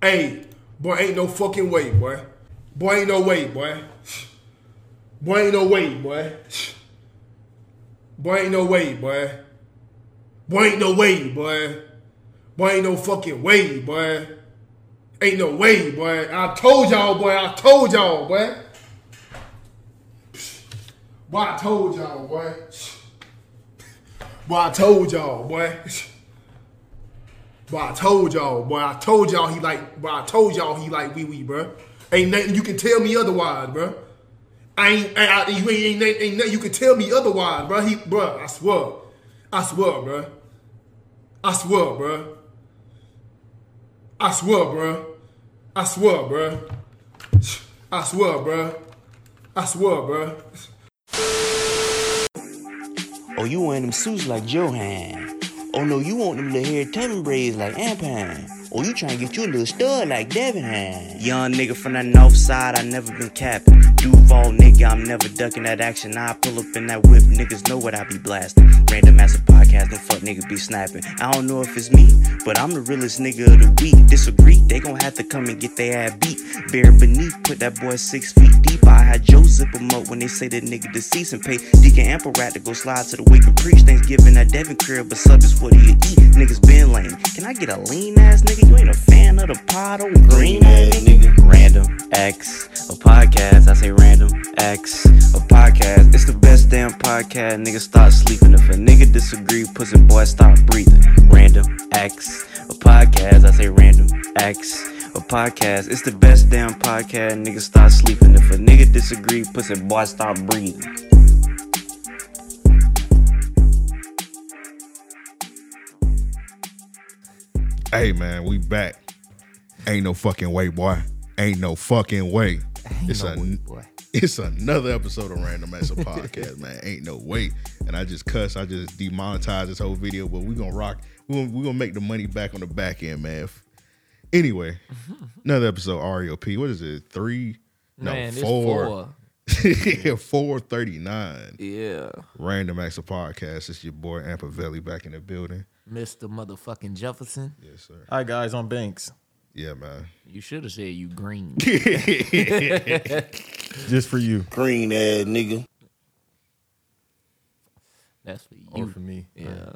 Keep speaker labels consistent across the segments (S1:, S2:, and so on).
S1: Hey, boy, ain't no fucking way, boy. Boy, ain't no way, boy. Boy, ain't no way, boy. Boy, ain't no way, boy. Boy, ain't no way, boy. Boy, ain't no fucking way, boy. Ain't no way, boy. I told y'all, boy. I told y'all, boy. Boy, I told y'all, boy. Boy, I told y'all, boy. Boy, I told y'all, boy. I told y'all he like, boy. I told y'all he like wee wee, bro. Ain't nothing you can tell me otherwise, bro. I ain't, I, I, you ain't, ain't, ain't nothing you can tell me otherwise, bro. He, bro, I swear, I swear, bro. I swear, bro. I swear, bro. I swear, bro. I swear, bro. I swear, bro.
S2: Oh, you want them suits like Johan. Oh, no, you want them little hair tubbing braids like Ampan. Oh, you trying to get you a little stud like Devin. had. Young nigga from the north side, I never been capping. Duval nigga, I'm never ducking that action. I pull up in that whip, niggas know what I be blasting. Random ass a podcast, no fuck nigga be snapping. I don't know if it's me, but I'm the realest nigga of the week. Disagree, they gon' have to come and get their ass beat. Bare beneath, put that boy six feet deep. I had Joe zip him up when they say that nigga deceased and pay Deacon Ample Rat to go slide to the wake and preach. Thanksgiving at Devin crib, but sub is what he eat. Niggas been lame. Can I get a lean ass nigga? You ain't a fan of the pot or green ass nigga? Random X, a podcast. I say random X, a podcast. It's the best damn podcast. Nigga, stop sleeping. If a nigga disagree, pussy boy, stop breathing. Random X, a podcast. I say random X, a podcast. It's the best damn podcast. Nigga, stop sleeping. If a nigga disagree, pussy boy, stop breathing.
S3: Hey man, we back. Ain't no fucking way, boy. Ain't no fucking way. it's a it's another episode of Random Ass a Podcast, man. Ain't no way. And I just cuss. I just demonetize this whole video, but we gonna rock. We gonna, we gonna make the money back on the back end, man. Anyway, another episode REOP. What is it? Three? No,
S4: Man, it's
S3: four. yeah, four thirty nine.
S4: Yeah.
S3: Random Acts of Podcast. It's your boy Ampavelli back in the building.
S4: Mr. Motherfucking Jefferson.
S3: Yes, sir.
S5: Hi guys, I'm Banks.
S3: Yeah, man.
S4: You should have said you green.
S5: Just for you
S2: Green ass nigga.
S4: That's for you.
S5: or for me.
S4: Yeah.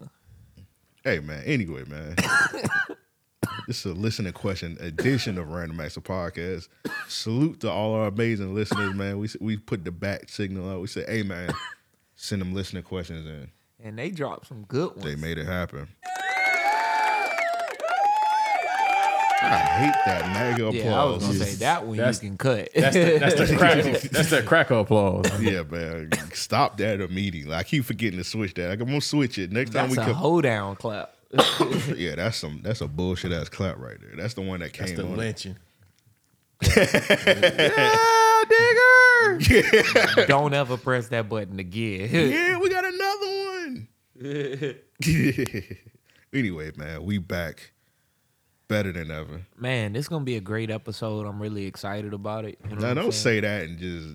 S3: Hey man. Anyway, man. this is a listening question edition of Random Acts of Podcast. Salute to all our amazing listeners, man. We we put the back signal out. We said, hey man, send them listening questions in.
S4: And they dropped some good ones.
S3: They made it happen. I hate that mega applause.
S4: yeah, I was gonna say that one
S5: That's-
S4: you can cut.
S5: That's the, that's the crack. That's that crack applause.
S3: Yeah, man. Stop that immediately. I keep forgetting to switch that. Like, I'm gonna switch it next time
S4: That's
S3: we
S4: a
S3: come.
S4: hold down clap.
S3: yeah, that's some. That's a bullshit ass clap right there. That's the one that came
S5: That's the
S3: on.
S5: lynching.
S4: Don't ever press that button again.
S3: Yeah, we got another one. anyway, man, we back better than ever.
S4: Man, this gonna be a great episode. I'm really excited about it. You know what
S3: Now,
S4: I'm
S3: don't
S4: saying?
S3: say that and just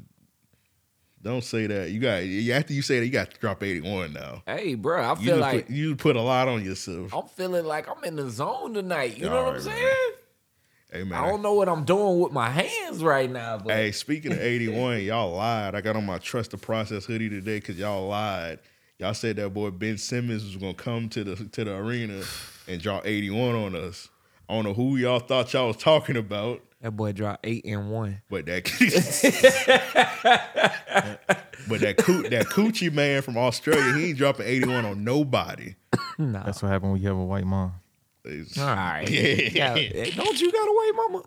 S3: don't say that. You got after you say that, you got to drop 81 now.
S4: Hey, bro, I
S3: You
S4: feel
S3: just
S4: like
S3: put, you put a lot on yourself.
S4: I'm feeling like I'm in the zone tonight. You know
S3: All
S4: what
S3: right,
S4: I'm
S3: man.
S4: saying?
S3: Hey man,
S4: I don't know what I'm doing with my hands right now, but
S3: Hey, speaking of 81, y'all lied. I got on my Trust the Process hoodie today because y'all lied. Y'all said that boy Ben Simmons was gonna come to the to the arena and draw 81 on us. I don't know who y'all thought y'all was talking about,
S4: that boy dropped eight and one.
S3: but that but that coo- that coochie man from Australia, he ain't dropping 81 on nobody.
S4: Nah.
S5: That's what happened when you have a white mom.
S3: It's-
S4: All right.
S3: Yeah.
S4: Yeah. Don't you got away, mama?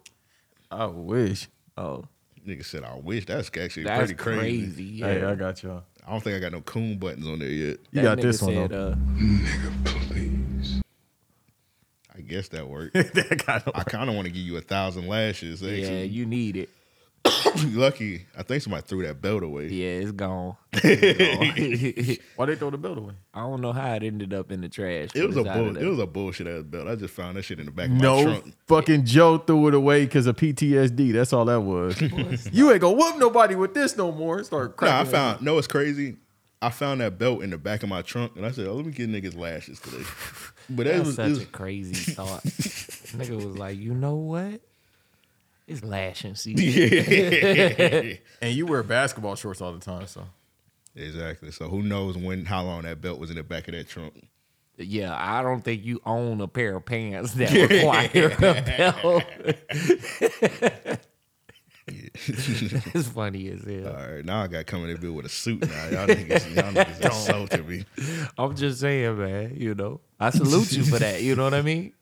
S5: I wish.
S4: Oh,
S3: Nigga said, I wish that's actually
S4: that's
S3: pretty crazy.
S4: crazy. Yeah.
S5: Hey, I got y'all.
S3: I don't think I got no coon buttons on there yet.
S4: That
S5: You got this
S4: nigga
S5: one
S4: said,
S5: though.
S4: uh,
S3: I guess that worked.
S5: that got
S3: I kind of want to give you a thousand lashes.
S4: yeah,
S3: Actually,
S4: you need it.
S3: you lucky. I think somebody threw that belt away.
S4: Yeah, it's gone. It's gone.
S5: Why they throw the belt away?
S4: I don't know how it ended up in the trash.
S3: It was a
S4: but it's out of
S3: bull, it
S4: there.
S3: was a bullshit ass belt. I just found that shit in the back of my
S5: No,
S3: trunk.
S5: fucking Joe threw it away because of PTSD. That's all that was. you ain't gonna whoop nobody with this no more. Start
S3: No, I
S5: cracking.
S3: found. No, it's crazy. I found that belt in the back of my trunk, and I said, "Oh, let me get niggas lashes today." But that
S4: That's
S3: was, it
S4: such
S3: was
S4: a crazy thought. Nigga was like, you know what? It's lashing season.
S3: Yeah.
S5: And you wear basketball shorts all the time, so
S3: exactly. So who knows when, how long that belt was in the back of that trunk?
S4: Yeah, I don't think you own a pair of pants that require a belt. it's funny as hell.
S3: All right, now I got coming in here with a suit. Now y'all niggas, y'all niggas insulted me.
S4: I'm just saying, man. You know, I salute you for that. You know what I mean?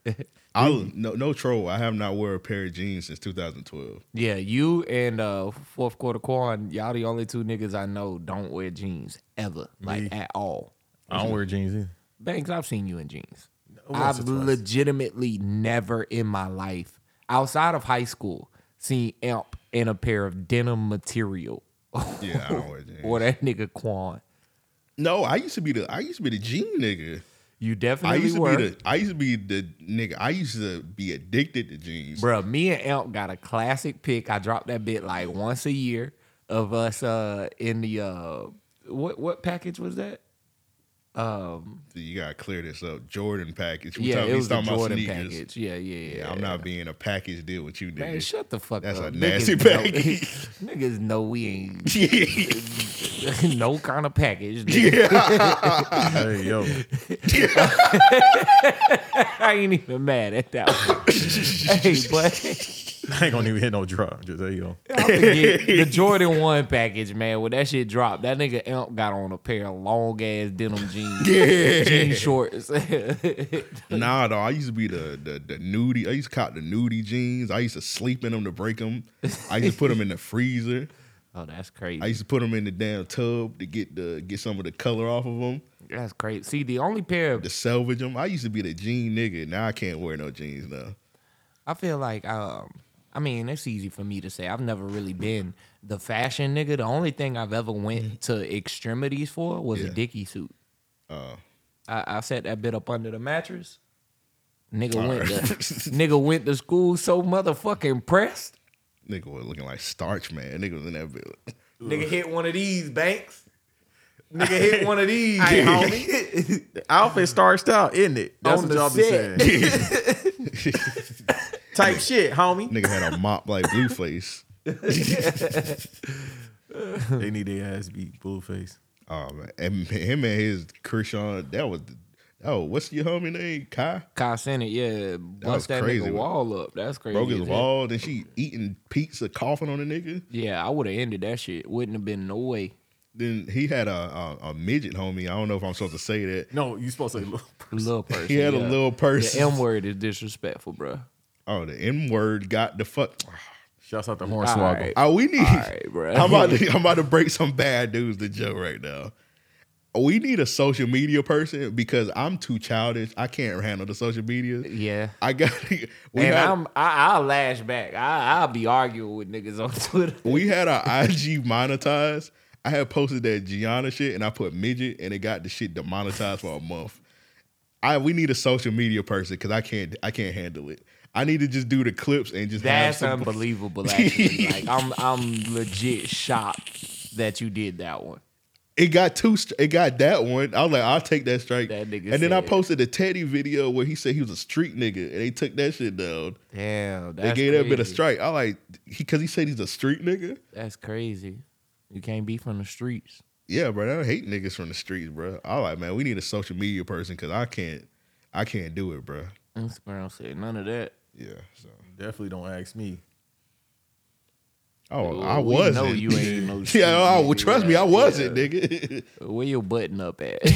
S3: I was, no no troll. I have not worn a pair of jeans since 2012.
S4: yeah, you and uh, fourth quarter Quan, y'all the only two niggas I know don't wear jeans ever, like at all.
S5: I don't wear jeans either.
S4: Banks, I've seen you in jeans.
S5: Once or
S4: I've
S5: twice.
S4: legitimately never in my life, outside of high school, seen Amp in a pair of denim material.
S3: Yeah, I don't wear jeans.
S4: or that nigga Quan.
S3: No, I used to be the I used to be the jean nigga.
S4: You
S3: I
S4: definitely
S3: used to
S4: were.
S3: be the I used to be the nigga. I used to be addicted to jeans.
S4: Bruh, me and Elk got a classic pick. I drop that bit like once a year of us uh in the uh what what package was that? Um
S3: You gotta clear this up. Jordan package. We
S4: yeah,
S3: talking-
S4: it
S3: he's
S4: was the
S3: talking about
S4: Jordan
S3: sneakers.
S4: package. Yeah, yeah, yeah.
S3: Yeah, I'm not being a package deal with you, nigga.
S4: Man, shut the fuck
S3: That's
S4: up.
S3: a nasty
S4: niggas
S3: package.
S4: Know, niggas know we ain't
S3: yeah,
S4: no kind of package. nigga.
S5: Hey yo,
S4: I ain't even mad at that one. hey, but
S5: I ain't gonna even hit no drop. Just hey yo,
S4: I forget the Jordan One package, man. When that shit dropped, that nigga Elk got on a pair of long ass denim jeans, jean shorts. Oh,
S3: Nah, though. I used to be the, the the nudie. I used to cop the nudie jeans. I used to sleep in them to break them. I used to put them in the freezer.
S4: oh, that's crazy.
S3: I used to put them in the damn tub to get the get some of the color off of them
S4: That's crazy. See, the only pair of,
S3: to salvage them. I used to be the jean nigga. Now I can't wear no jeans now.
S4: I feel like, um, I mean, it's easy for me to say. I've never really been the fashion nigga. The only thing I've ever went to extremities for was a
S3: Mm-hmm. Yeah.
S4: Dickie suit.
S3: Uh,
S4: I, I set that bit up under the mattress. Nigga went to, nigga went to school so motherfucking pressed.
S3: nigga was looking like starch man. Nigga was in that building.
S4: Nigga hit one of these banks. Nigga hit one of these. homie.
S5: the outfit starched out, isn't it? That's
S4: On
S5: what
S4: the
S5: y'all
S4: set.
S5: be saying. Type shit, homie.
S3: Nigga had a mop like Blueface.
S5: they need their ass beat, blueface.
S3: Oh man, and him and his Krishan. That was. Oh, what's your homie name? Kai.
S4: Kai Senate, yeah,
S3: was
S4: bust that,
S3: crazy,
S4: nigga
S3: man.
S4: wall up. That's crazy.
S3: Broke his
S4: as hell.
S3: wall. Then she eating pizza, coughing on a nigga.
S4: Yeah, I would have ended that shit. Wouldn't have been no way.
S3: Then he had a, a a midget homie. I don't know if I'm supposed to say that.
S5: No, you supposed to say little
S4: Little person.
S3: He had a
S4: yeah.
S3: little
S4: The
S3: person.
S4: M word is disrespectful, bro.
S3: oh, the N word got the fuck.
S5: Shouts out to Hornswoggle.
S4: right.
S3: Oh, we need.
S4: All right, bro.
S3: I'm about to I'm about to break some bad news to Joe right now. We need a social media person because I'm too childish. I can't handle the social media.
S4: Yeah.
S3: I got. We
S4: and
S3: had,
S4: I'm, I, I'll lash back. I, I'll be arguing with niggas on Twitter.
S3: we had our IG monetized. I had posted that Gianna shit and I put midget and it got the shit demonetized for a month. I we need a social media person because I can't I can't handle it. I need to just do the clips and just have
S4: That's
S3: some-
S4: unbelievable. Actually, like I'm, I'm legit shocked that you did that one.
S3: It got two. str- It got that one. I was like, I'll take that strike.
S4: That nigga
S3: and then I
S4: said-
S3: posted a Teddy video where he said he was a street nigga, and they took that shit down.
S4: Damn,
S3: They
S4: that's
S3: gave that bit a
S4: crazy.
S3: strike. I like because he, said he's a street nigga.
S4: That's crazy. You can't be from the streets.
S3: Yeah, bro. I hate niggas from the streets, bro. I like man. We need a social media person because I can't. I can't do it, bro.
S4: Instagram said none of that.
S3: Yeah. So.
S5: Definitely don't ask me.
S3: Oh,
S4: Well,
S3: I
S4: we
S3: wasn't.
S4: know you ain't no street
S3: yeah. I, well,
S4: nigga,
S3: trust me, I
S4: yeah.
S3: wasn't, nigga.
S4: Where your button up at?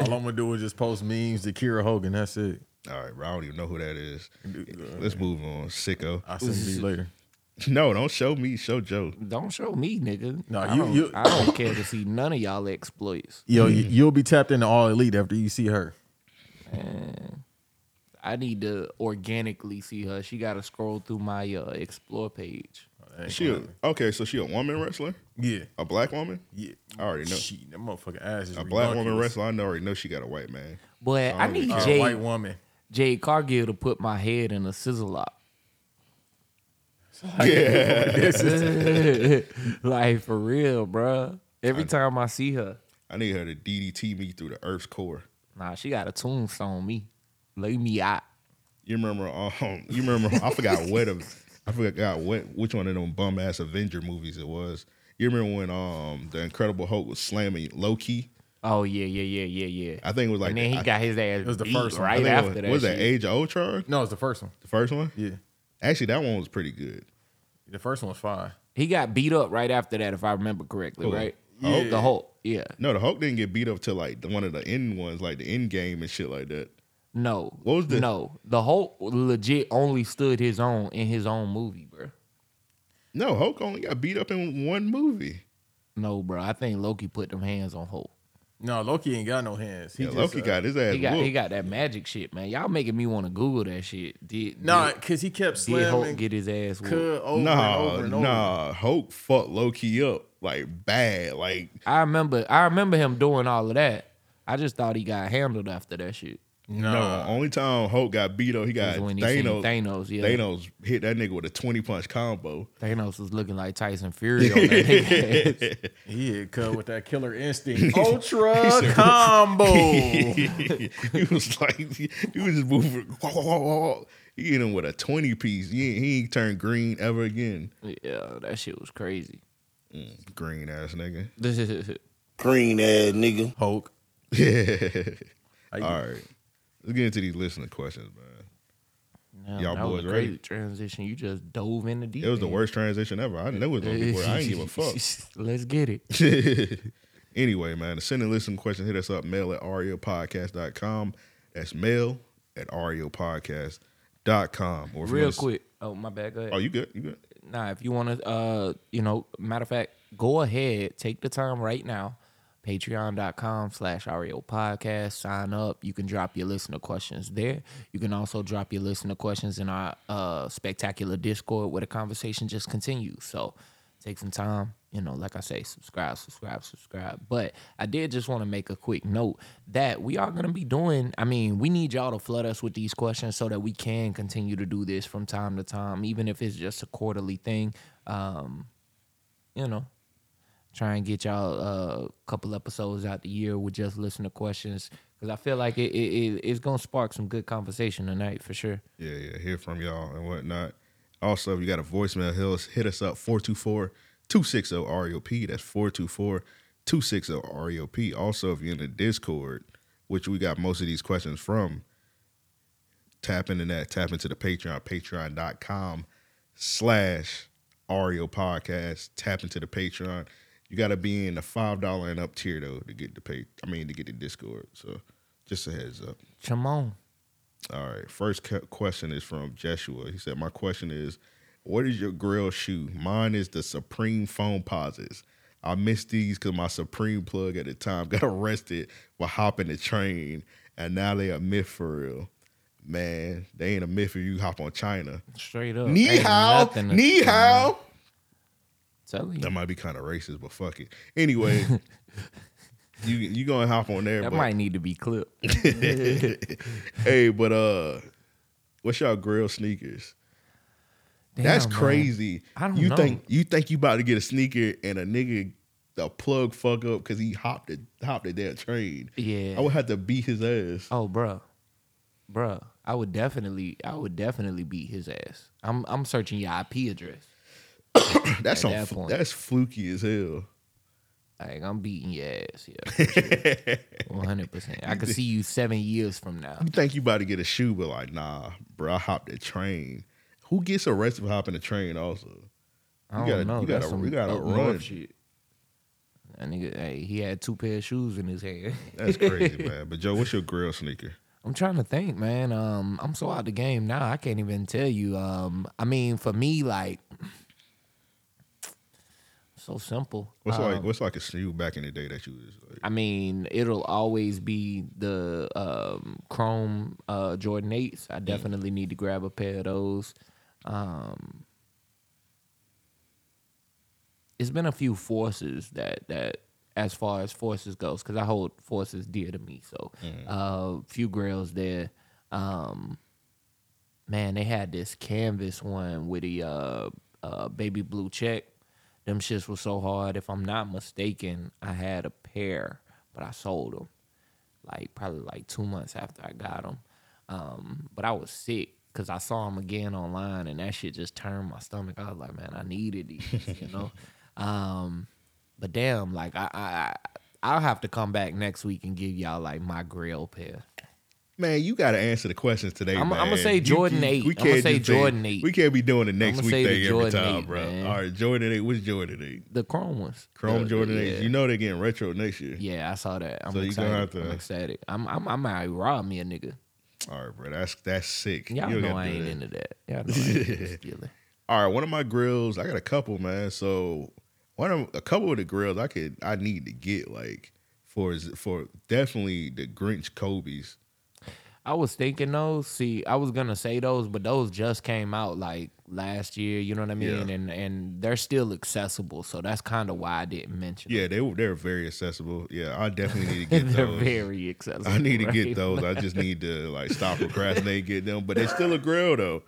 S5: All I'm gonna do is just post memes to Kira Hogan. That's it.
S3: All right, bro. I don't even know who that is. Let's move on, sicko.
S5: I'll send you later.
S3: No, don't show me. Show Joe.
S4: don't show me, nigga.
S5: No,
S4: I
S5: you-
S4: don't,
S5: you-
S4: I don't care to see none of y'all exploits.
S5: Yo, you, you'll be tapped into all elite after you see her.
S4: I need to organically see her. She got to scroll through my uh, explore page.
S3: She a, okay? So she a woman wrestler?
S5: Yeah,
S3: A black woman?
S5: yeah.
S3: I already know.
S5: She, that motherfucking ass is
S3: a black woman
S5: ridiculous.
S3: wrestler. I know already know she got a white man.
S4: But I
S3: Oh,
S4: need
S5: Uh,
S4: Jay
S5: white woman.
S4: Jay Cargill to put my head in a sizzle lock. like for real, bruh. Every time I see her,
S3: I need her to DDT me through the earth's core.
S4: nah, she got a tombstone me, lay me out.
S3: You remember? Um, you remember? I forgot what of, I forgot what which one of them bum ass Avenger movies it was. You remember when um the Incredible Hulk was slamming Loki?
S4: Oh yeah, yeah, yeah, yeah, yeah.
S3: I think it was like
S4: and then he
S3: I-
S4: got his ass. It
S5: was the first one.
S3: I
S4: right
S3: think it
S4: after
S3: was,
S4: that.
S3: what Was that
S4: shit.
S3: Age of Ultron?
S5: No, it's the first one.
S3: The first one?
S5: Yeah,
S3: Actually, that one was pretty good.
S5: the first one was fine.
S4: He got beat up right after that, if I remember correctly,
S3: Who?
S4: right?
S3: Hulk?
S4: The Hulk. Yeah.
S3: No, the Hulk didn't get beat up till like the, one of the end ones, like the end game and shit like that.
S4: No.
S3: What was the-
S4: No. The Hulk legit only stood his own in his own movie, bro.
S3: No, Hulk only got beat up in one movie.
S4: No, bro. I think Loki put them hands on Hulk.
S5: No, Loki ain't got no hands. He
S3: Yeah,
S5: just,
S3: Loki
S5: uh,
S3: got his ass
S4: He got he
S3: whooped.
S4: got that magic shit, man. Y'all making me want to Google that shit. Did
S5: Nah,
S4: did,
S5: because he kept
S4: did Hulk
S5: slamming.
S4: get his ass whooped?
S5: Cud over and
S3: Nah,
S5: over and over.
S3: nah, Hulk fucked Loki up like bad. Like
S4: I remember I remember him doing all of that. I just thought he got handled after that shit.
S5: no.
S3: no, only time Hulk got beat up, he got
S4: That's when he seen
S3: Thanos.
S4: Thanos, yeah.
S3: Thanos hit that nigga with a twenty punch combo.
S4: Thanos was looking like Tyson Fury on that nigga ass.
S5: Yeah, cuz with that killer instinct. Ultra combo.
S3: he was like, he was just moving. He hit him with a twenty piece. He ain't, he ain't turned green ever again.
S4: Yeah, that shit was crazy.
S3: Green ass nigga.
S2: Green ass nigga.
S5: Hulk.
S3: All right, let's get into these listener questions, man.
S4: Damn,
S3: Y'all
S4: that was
S3: boys
S4: a
S3: ready?
S4: crazy transition. You just dove in the deep.
S3: It was the
S4: end.
S3: worst transition ever. I knew it was gonna be weird. I didn't give a fuck.
S4: Let's get it.
S3: anyway, man, to send and listen questions, hit us up, mail at ariopodcast.com. That's mail at ariopodcast.com. Or if you
S4: Real
S3: wanna s-
S4: quick. Oh my bad. Go ahead.
S3: Oh, you good? You good?
S4: Nah, if you want to, uh, you know, matter of fact, go ahead, take the time right now. Patreon.com slash REO podcast. Sign up. You can drop your listener questions there. You can also drop your listener questions in our uh, spectacular Discord where the conversation just continues. So take some time. You know, like I say, subscribe, subscribe, subscribe. But I did just want to make a quick note that we are going to be doing, I mean, we need y'all to flood us with these questions so that we can continue to do this from time to time, even if it's just a quarterly thing. Um, you know, try and get y'all uh, a couple episodes out the year with just listener questions because I feel like it, it, it it's gonna spark some good conversation tonight for sure.
S3: Yeah, yeah. Hear from y'all and whatnot. Also, if you got a voicemail, hit us, hit us up 424 260 REOP. E That's 424 260 REOP. E Also, if you're in the Discord, which we got most of these questions from, tap into that. Tap into the Patreon, patreon.com slash REO podcast. Tap into the Patreon. You got to be in the $5 and up tier, though, to get the pay. I mean, to get the Discord. So just a heads up.
S4: Come on,
S3: All right. First cu- question is from Jeshua. He said, "My question is, what is your grill shoe? Mine is the Supreme Phone Posits. I missed these because my Supreme plug at the time got arrested for hopping the train, and now they a myth for real. Man, they ain't a myth if you hop on China.
S4: straight up.
S3: Knee
S4: Ain't
S3: how?
S4: nothing to-
S3: Knee how?
S4: Telling
S3: That
S4: you,
S3: might be kind of racist, but fuck it. Anyway." You you gonna hop on there?
S4: that
S3: but-
S4: might need to be clipped.
S3: hey, but uh, what's y'all grill sneakers? That's
S4: Damn, man.
S3: crazy.
S4: I don't
S3: you
S4: know.
S3: think you think you about to get a sneaker and a nigga the plug fuck up because he hopped the hopped the damn train.
S4: Yeah.
S3: I would have to beat his ass.
S4: Oh, bruh. Bruh, I would definitely, I would definitely beat his ass. I'm, I'm searching your IP address.
S3: that's some,
S4: that point.
S3: that's fluky as hell.
S4: Like I'm beating your ass, yeah, one hundred percent. I could see you seven years from now.
S3: You think you about to get a shoe, but like, nah, bro, I hopped the train. Who gets arrested for hopping the train? Also,
S4: I don't
S3: You gotta-
S4: know.
S3: you gotta-
S4: That's some
S3: you gotta
S4: up north
S3: run.
S4: Shit. That nigga, hey, he had two pair of shoes in his hand.
S3: that's crazy, man. But Joe, what's your grill sneaker?
S4: I'm trying to think, man. Um, I'm so out the game now. I can't even tell you. Um, I mean, for me, like, so simple.
S3: What's
S4: Um,
S3: like what's like a shoe back in the day that you was like,
S4: I mean, it'll always be the um, Chrome uh, Jordan 8s. I definitely need to grab a pair of those. Um, it's been a few forces that that as far as forces goes, because I hold forces dear to me. So, uh, a few grails there. Um, man, they had this canvas one with the uh, uh, baby blue check. Them shits were so hard. If I'm not mistaken, I had a pair, but I sold them like probably like two months after I got them. Um, but I was sick, Cause I saw him again online, and that shit just turned my stomach. I was like, man, I needed these, you know. um, but damn, like I, I, I- I'll have to come back next week and give y'all like my grill pair.
S3: Man, you got to answer the questions today.
S4: I'ma-
S3: man.
S4: I'ma say
S3: You-
S4: Jordan
S3: you-
S4: eight.
S3: We
S4: I'ma
S3: can't
S4: say
S3: just be-
S4: Jordan eight.
S3: We can't be doing the next
S4: I'ma
S3: week
S4: say the
S3: thing every
S4: Jordan
S3: time,
S4: eight,
S3: bro.
S4: man.
S3: All right, Jordan eight. What's Jordan eight?
S4: The chrome ones,
S3: Chrome
S4: The-
S3: Jordan
S4: yeah.
S3: eight. You know they're getting retro next year.
S4: Yeah, I saw that. I'm
S3: So you
S4: excited.
S3: gonna have to-
S4: I'm excited. I'm, I'm, I might rob me a nigga.
S3: All right, bro. That's that's sick.
S4: Y'all
S3: You don't
S4: know
S3: gotta
S4: I
S3: do
S4: ain't
S3: that.
S4: into that. Y'all know I ain't into stealing.
S3: All right, one of my grills, I got a couple, man. So one of a couple of the grills I could I need to get like for is for definitely the Grinch Kobe's.
S4: I was thinking those. See, I was gonna say those, but those just came out like last year. You know what I mean?
S3: Yeah.
S4: And and they're still accessible, so that's kind of why I didn't mention.
S3: Yeah, they were they're very accessible. Yeah, I definitely need to
S4: them.
S3: get
S4: they're
S3: those.
S4: very accessible.
S3: I need to get
S4: right?
S3: those. I just need to like stop procrastinating, get them. But they still a grill though.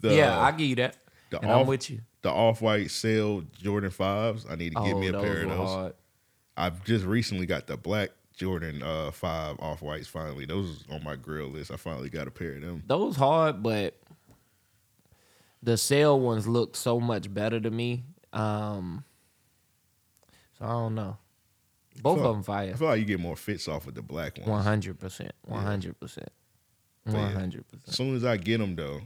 S3: The,
S4: yeah, I give you that.
S3: the
S4: and
S3: off,
S4: I'm with you.
S3: The off white sale Jordan fives. I need to get
S4: oh,
S3: me a
S4: those
S3: pair of
S4: were
S3: those.
S4: hard.
S3: I've just recently got the black Jordan uh five off whites finally. Those is on my grill list. I finally got a pair of them.
S4: Those hard, but the sale ones look so much better to me. Um, so I don't know. Both
S3: Fuck.
S4: of them fire.
S3: I feel like you get more fits off with the black ones.
S4: One hundred percent. One hundred percent.
S3: yeah.
S4: One hundred
S3: As
S4: percent.
S3: soon as I get them though,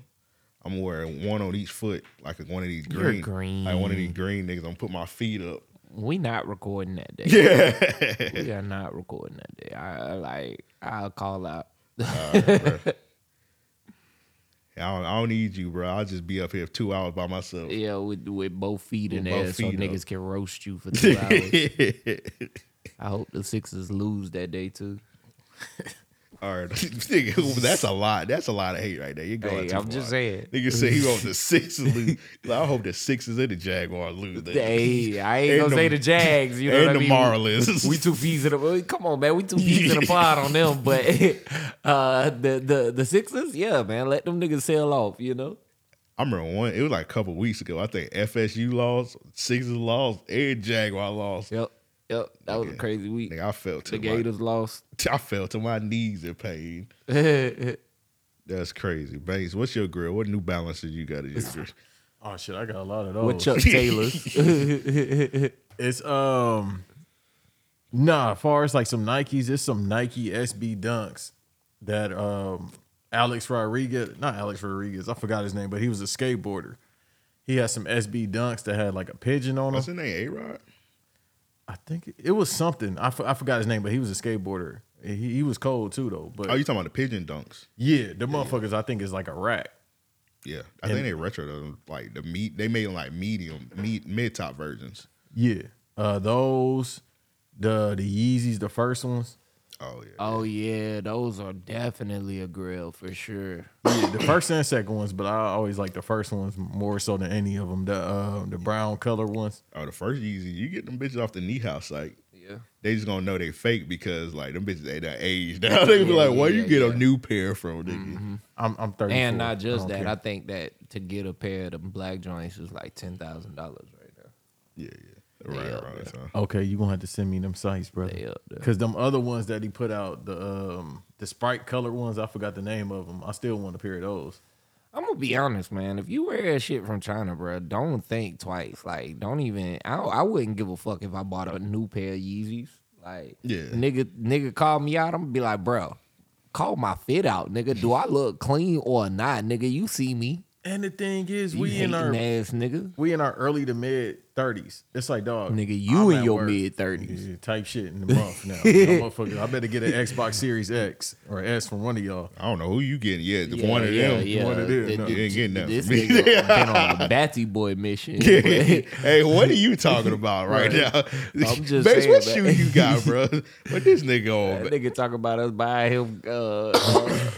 S3: I'm wearing one on each foot, like one of these
S4: You're
S3: green,
S4: green.
S3: like one of these green niggas. I'm gonna put my feet up.
S4: We not recording that day.
S3: Yeah,
S4: We are not recording that day. I I like I'll call out.
S3: I don't, I don't need you, bro. I'll just be up here two hours by myself.
S4: Yeah, with with both feet
S3: With
S4: in there,
S3: both
S4: so
S3: feet
S4: niggas
S3: up.
S4: can roast you for two hours. I hope the Sixers lose that day too.
S3: All right, Nigga, that's a lot. That's a lot of hate right there. You're going.
S4: Hey,
S3: too
S4: I'm just
S3: far.
S4: saying.
S3: Nigga say he wants the Sixers lose. Like, I hope the Sixers and the Jaguars lose. That.
S4: Hey, I ain't
S3: And
S4: gonna
S3: the-
S4: say the Jags. You know
S3: and
S4: what I
S3: the
S4: mean?
S3: Marlins.
S4: We two fees in the come on, man. We two fees in the pod on them, but uh, the the the Sixers, yeah, man. Let them niggas sell off. You know.
S3: I remember one. It was like a couple weeks ago. I think FSU lost, Sixers lost, and Jaguar lost.
S4: Yep. Yep. That was a crazy week.
S3: Nigga, I fell to
S4: the
S3: my,
S4: Gators lost.
S3: I fell to my knees in pain. That's crazy, Banks. What's your grill? What New Balances you got in your grill?
S5: Oh shit, I got a lot of those.
S4: with
S3: Oh.
S4: Chuck Taylors.
S5: It's um nah, far as like some Nikes, it's some Nike SB dunks that um Alex Rodriguez, not Alex Rodriguez, I forgot his name, but he was a skateboarder. He had some SB dunks that had like a pigeon on
S3: What's
S5: them.
S3: his name? A Rod.
S5: I think it, it was something. I for- I forgot his name, but he was a skateboarder. He, he was cold too though. But
S3: Oh, you talking about the pigeon dunks?
S5: yeah, the motherfuckers I think is like a rack.
S3: Yeah, I think
S5: And-
S3: they retro though. Like the meat, they made like medium, meat, mid top versions.
S5: Yeah. Uh those, the the Yeezys, the first ones.
S3: Oh yeah.
S4: oh yeah, those are definitely a grill for sure.
S5: Yeah, the first and second ones, but I always like the first ones more so than any of them. The uh, the brown color ones.
S3: Oh, the first Yeezy, you get them bitches off the knee house site.
S4: Yeah.
S3: They just gonna know they fake because like them bitches they done aged now. they be like, where
S4: yeah,
S3: you get
S4: yeah. Mm-hmm.
S3: a new pair from, nigga?
S5: I'm I'm thirty.
S4: And not just that, I think that to get a pair of them black joints is like ten thousand dollars right now.
S3: Yeah, yeah. Right
S4: Yeah,
S3: around that time.
S5: okay, you gonna have to send me them sites,
S4: They
S5: brother.
S4: up there.
S5: Because them other ones that he put out, the um the sprite color ones, I forgot the name of them. I still want a pair of those.
S4: I'm gonna be honest, man. If you wear shit from China, bro, don't think twice. Like, don't even. I don't- I wouldn't give a fuck if I bought a new pair of Yeezys. Like,
S3: Yeah.
S4: nigga, nigga, call me out. I'm gonna be like, bro, call my fit out, nigga. Do I look clean or not, nigga? You see me,
S5: And the thing is,
S4: you
S5: we in
S4: hating
S5: our
S4: ass, nigga.
S5: we in our early to mid thirties. It's like dog,
S4: Nigga, you
S5: I'm
S4: in
S5: at
S4: your
S5: work.
S4: mid thirties.
S5: Yeah, type shit in the month now. You know, motherfucker, I better get an Xbox Series X or S from one of y'all.
S3: I don't know who you getting. Yeah, the one of them.
S5: one of them,
S4: Th-
S5: no.
S4: th-
S3: You ain't getting that
S4: This
S3: from me.
S4: nigga been on a Batsy Boy mission. but-
S3: hey, what are you talking about right, now?
S4: I'm just
S3: Bass, what
S4: saying,
S3: shoe
S4: man.
S3: you got, bro? What this nigga on?
S4: That
S3: man?
S4: nigga talk about us buying him uh, uh,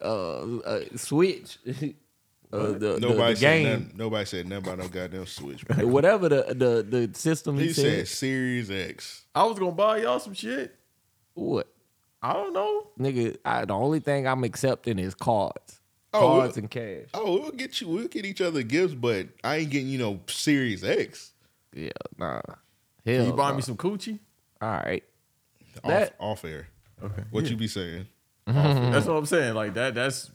S4: uh, uh, Switch, uh, the, the,
S3: Nobody
S4: the
S3: said
S4: game,
S3: nothing. Nobody said nothing about no goddamn switch. Bro.
S4: whatever the the, the system he,
S3: He said
S4: said.
S3: Series X.
S5: I was gonna buy y'all some shit.
S4: What
S5: I don't know.
S4: nigga? I, the only thing I'm accepting is cards,
S3: Oh,
S4: cards
S3: we-
S4: and cash.
S3: Oh, we'll get you. We'll get each other gifts, but I ain't getting you no Series X.
S4: Yeah, nah. Hell,
S5: you buy
S4: nah.
S5: me some coochie?
S4: All right.
S3: Off,
S4: That-
S3: off air.
S5: Okay.
S3: What you be saying?
S4: Mm-hmm.
S5: That's what I'm saying. Like that. That's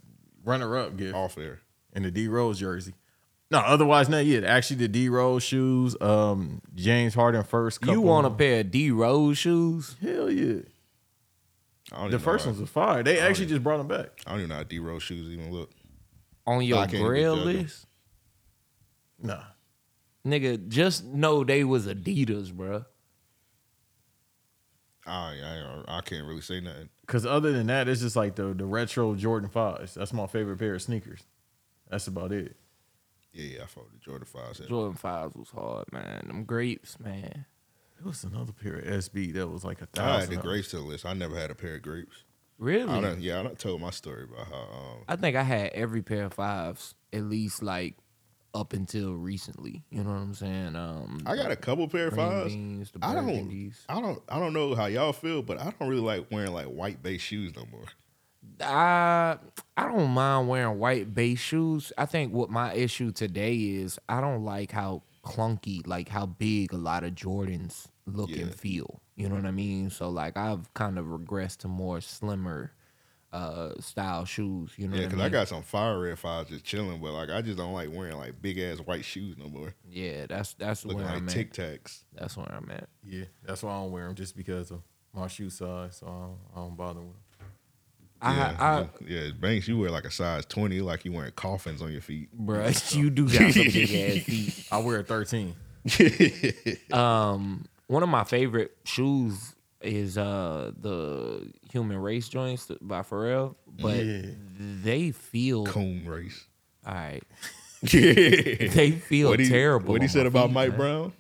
S5: runner up gift
S3: Off air.
S5: and the D Rose jersey. No, otherwise not yet. Actually, the D Rose shoes, um, James Harden first. Couple,
S4: You want a pair of D Rose shoes?
S5: Hell yeah!
S3: I don't
S5: The
S3: even
S5: first
S3: know
S5: ones
S3: how,
S5: was fire. They actually just brought them back.
S3: I don't even know how D Rose shoes even look.
S4: on your
S3: I can't even
S4: grail
S3: judge 'em.
S4: list,
S5: Nah,
S4: nigga, just know they was Adidas, bruh.
S3: I I, I can't really say nothing.
S5: because other than that, it's just like the the retro Jordan fives. That's my favorite pair of sneakers. That's about it.
S3: Yeah, I fought with the Jordan Fives. had-
S4: Jordan Fives was hard, man. Them grapes, man.
S5: It was another pair of SB that was like a
S3: I had
S5: thousand.
S3: the grapes to the list. I never had a pair of grapes. I
S4: Really?
S3: done, yeah, I done told my story about how um,
S4: I think I had every pair of fives, at least like up until recently. You know what I'm saying? Um,
S3: I got a couple pair of
S4: green
S3: fives.
S4: beans, the
S3: I don't,
S4: burgundies.
S3: I don't, I don't know how y'all feel, but I don't really like wearing like white base shoes no more.
S4: I I don't mind wearing white base shoes. I think what my issue today is I don't like how clunky, like how big a lot of Jordans look
S3: Yeah.
S4: and feel. You know what I mean? So like I've kind of regressed to more slimmer uh style shoes. You know
S3: Yeah,
S4: what I
S3: because
S4: mean?
S3: I got some fire red fives just chilling, but like I just don't like wearing like big ass white shoes no more.
S4: yeah, that's that's where
S3: Looking like
S4: I'm
S3: Tic Tacs.
S4: at. That's where I'm at.
S5: Yeah, that's why I don't wear them just because of my shoe size. So I don't, I don't bother with them.
S4: I, I,
S3: yeah, yeah, Banks, you wear like a size twenty, like you wearing coffins on your feet.
S4: bruh, you do got some big ass feet. Uh,
S5: I wear a thirteen.
S4: one of my favorite shoes is uh the human race joints by Pharrell, but
S5: Yeah.
S4: they feel
S3: Coon race.
S4: all right.
S3: they
S4: They feel
S3: he,
S4: terrible.
S3: What he
S4: on
S3: said
S4: my
S3: about
S4: feet,
S3: Mike
S4: man.
S3: Brown?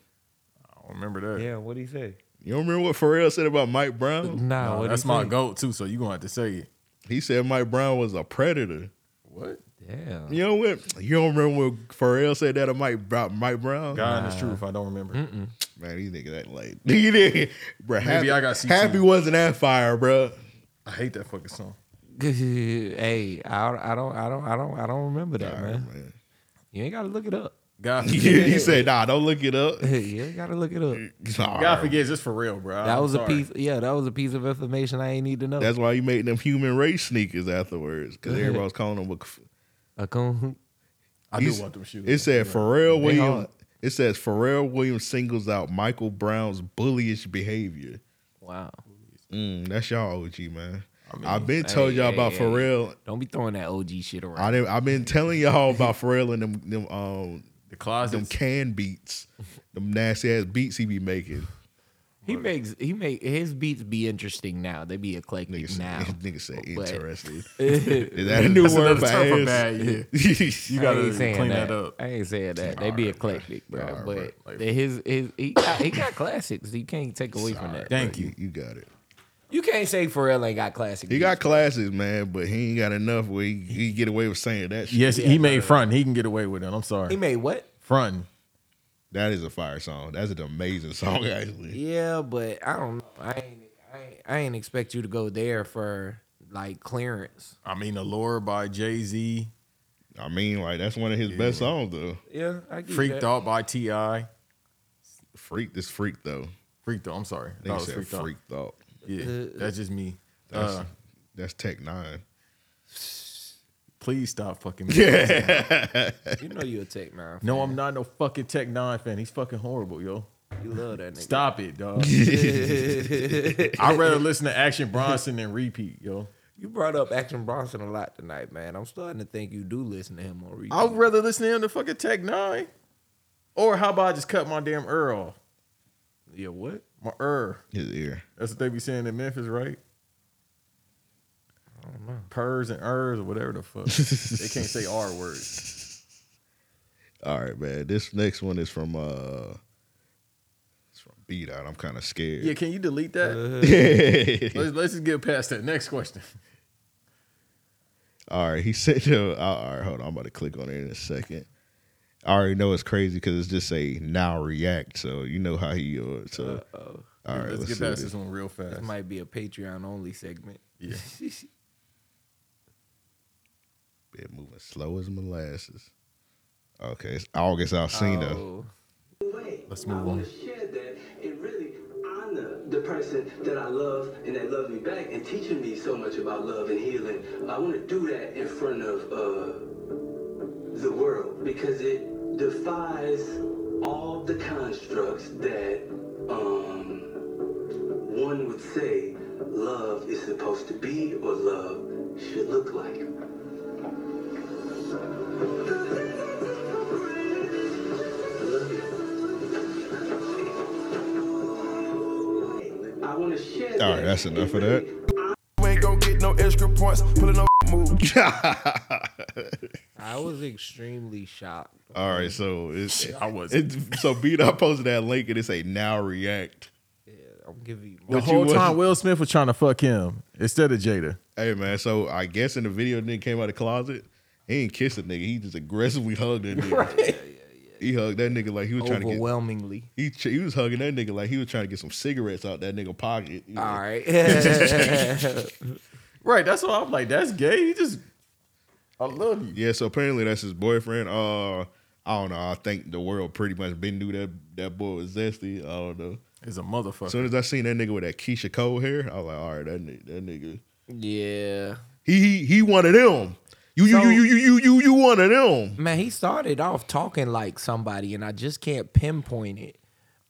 S5: I don't remember that.
S4: Yeah, what he say?
S3: You don't remember what Pharrell said about Mike Brown?
S4: Nah,
S5: Nah,
S4: what
S5: that's
S4: he
S5: my
S4: say?
S5: goat too. So you gonna have to say it.
S3: He said Mike Brown was a predator.
S5: What?
S4: Damn.
S3: You know what? You don't remember what Pharrell said that about Mike, about Mike Brown?
S5: God is true if I don't remember.
S3: Man, these niggas act like he did. Bro, happy,
S5: I got CT.
S3: happy wasn't that fire, bro.
S5: I hate that fucking song.
S4: hey, I, I don't, I don't, I don't, I don't remember that, man.
S3: man.
S4: You ain't gotta look it up.
S5: God forget.
S3: he said, "Nah, don't look it up."
S4: you ain't gotta look it up.
S5: God forgets it's for real, bro.
S4: That
S5: I'm
S4: was
S5: sorry.
S4: a piece. Yeah, that was a piece of information I ain't need to know.
S3: That's why you made them human race sneakers afterwards because everybody was calling them. a-
S4: a coon.
S5: I do
S3: he's-
S5: want them shoes.
S3: It said Pharrell Williams.
S4: hard.
S3: It says Pharrell Williams singles out Michael Brown's bullyish behavior.
S4: Wow.
S3: Mm, that's y'all OG man. I have been told
S4: hey,
S3: y'all
S4: hey,
S3: about
S4: hey.
S3: Pharrell.
S4: Don't be throwing that OG shit around.
S3: I didn't, I've been telling y'all about Pharrell and them them um
S5: the
S3: them
S5: closet.
S3: can beats, them nasty ass beats he be making.
S4: He makes he make his beats be interesting now. They be eclectic
S3: Nigga
S4: now.
S3: said, nigga said
S4: But-
S3: interesting. Is that a new
S5: That's
S3: word
S5: another
S3: for
S5: term for
S3: ass?
S5: bad. Yeah. You
S4: I
S5: gotta
S4: ain't saying
S5: clean that, up.
S4: I ain't saying that. They be eclectic, bro.
S3: Alright,
S4: but
S3: bruh.
S5: Like-
S4: the- his his he got, he got classics. You can't take away from that.
S5: Thank
S3: you,
S5: you.
S3: you got it.
S4: You can't say Pharrell ain't got classics.
S3: He got classes, man, but he ain't got enough where he, he get away with saying that. Shit.
S5: Yes, he made front. He can get away with it. I'm
S4: he
S5: sorry.
S4: made what?
S5: Front.
S3: That is a fire song. That's an amazing song, actually.
S4: Yeah, but I don't know. I ain't I ain't, I ain't expect you to go there for like clearance.
S5: I mean, Allure by Jay Z.
S3: I mean, like that's one of his best songs, though.
S4: Yeah, I get
S5: Freaked Out by Ti.
S3: Freak this freak though.
S5: Freaked Out. I'm sorry.
S3: I
S5: That
S3: think he
S5: was
S3: said
S5: freaked out.
S3: freak thought.
S5: Yeah, that's just me.
S3: That's
S5: Uh,
S3: that's Tech Nine.
S5: please stop fucking. Yeah.
S4: You know you a tech man.
S5: No, I'm not no fucking Tech Nine fan. He's fucking horrible, yo.
S4: You love that nigga.
S5: Stop it, dog. I'd rather listen to Action Bronson than repeat, yo.
S4: You brought up Action Bronson a lot tonight, man. I'm starting to think you do listen to him on repeat.
S5: I'd rather listen to him than fucking Tech Nine. Or how about I just cut my damn ear off?
S4: yeah, what?
S5: My ear.
S3: His ear.
S5: That's what they be saying in Memphis, right? I don't know. Purrs and ers or whatever the fuck. they can't say R words.
S3: All right, man. This next one is from uh, it's from Beat Out. I'm kind of scared.
S5: Yeah, Uh, can you delete
S4: Uh,
S5: that? let's, let's just get past that. Next question.
S3: All right, he said. uh, all right, hold on. I'm about to click on it in a second. I already know it's crazy because it's just a now react. So you know how he. Uh, so all right,
S5: let's,
S3: let's,
S5: get
S3: see what
S5: past
S3: it-
S5: this one real fast.
S4: This might be a Patreon only segment.
S5: Yeah.
S3: Bit moving slow as molasses. Okay, it's August Alcina.
S4: Oh,
S5: Let's move on.
S6: shared that and really honor the person that I love and that loved me back and teaching me so much about love and healing. I want to do that in front of uh, the world because it defies all the constructs that um, one would say love is supposed to be or love should look like. I love you. I want to share
S3: All right, that's enough of that.
S7: You ain't gonna get no extra points, pulling no move.
S5: Oh.
S4: I was extremely shocked.
S3: All right, so it's
S5: I was.
S3: it's- so beat. I posted that link and it say now react.
S4: I'm giving you.
S5: The
S3: But you
S5: whole
S3: wasn't-
S5: time Will Smith was trying to fuck him instead of Jada.
S3: Hey man, so I guess in the video nigga came out of the closet. He ain't kiss a nigga. He just aggressively hugged that nigga. He hugged that nigga like he was trying to get.
S4: Overwhelmingly.
S3: He, ch- he was hugging that nigga like he was trying to get some cigarettes out that nigga pocket. You know?
S4: All right.
S5: Right. That's why I'm like, that's gay. He just, I love you.
S3: Yeah, so apparently that's his boyfriend. Uh, I don't know. I think the world pretty much been knew that that boy was zesty. I don't know.
S5: It's a
S3: As
S5: motherfucker.
S3: soon as I seen that nigga with that Keisha Cole hair, I was like, all right, that nigga, that nigga,
S4: yeah.
S3: he he, he one of them. You you
S4: So-
S3: you you you you you one of them.
S4: Man, he started off talking like somebody, and I just can't pinpoint it.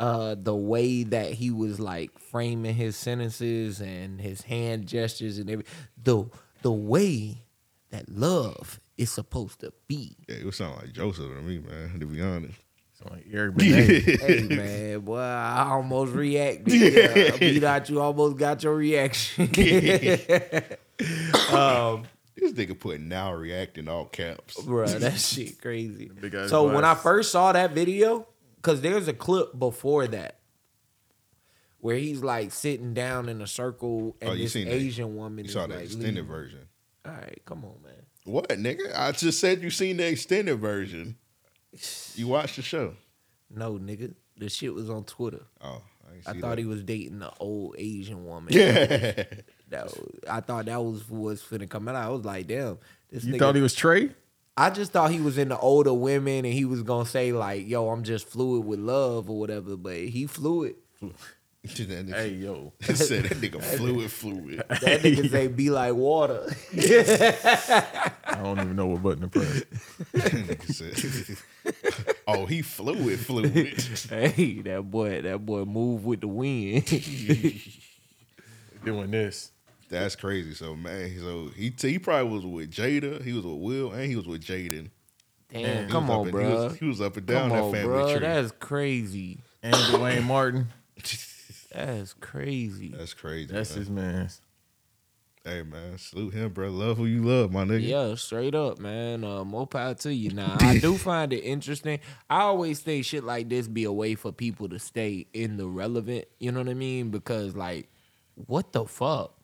S4: Uh, the way that he was like framing his sentences and his hand gestures and every the the way that love is supposed to be.
S3: Yeah, it sound like Joseph to me, man. To be honest.
S5: It's like Eric Benet.
S4: Hey man, boy, I almost reacted. Yeah. Beat out, you almost got your reaction.
S3: This nigga put now reacting all caps.
S4: bro. That shit crazy.
S5: big ass
S4: So when I
S5: glasses.
S4: first saw that video, because there's a clip before that where he's like sitting down in a circle and
S3: Oh, you
S4: this
S3: seen that.
S4: Asian
S3: You
S4: woman is
S3: saw the
S4: like,
S3: extended
S4: leaning.
S3: version.
S4: all right, come on, man.
S3: What, nigga? I just said you seen the extended version. You watched the show.
S4: No, nigga, the shit was on Twitter.
S3: Oh, I, ain't
S4: I
S3: see
S4: thought
S3: that.
S4: he was dating the old Asian woman.
S3: Yeah.
S4: that was, I thought that was what's finna come out. I was like, damn, this
S5: You
S4: nigga.
S5: thought he was Trey?
S4: I just thought he was into older women and he was gonna say like, yo, I'm just fluid with love or whatever. But he fluid.
S3: that nigga,
S5: Hey, yo.
S3: said that nigga fluid, fluid.
S4: That nigga say be like water.
S5: I don't even know what button to press.
S3: Nigga said- oh, he fluid, fluid.
S4: hey, that boy, that boy move with the wind.
S5: Doing this.
S3: That's crazy. So man, so he he probably was with Jada, he was with Will, and he was with Jaden.
S4: Damn,
S3: He
S4: come
S3: was up
S4: on,
S3: and- He
S4: bro.
S3: was, he was up and down
S4: Come
S3: that
S4: on,
S3: family
S4: bro.
S3: tree.
S4: That's crazy.
S5: And Dwayne Martin.
S4: That's crazy.
S3: That's crazy.
S5: That's
S3: man.
S5: his man.
S3: hey man, salute him, bro. Love who you love, my nigga.
S4: Yeah, straight up, man. Uh, more power to you. Now, I do find it interesting. I always think shit like this be a way for people to stay in the relevant. You know what I mean? Because like, what the fuck?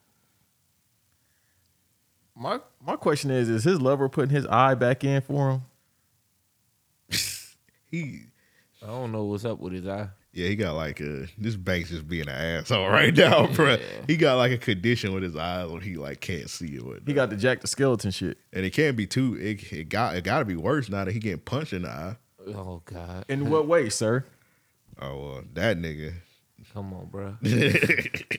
S5: My my question is, is his lover putting his eye back in for him?
S3: He
S4: I don't know what's up with his eye.
S3: yeah, he got like a this Banks is being an asshole right now, bro. He got like a condition with his eyes where he like can't see it.
S5: He got the Jack the Skeleton shit.
S3: and it can't be too. It, it got it got to be worse now that he getting punched in the eye.
S4: Oh God,
S5: In what way, sir?
S3: Oh well, that nigga.
S4: come on, bro.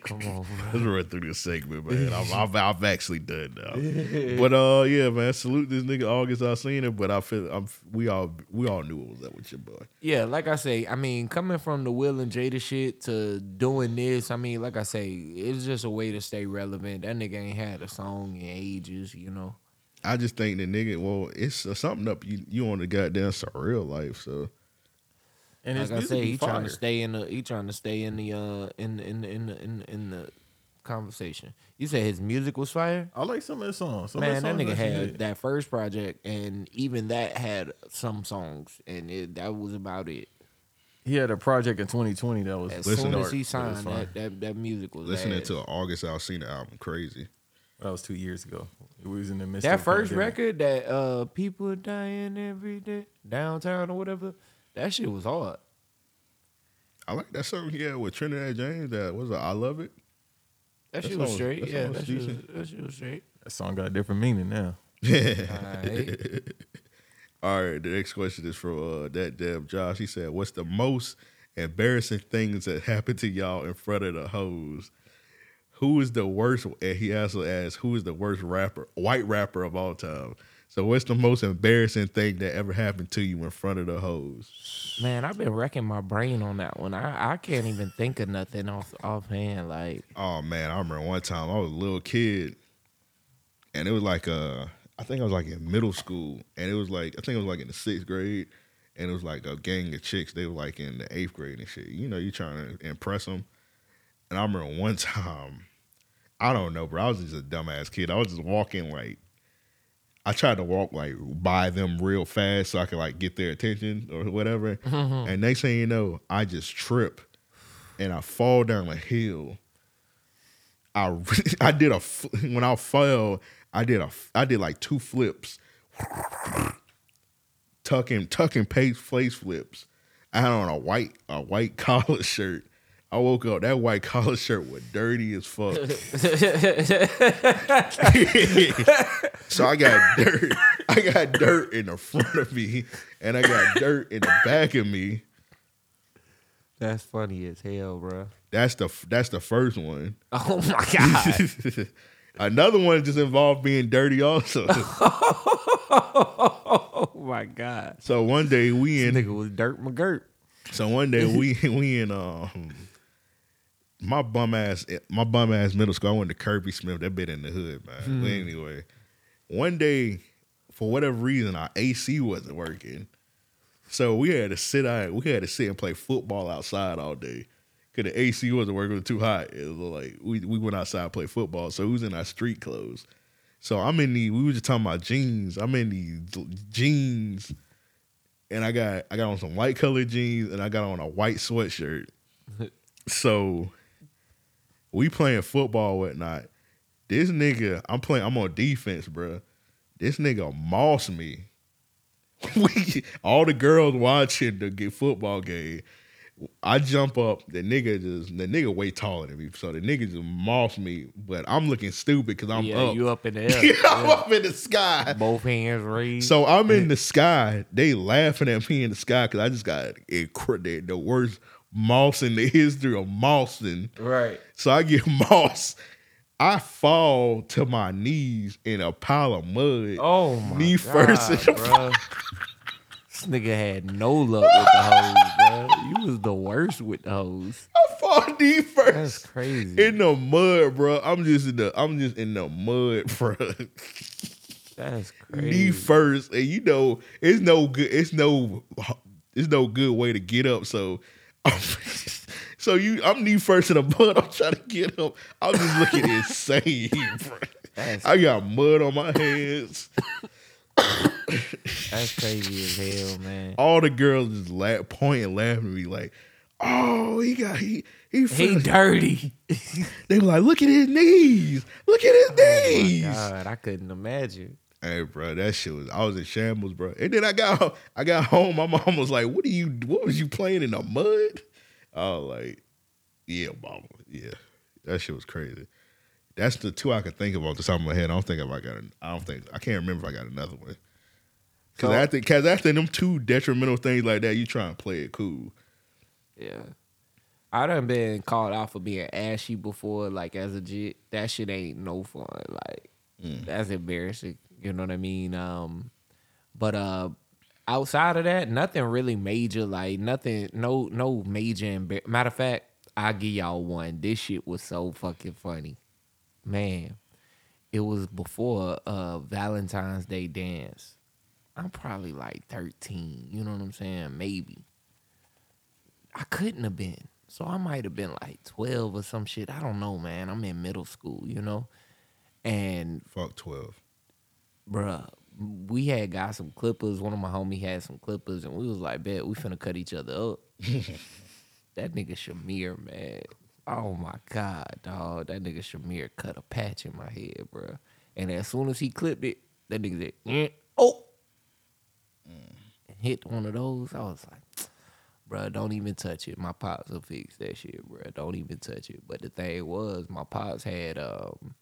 S4: Come on, bro.
S3: Let's run through this segment, man. I'm, I've, I've actually done now. But uh, yeah, man, salute this nigga August. I seen him, but I feel I'm we all we all knew it was up with your boy.
S4: Yeah, like I say, I mean, coming from the Will and Jada shit to doing this, I mean, like I say, it's just a way to stay relevant. That nigga ain't had a song in ages, you know.
S3: I just think the nigga, well, it's uh, something up. You you on the goddamn surreal life, so
S5: And
S4: Like
S5: his
S4: I
S5: music
S4: say,
S5: be
S4: he trying
S5: fire.
S4: to stay in the he trying to stay in the uh in the in the in the in the, in the conversation. You said his music was fire.
S5: I like some of his songs. Some
S4: Man, that
S5: of his songs
S4: nigga
S5: actually
S4: had
S5: good.
S4: that first project, and even that had some songs, and it, that was about it.
S5: He had a project in 2020 that was
S4: As
S3: Listen
S4: soon
S3: to
S4: as
S3: it.
S4: he
S3: It
S5: was
S4: signed
S5: fire.
S4: that, that, that music was
S3: listening
S4: ass.
S3: to an August Alsina album, crazy.
S5: That was two years ago. We was in the midst.
S4: That
S5: of the
S4: first
S5: pandemic.
S4: record that uh people dying every day downtown or whatever, that shit was hard.
S3: I like that song he had with Trinidad James. That was a, I love it.
S4: That,
S3: That
S4: shit was
S3: song was-
S4: straight.
S3: that
S4: yeah,
S3: song was
S4: that shit was,
S3: decent.
S4: that shit was straight.
S5: That song got a different meaning now.
S4: Alright.
S3: All right, the next question is from uh, that damn Josh. He said, "What's the most embarrassing things that happened to y'all in front of the hoes. Who is the worst? And he also asked, who is the worst rapper, white rapper of all time? So what's the most embarrassing thing that ever happened to you in front of the hoes?
S4: Man, I've been wrecking my brain on that one. I, I can't even think of nothing off offhand. Like
S3: Oh man, I remember one time I was a little kid, and it was like uh, I think I was like in middle school, and it was like I think it was like in the sixth grade, and it was like a gang of chicks. They were like in the eighth grade and shit. You know, you trying to impress them. And I remember one time, I don't know, bro. I was just a dumbass kid. I was just walking like. I tried to walk like by them real fast so I could like get their attention or whatever. And next thing you know, I just trip and I fall down a hill. I I did a fl- when I fell, I did a I did like two flips, tucking tucking page face flips. I had on a white a white collar shirt. I woke up. That white collar shirt was dirty as fuck. so I got dirt. I got dirt in the front of me, and I got dirt in the back of me.
S4: that's funny as hell, bro.
S3: That's the that's the first one.
S4: Oh my god.
S3: Another one just involved being dirty also.
S4: oh my god.
S3: so one day we in
S4: Nigga was dirt McGirt.
S3: so one day we we in um my bum ass my bum ass middle school. I went to Kirby Smith. That bit in the hood, man. But anyway, one day for whatever reason our AC wasn't working, so we had to sit out. We had to sit and play football outside all day. Cause the AC wasn't working, it was too hot. It was like we, we went outside and played football, so we was in our street clothes. So I'm in the we were just talking about jeans. I'm in these jeans, and I got I got on some light colored jeans, and I got on a white sweatshirt. so we playing football and whatnot. This nigga, I'm playing. I'm on defense, bruh. This nigga moss me. we all the girls watching the g- football game. I jump up. The nigga just the nigga way taller than me, so the nigga just moss me. But I'm looking stupid because I'm
S4: yeah,
S3: up.
S4: you up in the
S3: Yeah,
S4: air.
S3: I'm
S4: Yeah.
S3: up in the sky.
S4: Both hands raised.
S3: So I'm in the sky. They laughing at me in the sky because I just got incre- the- the worst moss in the history of mossing.
S4: right.
S3: So I get moss. I fall to my knees in a pile of mud.
S4: Oh my
S3: knee
S4: god,
S3: first in the
S4: bro. This nigga had no luck with the hoes, bro. You was the worst with the hoes.
S3: I fall knee first.
S4: That's crazy.
S3: In the mud, bro. I'm just in the I'm just in the mud, bro.
S4: That's crazy.
S3: knee first, and you know it's no good. It's no it's no good way to get up. So, so you, I'm knee first in the mud. I'm trying to get up. I'm just looking insane. bro.
S4: That's-
S3: I got mud on my hands.
S4: That's crazy as hell, man.
S3: All the girls just la- pointing, laughing at me like, "Oh, he got he he."
S4: He
S3: he
S4: dirty.
S3: they were like, "Look at his knees! Look at his knees!"
S4: God, I couldn't imagine.
S3: Hey, bro, that shit was. I was in shambles, bro. And then I got, I got home. My mom was like, "What are you? What was you playing in the mud?" I was like, "Yeah, mama, yeah." That shit was crazy. That's the two I could think of off the top of my head. I don't think if I got. an- I don't think I can't remember if I got another one. Cause
S4: So-
S3: after, cause after them two detrimental things like that, you try and play it cool.
S4: Yeah. I done been called out for being ashy before, like as a jit. That shit ain't no fun. Like that's embarrassing. You know what I mean? Um but uh outside of that, nothing really major, like nothing no no major embar- matter of fact, I give y'all one. This shit was so fucking funny. Man, it was before uh Valentine's Day dance. I'm probably like 13, you know what I'm saying? Maybe. I couldn't have been. So I might have been like 12 or some shit. I don't know, man. I'm in middle school, you know? And
S3: Fuck twelve.
S4: bruh, we had got some clippers. One of my homie had some clippers, and we was like, bet we finna cut each other up. that nigga Shamir, man. Oh my God, dog. That nigga Shamir cut a patch in my head, bruh. And as soon as he clipped it, that nigga said, "Eh, oh. And hit one of those. I was like, bruh, don't even touch it. My pops will fix that shit, bruh. Don't even touch it. But the thing was, my pops had um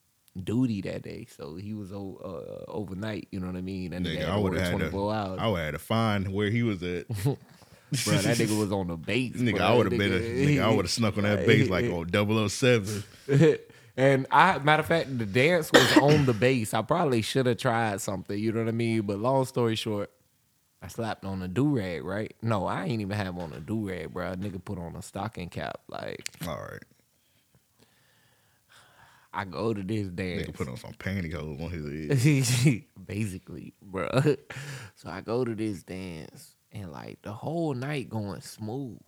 S4: duty that day, so he was o- uh, overnight. You know what I mean? And
S3: Nigga,
S4: they
S3: I would have had
S4: twenty
S3: to.
S4: four hours.
S3: I would have had to find where he was at.
S4: Bro, that nigga was on the base.
S3: Nigga,
S4: bro.
S3: I would have
S4: That
S3: been a nigga. I would have snuck on that base like on 007.
S4: and I, matter of fact, the dance was on the bass. I probably should have tried something, you know what I mean? But long story short, I slapped on a do rag, right? No, I ain't even have on a do rag, bro. A nigga put on a stocking cap. Like,
S3: All right,
S4: I go to this dance.
S3: nigga put on some pantyhose on his head.
S4: basically, bro. So I go to this dance and like the whole night going smooth,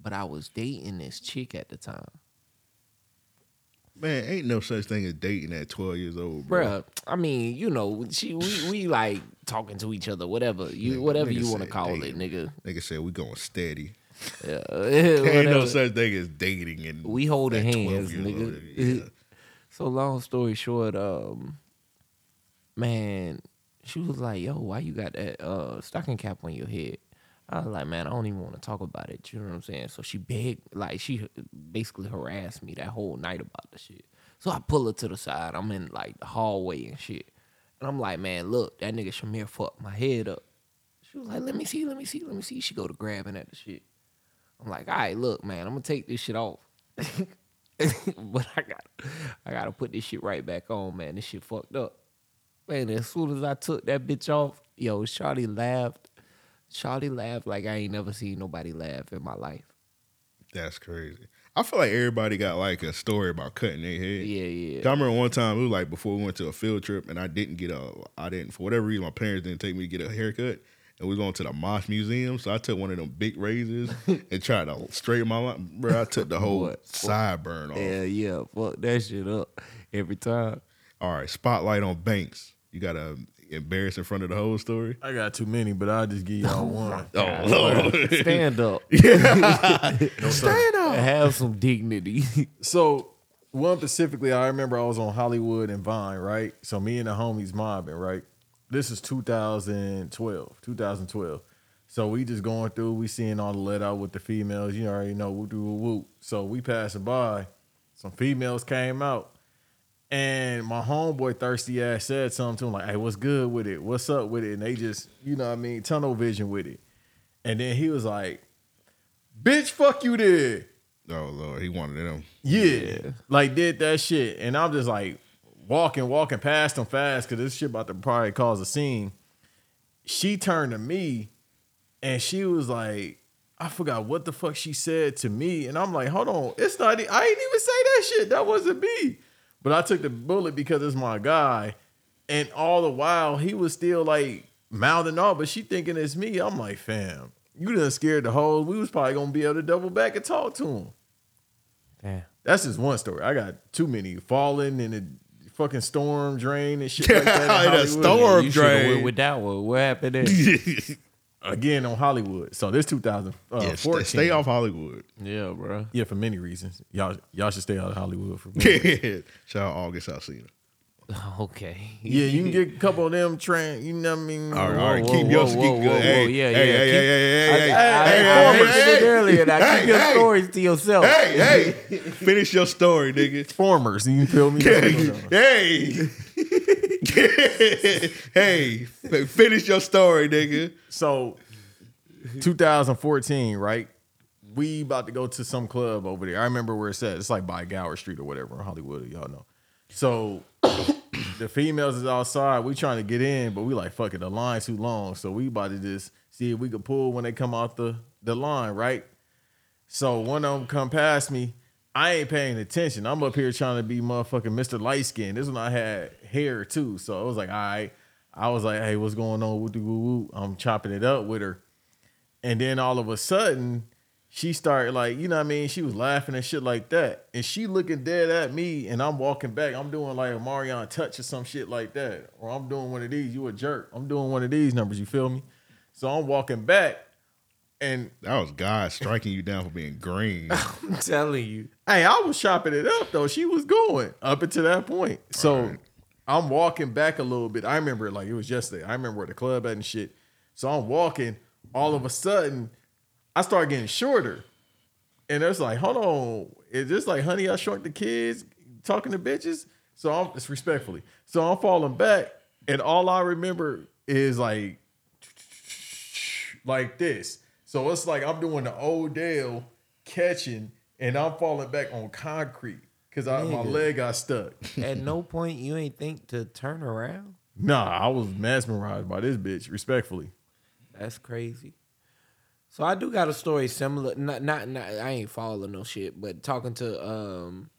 S4: but I was dating this chick at the time.
S3: Man, ain't no such thing as dating at 12 years old, bro.
S4: Bruh, I mean, you know, she we, we like talking to each other, whatever you
S3: Nigga,
S4: whatever
S3: nigga
S4: you want to
S3: said
S4: call it,
S3: dating.
S4: nigga.
S3: Nigga said we going steady.
S4: Yeah,
S3: Ain't no
S4: whatever.
S3: such thing as dating and
S4: We holding
S3: at 12
S4: hands,
S3: years
S4: nigga.
S3: old. Yeah.
S4: So long story short, um, man, she was like, "Yo, why you got that uh stocking cap on your head?" I was like, "Man, I don't even want to talk about it." You know what I'm saying? So she begged, like, she basically harassed me that whole night about the shit. So I pull her to the side. I'm in like the hallway and shit, and I'm like, "Man, look, that nigga Shamir fucked my head up." She was like, "Let me see, let me see, let me see." She go to grabbing at the shit. I'm like, all right, look, man, I'm gonna take this shit off. but I got I gotta put this shit right back on, man. This shit fucked up. Man, as soon as I took that bitch off, yo, Shawty laughed. Shawty laughed like I ain't never seen nobody laugh in my life.
S3: That's crazy. I feel like everybody got like a story about cutting their head.
S4: Yeah, yeah.
S3: 'Cause I remember one time it was like before we went to a field trip and I didn't get a I didn't for whatever reason my parents didn't take me to get a haircut and we was going to the Moss Museum so I took one of them big razors and tried to straighten my line. Bro, I took the whole
S4: What?
S3: sideburn off.
S4: Yeah, yeah. Fuck that shit up every time.
S3: All right, spotlight on Banks. You got to embarrass in front of the whole story.
S5: I got too many, but I'll just give y'all one.
S3: Oh, Lord.
S4: Stand up. Stand up. Have some dignity.
S5: So one specifically, I remember I was on Hollywood and Vine, right? So me and the homies mobbing, right? This is 2012, 2012. So we just going through, we seeing all the let out with the females. You already know, whoop doo whoop whoop. So we passing by, some females came out, and my homeboy thirsty ass said something to him like, "Hey, what's good with it? What's up with it?" And they just, you know, what I mean, tunnel vision with it. And then he was like, "Bitch, fuck you, then."
S3: Oh Lord, he wanted them.
S5: Yeah. Like did that shit. And I'm just like walking, walking past them fast because this shit about to probably cause a scene. She turned to me and she was like, I forgot what the fuck she said to me. And I'm like, hold on, it's not, e- I ain't even say that shit. That wasn't me. But I took the bullet because it's my guy. And all the while, he was still like mouthing off, but she thinking it's me. I'm like, fam, you done scared the whole, we was probably gonna be able to double back and talk to him.
S4: Damn.
S5: That's just one story. I got too many falling in a fucking storm drain and shit like that. in
S3: Yeah, in a
S5: Hollywood.
S3: storm.
S4: You should have
S3: Upgrade.
S4: went with that one. What happened there?
S5: again on Hollywood. So this 2014.
S4: uh,
S3: yeah, stay, stay off Hollywood.
S4: yeah, bro.
S5: Yeah, for many reasons. Y'all y'all should stay out of Hollywood for me.
S3: Shout out August Alcina.
S4: Okay.
S5: Yeah, you can get a couple of them train, you know what I mean?
S3: All right, all right,
S4: Oh, whoa,
S3: keep
S4: whoa,
S3: yours.
S4: whoa,
S3: Keep
S4: whoa,
S3: good.
S4: whoa,
S3: Hey,
S4: yeah,
S3: yeah,
S4: yeah,
S3: hey, hey, hey,
S4: keep-
S3: hey, hey,
S4: I
S3: hey,
S4: informed
S3: hey,
S4: you
S3: hey, hey,
S4: earlier that
S3: hey,
S4: keep your
S3: hey.
S4: stories to yourself.
S3: hey, hey, finish your story, nigga.
S5: Formers, you feel me?
S3: hey, hey, f- finish your story, nigga.
S5: So 2014, right? We about to go to some club over there. I remember where it's at. It's like by Gower Street or whatever in Hollywood, y'all know. So the females is outside. We trying to get in, but we like fuck it. The line too long, so we about to just see if we could pull when they come out the the line, right? So one of them come past me. I ain't paying attention. I'm up here trying to be motherfucking Mr. Light Skin. This one I had hair too, so I was like, all right. I was like, hey, what's going on? Woo-doo, woo woo. I'm chopping it up with her, and then all of a sudden. She started like, you know what I mean? She was laughing and shit like that. And she looking dead at me and I'm walking back. I'm doing like a Marion touch or some shit like that. Or I'm doing one of these. You a jerk. I'm doing one of these numbers, you feel me? So I'm walking back and
S3: That was God striking you down for being green.
S4: I'm telling you.
S5: Hey, I was chopping it up though. She was going up until that point. So I'm walking back a little bit. I remember it like it was yesterday. I remember where the club at and shit. So I'm walking. All of a sudden, I start getting shorter. And it's like, hold on. Is this like honey, I shrunk the kids talking to bitches? So I'm it's respectfully. So I'm falling back. And all I remember is like like this. So it's like I'm doing the Odell catching and I'm falling back on concrete because my
S4: Nigga.
S5: leg got stuck.
S4: At no point you ain't think to turn around.
S5: Nah, I was mesmerized by this bitch, respectfully.
S4: That's crazy. So I do got a story similar. Not, not, not I ain't following no shit, but talking to um,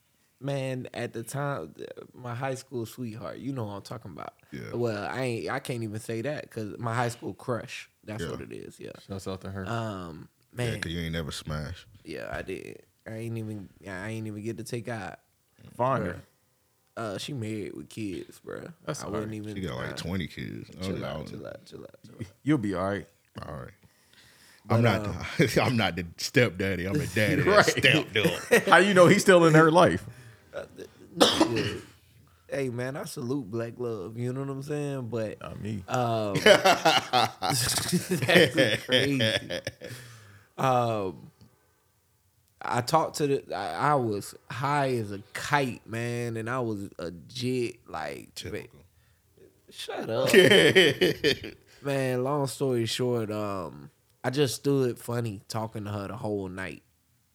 S4: man at the time, th- my high school sweetheart. You know what I'm talking about.
S3: Yeah.
S4: Well, I ain't. I can't even say that because my high school crush. That's
S3: Yeah.
S4: what it is. Yeah.
S5: Shouts out to her.
S4: Um,
S3: Yeah,
S4: man.
S3: 'cause you ain't never smashed.
S4: Yeah, I did. I ain't even. I ain't even get to take out.
S5: Find her.
S4: Uh, she married with kids, bro.
S5: That's
S4: I
S5: all
S4: wouldn't
S5: right.
S4: even.
S3: She got like
S4: nah.
S3: 20 kids. I don't-
S4: Chill
S3: I
S4: out,
S3: don't-
S4: chill out, chill out, chill out.
S5: You'll be all right.
S3: All right. I'm not.
S4: uh,
S3: the, I'm not the stepdaddy. I'm the daddy. that
S5: Right.
S3: Stepped up.
S5: How you know he's still in her life?
S4: Yeah. hey man, I salute black love. You know what I'm saying? But
S5: Not me.
S4: um, that's crazy. Um, I talked to the. I, I was high as a kite, man, and I was a jit like.
S3: Typical.
S4: Shut up, man. Long story short, um, I just stood funny talking to her the whole night,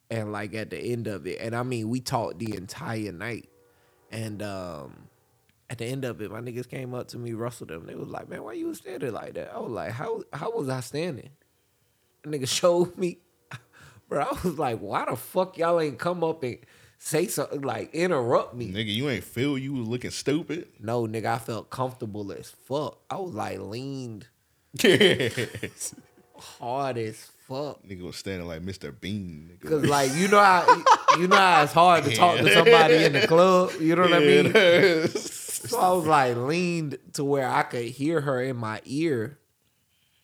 S4: and like at the end of it, and I mean we talked the entire night, and um, at the end of it, my niggas came up to me, rustled them. They was like, "Man, why you was standing like that?" I was like, "How how was I standing?" A nigga showed me, bro. I was like, "Why the fuck y'all ain't come up and say something like interrupt me?"
S3: Nigga, you ain't feel you was looking stupid.
S4: No, nigga, I felt comfortable as fuck. I was like leaned
S3: Nigga
S4: hard as fuck.
S3: was standing like Mr. Bean. Nigga,
S4: Cause like you know how you know how it's hard to talk to somebody in the club. You know what I mean? So I was like leaned to where I could hear her in my ear,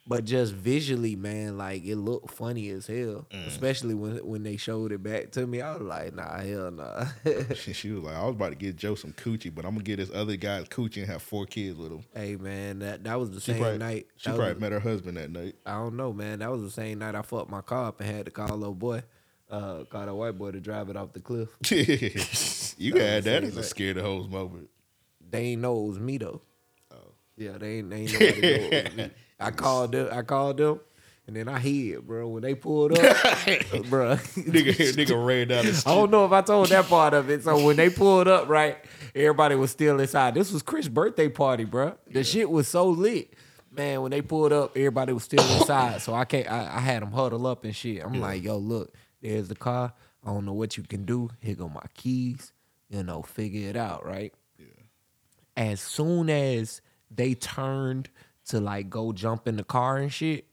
S4: but just visually, man, like it looked funny as hell.
S3: Mm.
S4: Especially when when they showed it back to me, I was like, nah, hell nah.
S3: She- she was like, I was about to get Joe some coochie, but I'm gonna get this other guy's coochie and have four kids with him.
S4: hey man, that that was the
S3: She
S4: same
S3: probably,
S4: night.
S3: she
S4: That
S3: probably
S4: was-
S3: met her husband that night.
S4: I don't know, man. That was the same night I fucked my car up and had to call a little boy, uh, call that white boy to drive it off the cliff.
S3: you can add that as a
S4: Right.
S3: scared the hoes moment.
S4: They ain't know it was me though. Yeah, they ain't they ain't nobody know it was me. I called them. I called them, and then I hid, bro. When they pulled up, bro.
S3: nigga, nigga ran down the
S4: I
S3: street.
S4: don't know if I told that part of it. So when they pulled up, right, everybody was still inside. This was Chris' birthday party, bro. The shit was so lit. Man, when they pulled up, everybody was still inside. So I can't I, I had them huddle up and shit. I'm like, yo, look, there's the car. I don't know what you can do. Here go my keys. You know, figure it out, right? as soon as they turned to like go jump in the car and shit,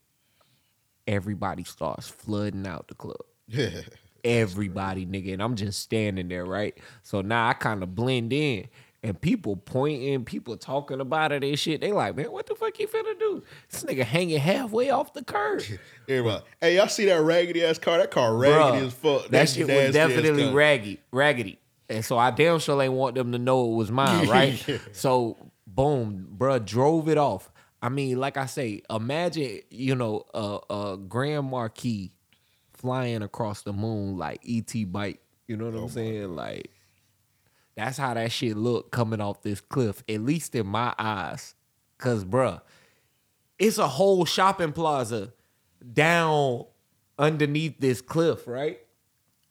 S4: everybody starts flooding out the club.
S3: Yeah.
S4: Everybody, nigga, and I'm just standing there, right? So now I kind of blend in. And people pointing, people talking about it and shit. They like, man, what the fuck you finna do? This nigga hanging halfway off the curb.
S3: Everybody, hey, y'all see that raggedy ass car? That car raggedy
S4: Bruh,
S3: as fuck.
S4: That shit was
S3: nasty as
S4: definitely
S3: fuck.
S4: raggedy, raggedy. And so I damn sure ain't want them to know it was mine, right? So boom, bruh, drove it off. I mean, like I say, imagine you know a a Grand Marquis flying across the moon like ET bike. You know what
S3: Oh
S4: I'm saying? Like that's how that shit looked coming off this cliff, at least in my eyes. Cause bruh, it's a whole shopping plaza down underneath this cliff, right?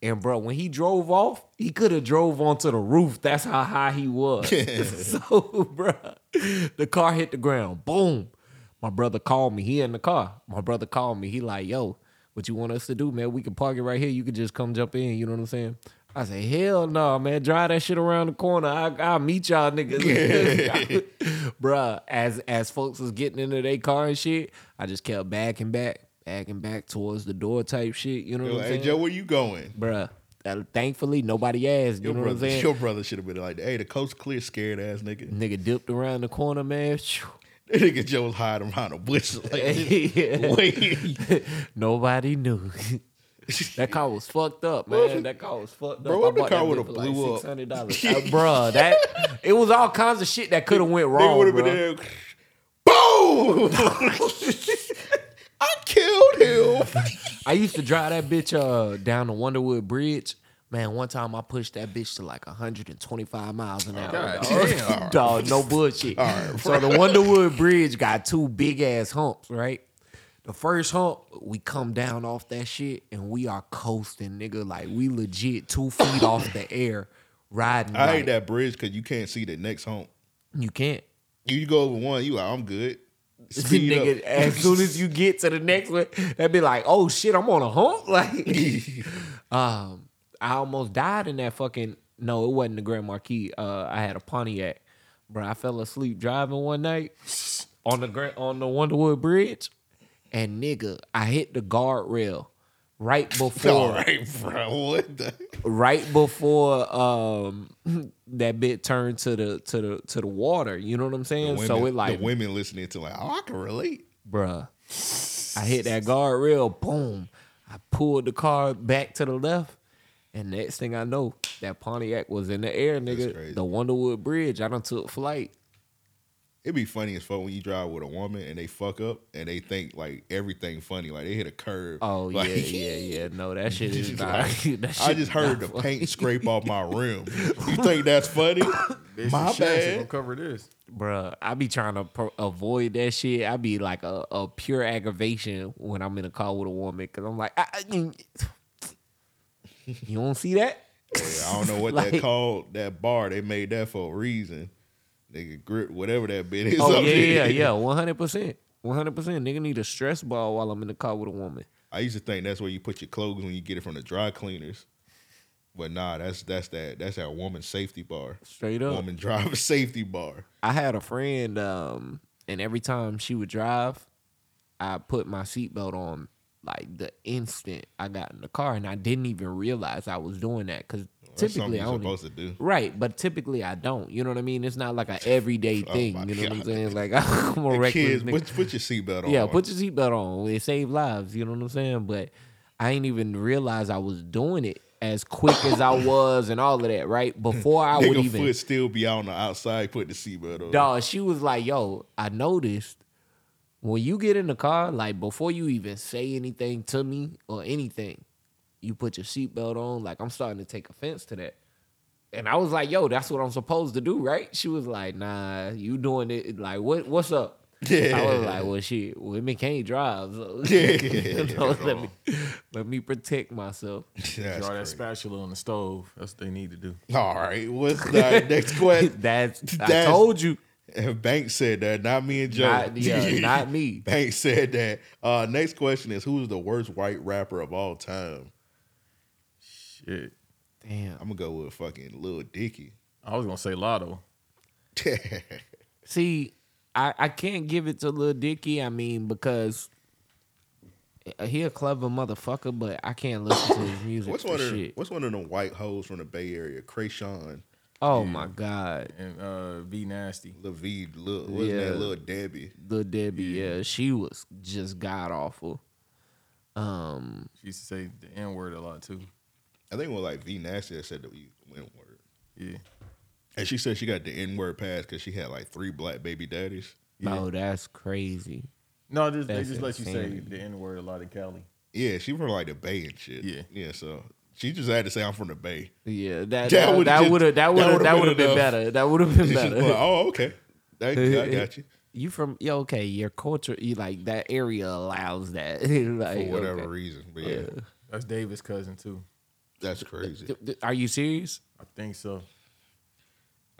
S4: And bro, when he drove off, he could have drove onto the roof. That's how high he was. so, bro, the car hit the ground. Boom. My brother called me. He in the car. My brother called me. He like, yo, what you want us to do, man? We can park it right here. You can just come jump in. You know what I'm saying? I say, hell no, man. Drive that shit around the corner. I, I'll meet y'all niggas. Bruh, as as folks was getting into their car and shit, I just kept backing back, backing back towards the door type shit. You know what I'm
S3: Hey
S4: saying?
S3: Joe, where you going?
S4: bruh. uh, thankfully, nobody asked. You
S3: Your
S4: know
S3: brother,
S4: what I'm saying?
S3: your brother should have been like, "Hey, the coast clear, scared ass nigga."
S4: Nigga dipped around the corner, man. Phew.
S3: That nigga Joe was hiding behind a bush. Like,
S4: Yeah.
S3: wait,
S4: nobody knew. that car was fucked up, man. That car was fucked up.
S3: Bro, what
S4: I
S3: if the
S4: bought that
S3: car
S4: bitch
S3: would've
S4: for like
S3: blew up?
S4: Six hundred dollars, bruh. That it was all kinds of shit that could have went
S3: nigga
S4: wrong,
S3: would have been
S4: bruh.
S3: there. Boom! I killed him.
S4: I used to drive that bitch uh, down the Wonderwood Bridge. Man, one time I pushed that bitch to like 125 miles an hour.
S5: God
S4: dog.
S5: damn.
S4: Dog, no bullshit. so the Wonderwood Bridge got two big ass humps, right? The first hump, we come down off that shit and we are coasting, nigga. Like we legit two feet off the air riding.
S3: I
S4: like-
S3: hate that bridge because you can't see the next hump.
S4: You can't.
S3: You go over one, you like, I'm good. Speed
S4: nigga,
S3: up.
S4: as soon as you get to the next one, that'd be like, oh shit, I'm on a hump. Like, um, I almost died in that fucking. No, it wasn't the Grand Marquis. Uh, I had a Pontiac, bro. I fell asleep driving one night on the Grand on the Wonderwood Bridge, and nigga, I hit the guardrail right
S3: all
S4: before
S3: right, bro. What the?
S4: right before um that bit turned to the to the to the water. You know what I'm saying? so it like
S3: the women listening to like, oh, I can relate.
S4: bruh. I hit that guardrail, boom. I pulled the car back to the left. And next thing I know, that Pontiac was in the air,
S3: crazy.
S4: nigga. The Wonderwood Bridge. I done took flight.
S3: It'd be funny as fuck when you drive with a woman and they fuck up and they think like everything funny, like they hit a curve.
S4: Oh
S3: Like,
S4: yeah, yeah, yeah. No, that shit is
S3: She's
S4: not.
S3: like,
S4: that shit
S3: I just heard the
S4: not
S3: paint scrape off my rim. You think that's funny? my
S5: Gonna
S3: bad.
S5: cover this.
S4: bruh. I be trying to pro- avoid that shit. I be like a, a pure aggravation when I'm in a car with a woman because I'm like, I, I- you you don't see that?
S3: Yeah, I don't know what that
S4: Like-
S3: called. That bar they made that for a reason. Nigga grip whatever that bit is.
S4: Oh
S3: up
S4: yeah, yeah,
S3: there.
S4: yeah, one hundred percent, one hundred percent. Nigga need a stress ball while I'm in the car with a woman.
S3: I used to think that's where you put your clothes when you get it from the dry cleaners. But nah, that's that's that that's that woman safety bar.
S4: Straight up.
S3: Woman driver safety bar.
S4: I had a friend, um, and every time she would drive, I put my seatbelt on like the instant I got in the car, and I didn't even realize I was doing that because
S3: That's something
S4: typically I
S3: you're
S4: don't.
S3: supposed to do.
S4: Right, but typically I don't. You know what I mean? It's not like an everyday thing.
S3: Oh my
S4: You know what I'm
S3: God.
S4: saying? Like I'm a
S3: Hey,
S4: reckless
S3: kids,
S4: nigga.
S3: put, put your seatbelt on.
S4: Yeah, put your seatbelt on. It saved lives. You know what I'm saying? But I ain't even realize I was doing it as quick as I was and all of that. Right before I would
S3: Nigga
S4: even
S3: foot still be out on the outside. Put the seatbelt on.
S4: dog. She was like, "Yo, I noticed when you get in the car, like before you even say anything to me or anything, you put your seatbelt on. Like I'm starting to take offense to that." And I was like, "Yo, that's what I'm supposed to do, right?" She was like, "Nah, you doing it. Like, what? What's up?" I was like, "Well, shit, women can't drive, so you know, let me let me protect myself."
S3: That's
S5: Draw that
S3: crazy.
S5: spatula on the stove. That's what they need to do.
S3: All right, what's our next question?
S4: That's, I
S3: That's-
S4: told you,
S3: And Banks said that, not me and Joe.
S4: not, yeah, not me.
S3: Banks said that. Uh, next question is who's the worst white rapper of all time?
S5: Shit.
S4: Damn.
S3: I'm gonna go with fucking Lil Dicky.
S5: I was gonna say Lotto.
S4: See, I, I can't give it to Lil Dicky. I mean, because he a clever motherfucker, but I can't listen to his music.
S3: what's
S4: for
S3: one of the,
S4: shit.
S3: what's one of them white hoes from the Bay Area? Krayshawn,
S4: Oh my god,
S5: and uh V Nasty.
S3: Levine, Lil, what's
S4: Yeah.
S3: that? Lil Debbie.
S4: Lil Debbie. Yeah, she was just god awful. Um,
S5: She used to say the N word a lot too.
S3: I think it was like V Nasty that said the N word,
S5: Yeah.
S3: and she said she got the N word pass because she had like three black baby daddies.
S5: Yeah.
S4: no, oh, that's crazy.
S5: No, just, they
S4: That's
S5: just let you say
S4: insanity.
S5: the N word a lot in Cali.
S3: Yeah, she from like the Bay and shit.
S5: Yeah.
S3: yeah. So she just had to say I'm from the Bay.
S4: Yeah, that
S3: That
S4: that
S3: would've
S4: would
S3: just-
S4: that would have
S3: that
S4: that would
S3: would've been
S4: have that would have been
S3: enough.
S4: better. That would have been
S3: She's
S4: better.
S3: like, oh, okay. Thank you. I got you.
S4: You from yeah, okay, your culture you like that area allows that. like,
S3: For whatever
S4: okay.
S3: reason. But yeah,
S5: That's Davis' cousin too.
S3: that's crazy.
S4: Th- th- Are you serious?
S5: I think so.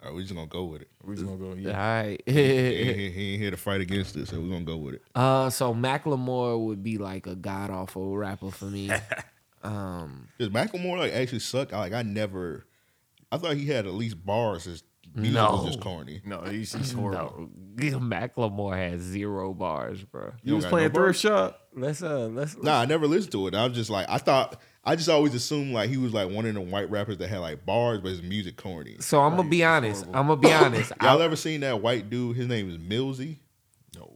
S3: All right, we're just gonna go with it.
S5: We just gonna go. Yeah.
S4: All
S3: He
S4: right.
S3: ain't, he ain't here to fight against it, so we're gonna go with it.
S4: Uh, so Macklemore would be like a god awful rapper for me.
S3: Does Macklemore like actually suck? Like I never, I thought he had at least bars. His music was
S4: No.
S3: just corny.
S5: No, he's, he's horrible.
S4: no, Macklemore has zero bars, bro.
S5: You was
S3: got
S5: playing
S3: no
S5: thrift shop.
S4: Let's uh, let's
S3: Nah, I never listened to it. I was just like, I thought, I just always assumed like he was like one of the white rappers that had like bars, but his music corny.
S4: So I'm gonna be honest. I'm gonna be honest. I,
S3: Y'all ever seen that white dude? His name is Millsy.
S5: No.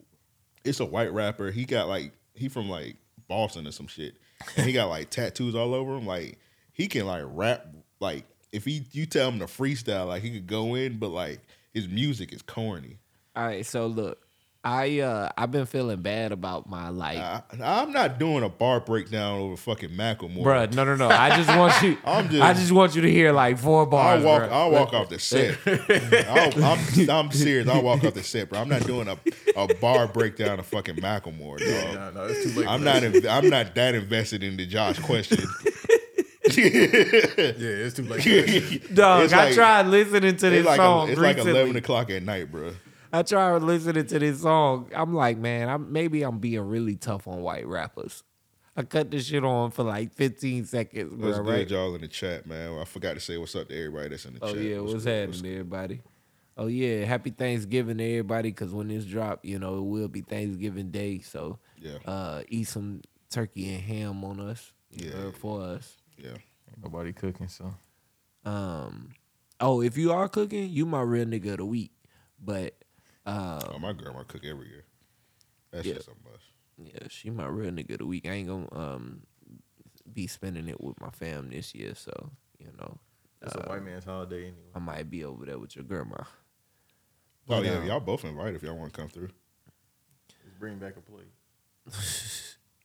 S3: It's a white rapper. He got like he from like Boston or some shit, and he got like tattoos all over him. Like he can like rap. Like if he you tell him to freestyle, like he could go in, but like his music is corny.
S4: all right. So look, I uh I've been feeling bad about my like
S3: I, I'm not doing a bar breakdown over fucking Macklemore.
S4: Bruh, no, no, no. I just want you.
S3: I'm just-
S4: I just want you to hear like four bars.
S3: I'll walk.
S4: bruh.
S3: I'll walk off the set. I'll, I'm, I'm serious. I'll walk off the set, bro. I'm not doing a, a bar breakdown of fucking Macklemore, dog.
S5: No, no, it's too late.
S3: I'm
S5: for
S3: not.
S5: that.
S3: inv- I'm not that invested into Josh question.
S5: Yeah, it's too late. for that.
S4: Dog,
S3: It's
S4: I
S3: like-
S4: tried listening to this
S3: It's like,
S4: song
S3: a, it's like
S4: recently.
S3: eleven o'clock at night, bro.
S4: I tried listening to this song. I'm like, man, I'm maybe I'm being really tough on white rappers. I cut this shit on for like 15 seconds, bro.
S3: What's
S4: right?
S3: good, y'all in the chat, man? I forgot to say what's up to everybody that's in the
S4: Oh
S3: chat.
S4: yeah, what's,
S3: good?
S4: happening, everybody? Oh yeah, happy Thanksgiving to everybody. Cause when this drop, you know it will be Thanksgiving Day. So
S3: Yeah.
S4: uh, eat some turkey and ham on us. Yeah,
S3: Yeah.
S4: for us.
S3: Yeah.
S5: Nobody cooking, so
S4: Um, oh, if you are cooking, you my real nigga of the week. But uh,
S3: Oh, my grandma cook every year. That's
S4: Yeah.
S3: just a must.
S4: yeah, she my real nigga of the week. I ain't gonna um be spending it with my fam this year, so you know
S5: it's a white man's holiday anyway.
S4: I might be over there with your grandma.
S3: Oh
S4: But,
S3: yeah,
S4: uh,
S3: y'all both invited if y'all want to come through.
S5: Just bring back a plate.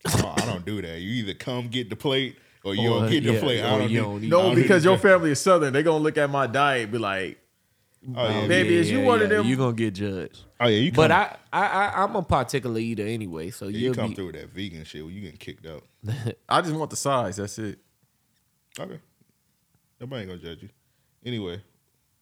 S3: Oh, I don't do that. You either come get the plate or you
S4: Or,
S3: don't get the
S4: Oh, yeah,
S3: plate. I
S4: or
S3: don't
S4: you
S3: do-
S4: don't eat.
S3: I
S5: No,
S3: don't do
S5: because
S3: the-
S5: your family is southern. They gonna look at my diet, be like,
S3: Oh yeah,
S5: Baby, is you one of them-
S4: You gonna get judged.
S3: oh yeah, you come,
S4: But I, I, I, I'm a particular eater anyway, so
S3: yeah,
S4: you'll
S3: you come
S4: be,
S3: through with that vegan shit. Well, you getting kicked out.
S5: I just want the size. That's it.
S3: Okay, nobody ain't gonna judge you. Anyway,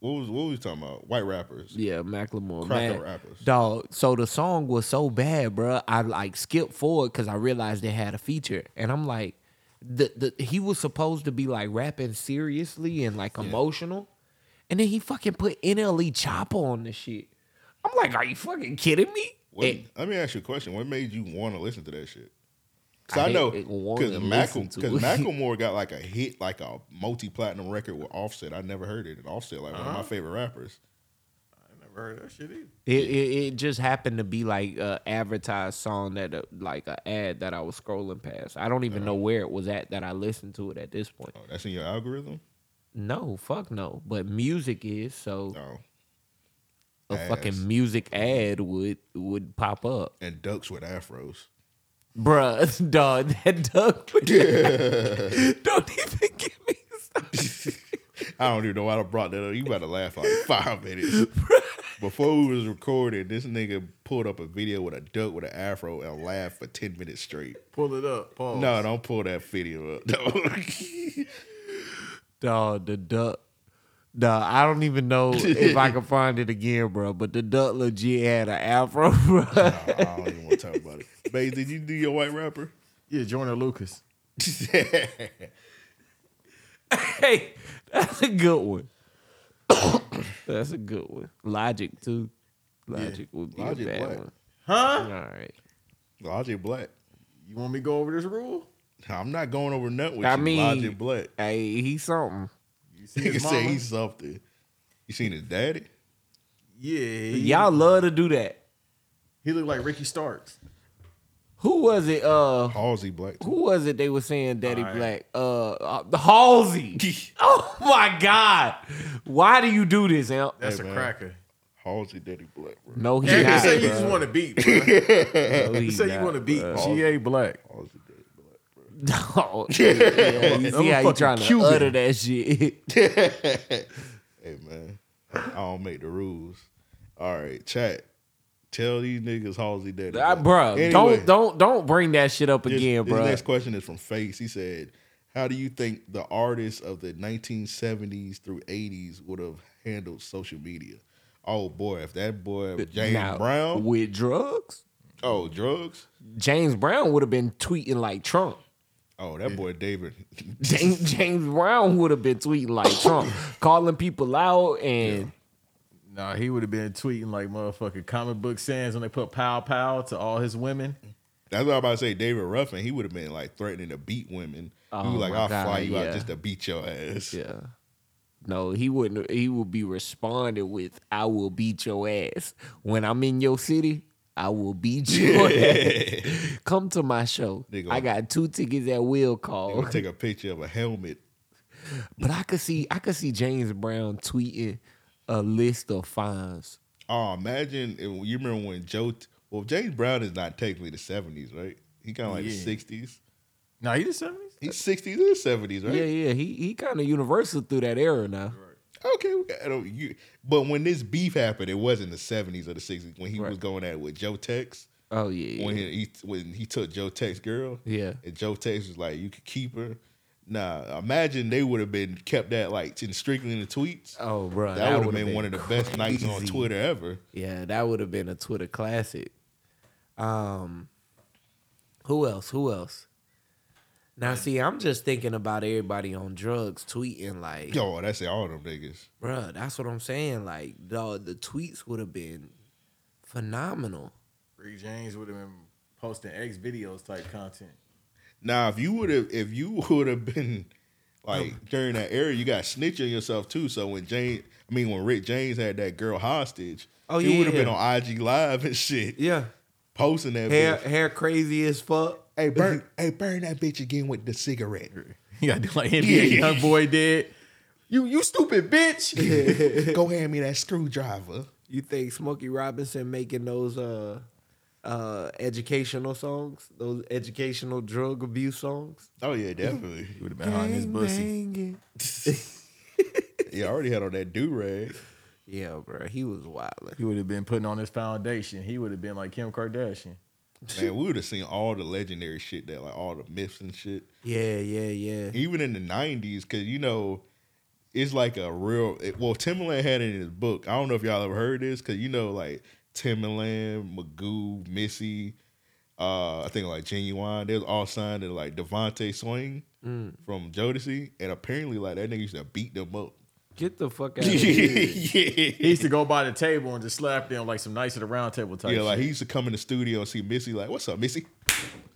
S3: what was what was we talking about? White rappers.
S4: Yeah, Macklemore.
S3: Cracker
S4: man.
S3: rappers.
S4: Dog. So the song was so bad, bruh, I like skipped forward because I realized they had a feature, and I'm like, the the he was supposed to be like rapping seriously and like emotional, and then he fucking put NLE Chopper on the shit. I'm like, are you fucking kidding me?
S3: What,
S4: And-
S3: let me ask you a question. What made you want to listen to that shit?
S4: I
S3: Because I,
S4: hate
S3: know
S4: it wanna
S3: because
S4: listen
S3: Mackle,
S4: to
S3: because
S4: it.
S3: Macklemore got like a hit, like a multi-platinum record with Offset. I never heard it, and Offset like one
S4: Uh-huh.
S3: of my favorite rappers.
S5: I never heard that shit either.
S4: It, it it just happened to be like a advertised song that uh, like a ad that I was scrolling past. I don't
S3: Uh-huh.
S4: even know where it was at that I listened to it at this point.
S3: Oh, that's in your algorithm.
S4: No, fuck no. But music is so
S3: No,
S4: a
S3: ass.
S4: fucking music ad would would pop up,
S3: and ducks with afros.
S4: bruh. Dog that duck. don't even give me.
S3: I don't even know why I brought that up. You about to laugh out five minutes. Before we was recording, this nigga pulled up a video with a duck with an afro and laughed for ten minutes straight.
S5: Pull it up, Paul.
S3: No, don't pull that video up. No.
S4: Dog the duck. Nah, I don't even know if I can find it again, bro. But the duck legit had an afro, bro.
S3: I don't even want to talk about it. Babe, did you do your white rapper?
S5: Yeah, Joyner Lucas.
S4: hey, that's a good one. that's a good one. Logic too. Logic would be
S3: Logic
S4: a bad
S3: what?
S4: one.
S5: Huh?
S4: All right.
S3: Logic Black.
S5: You want me to go over this rule?
S3: I'm not going over nothing with
S4: I
S3: you,
S4: mean-
S3: Logic Black.
S4: Hey, he's something.
S5: You see
S3: Nigga
S5: his
S3: say
S5: mama?
S3: he's something. You seen his daddy?
S5: yeah. He,
S4: Y'all love to do that.
S5: he looked like Ricky Starks.
S4: Who was it? Uh,
S3: Halsey Black.
S4: who was it? They were saying Daddy
S5: All
S4: Black.
S5: right.
S4: Uh, uh, Halsey. oh my God! Why do you do this, Em?
S5: That's
S3: Hey,
S5: a
S3: man.
S5: cracker.
S3: Halsey Daddy Black, bro.
S4: No, he
S5: Yeah,
S4: not.
S5: say you
S4: bruh.
S5: just want to beat. bruh.
S4: No, he
S5: You say you
S4: not,
S5: want to beat
S4: bruh.
S5: GA Black.
S3: Halsey Daddy Black.
S4: No. Yeah, you see how you
S5: fucking
S4: trying to
S5: Cuban.
S4: utter that shit?
S3: Hey man, I don't make the rules. All right, chat. Tell these niggas Halsey Daddy.
S4: Uh,
S3: Black.
S4: bruh,
S3: Anyway,
S4: don't don't don't bring that shit up
S3: this-
S4: again,
S3: this
S4: bruh.
S3: next question is from Face. He said, "How do you think the artists of the 1970s through 80s would have handled social media?" Oh boy, if that boy James
S4: Now,
S3: Brown,
S4: with drugs.
S3: oh drugs,
S4: James Brown would have been tweeting like Trump.
S3: oh that boy David,
S4: James, James Brown would have been tweeting like Trump, calling people out and
S5: Nah, he would have been tweeting like motherfucking comic book sans when they put pow pow to all his women.
S3: That's what I'm about to say. David Ruffin, he would have been like threatening to beat women. he
S4: Oh,
S3: was like,
S4: my
S3: "I'll
S4: God,
S3: fly you
S4: yeah.
S3: out just to beat your ass."
S4: Yeah. No, he wouldn't. He would be responded with, "I will beat your ass when I'm in your city. I will beat your ass. Come to my show.
S3: Nigga.
S4: I got two tickets at will
S3: Or
S4: call.
S3: take a picture of a helmet.
S4: But I could see, I could see James Brown tweeting a list of fines.
S3: Oh, imagine if, you remember when Joe Well, James Brown is not technically the seventies, right? He kind of like the
S5: Yeah.
S3: sixties.
S5: Now he the seventies.
S3: He's sixties and seventies, right?
S4: Yeah, yeah. He he kind of universal through that era now.
S3: Okay, we got- I don't, you, but when this beef happened, it wasn't the seventies or the sixties when he was
S4: Right.
S3: going at it with Joe Tex.
S4: Oh yeah,
S3: When
S4: yeah.
S3: he when he took Joe Tex's girl,
S4: Yeah.
S3: and Joe Tex was like, "You could keep her." Nah, imagine they would have been kept that like in strictly in the tweets.
S4: Oh, bro,
S3: that would have been, one of the best nights on
S4: crazy.
S3: Twitter ever.
S4: Yeah, that would have been a Twitter classic. Um, who else? Who else? Now, see, I'm just thinking about everybody on drugs tweeting like,
S3: Yo, that's all them niggas.
S4: bruh, that's what I'm saying. Like, dog, the tweets would have been phenomenal.
S5: Rick James would have been posting X videos type content.
S3: Now, if you would have, if you would have been like during that era, you got snitch on yourself too. So when James, I mean, when Rick James had that girl hostage,
S4: Oh,
S3: he
S4: yeah,
S3: would have
S4: yeah.
S3: been on IG Live and shit,
S4: Yeah,
S3: posting that.
S4: hair
S3: bitch.
S4: hair crazy as fuck.
S3: Hey, burn, hey, burn that bitch again with the cigarette.
S5: You gotta do like NBA
S3: Yeah.
S5: young boy did. You you stupid bitch.
S3: Go hand me that screwdriver.
S4: You think Smokey Robinson making those uh uh educational songs, those educational drug abuse songs?
S3: Oh yeah, definitely.
S5: He would have been hiding his pussy.
S3: yeah, I already had on that do rag.
S4: Yeah, bro, he was wilding.
S5: He would have been putting on his foundation. He would have been like Kim Kardashian.
S3: Man, we would have seen all the legendary shit that, like all the myths and shit.
S4: Yeah, yeah, yeah.
S3: even in the nineties, because you know, it's like a real. It, well, Timbaland had it in his book. I don't know if y'all ever heard this, because you know, like Timbaland, Magoo, Missy, uh, I think like Genuine, they was all signed to like Devonte Swing
S4: Mm.
S3: from Jodeci, and apparently like that nigga used to beat them up.
S4: Get the fuck out of here.
S5: He
S3: yeah.
S5: used to go by the table and just slap them like some nice at the round table type.
S3: Yeah, like
S5: shit.
S3: he used to come in the studio and see Missy, like, "What's up, Missy?"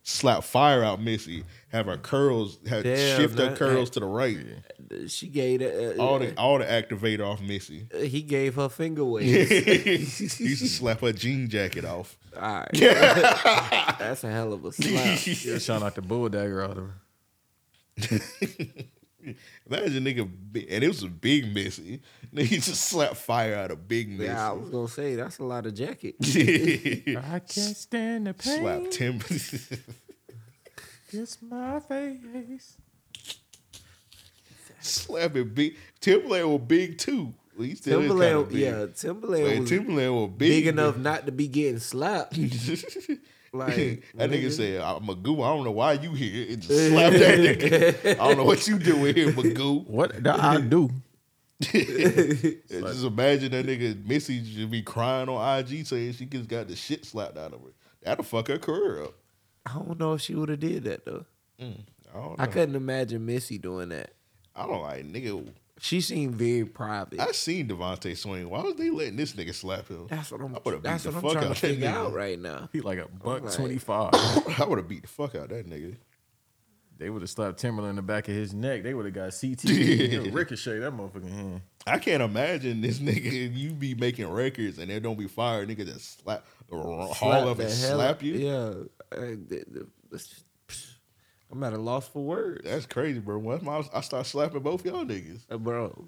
S3: Slap fire out Missy, have her curls, have
S4: Damn,
S3: shift her
S4: that-
S3: curls to the right.
S4: She gave the, uh,
S3: All the all the activator off Missy.
S4: uh, he gave her finger waves.
S3: He used to slap her jean jacket off.
S4: All right, that's a hell of a slap.
S5: Yeah, shout out the bulldagger out of her.
S3: Imagine nigga, bi- and it was a big missy. Nigga just slapped fire out of big missy.
S4: Yeah, I was gonna say that's a lot of jacket.
S5: I can't stand the
S3: Slap timber.
S5: It's my face.
S3: Slap it big. Timberland was big too. Well, He still Timberland,
S4: Timberland,
S3: big.
S4: yeah, Timberland
S3: Like,
S4: was
S3: Timberland was big,
S4: big enough not to be getting slapped. Like
S3: that nigga said, "Uh, Magoo, I don't know why you here. It just slapped that nigga. I don't know what you doing here, Magoo.
S5: What did I do?
S3: Just imagine that nigga Missy just be crying on IG saying she just got the shit slapped out of her. That'll fuck her career up.
S4: I don't know if she would have did that though.
S3: I don't,
S4: I
S3: know.
S4: couldn't imagine Missy doing that.
S3: I don't like nigga.
S4: She seemed very private.
S3: I seen Devontae swing. Why was they letting this nigga slap him?
S4: That's what I'm.
S3: I would've beat
S4: That's
S3: the
S4: what I'm
S3: fuck
S4: trying
S3: out
S4: to
S3: that
S4: figure
S3: nigga.
S4: out right now.
S5: He like a buck
S4: Right.
S5: twenty five.
S3: I would have beat the fuck out of that nigga.
S5: They would have slapped Timberland in the back of his neck. They would have got CTE. ricochet that motherfucking hand.
S3: I can't imagine this nigga. You be making records and they don't be fired. Nigga that slap or haul up
S4: the
S3: and
S4: hell-
S3: slap you.
S4: Yeah, Uh, I, the- the- it's- psh, I'm at a loss for words,
S3: That's crazy, bro. Once my, I start slapping both y'all niggas.
S4: Uh, bro.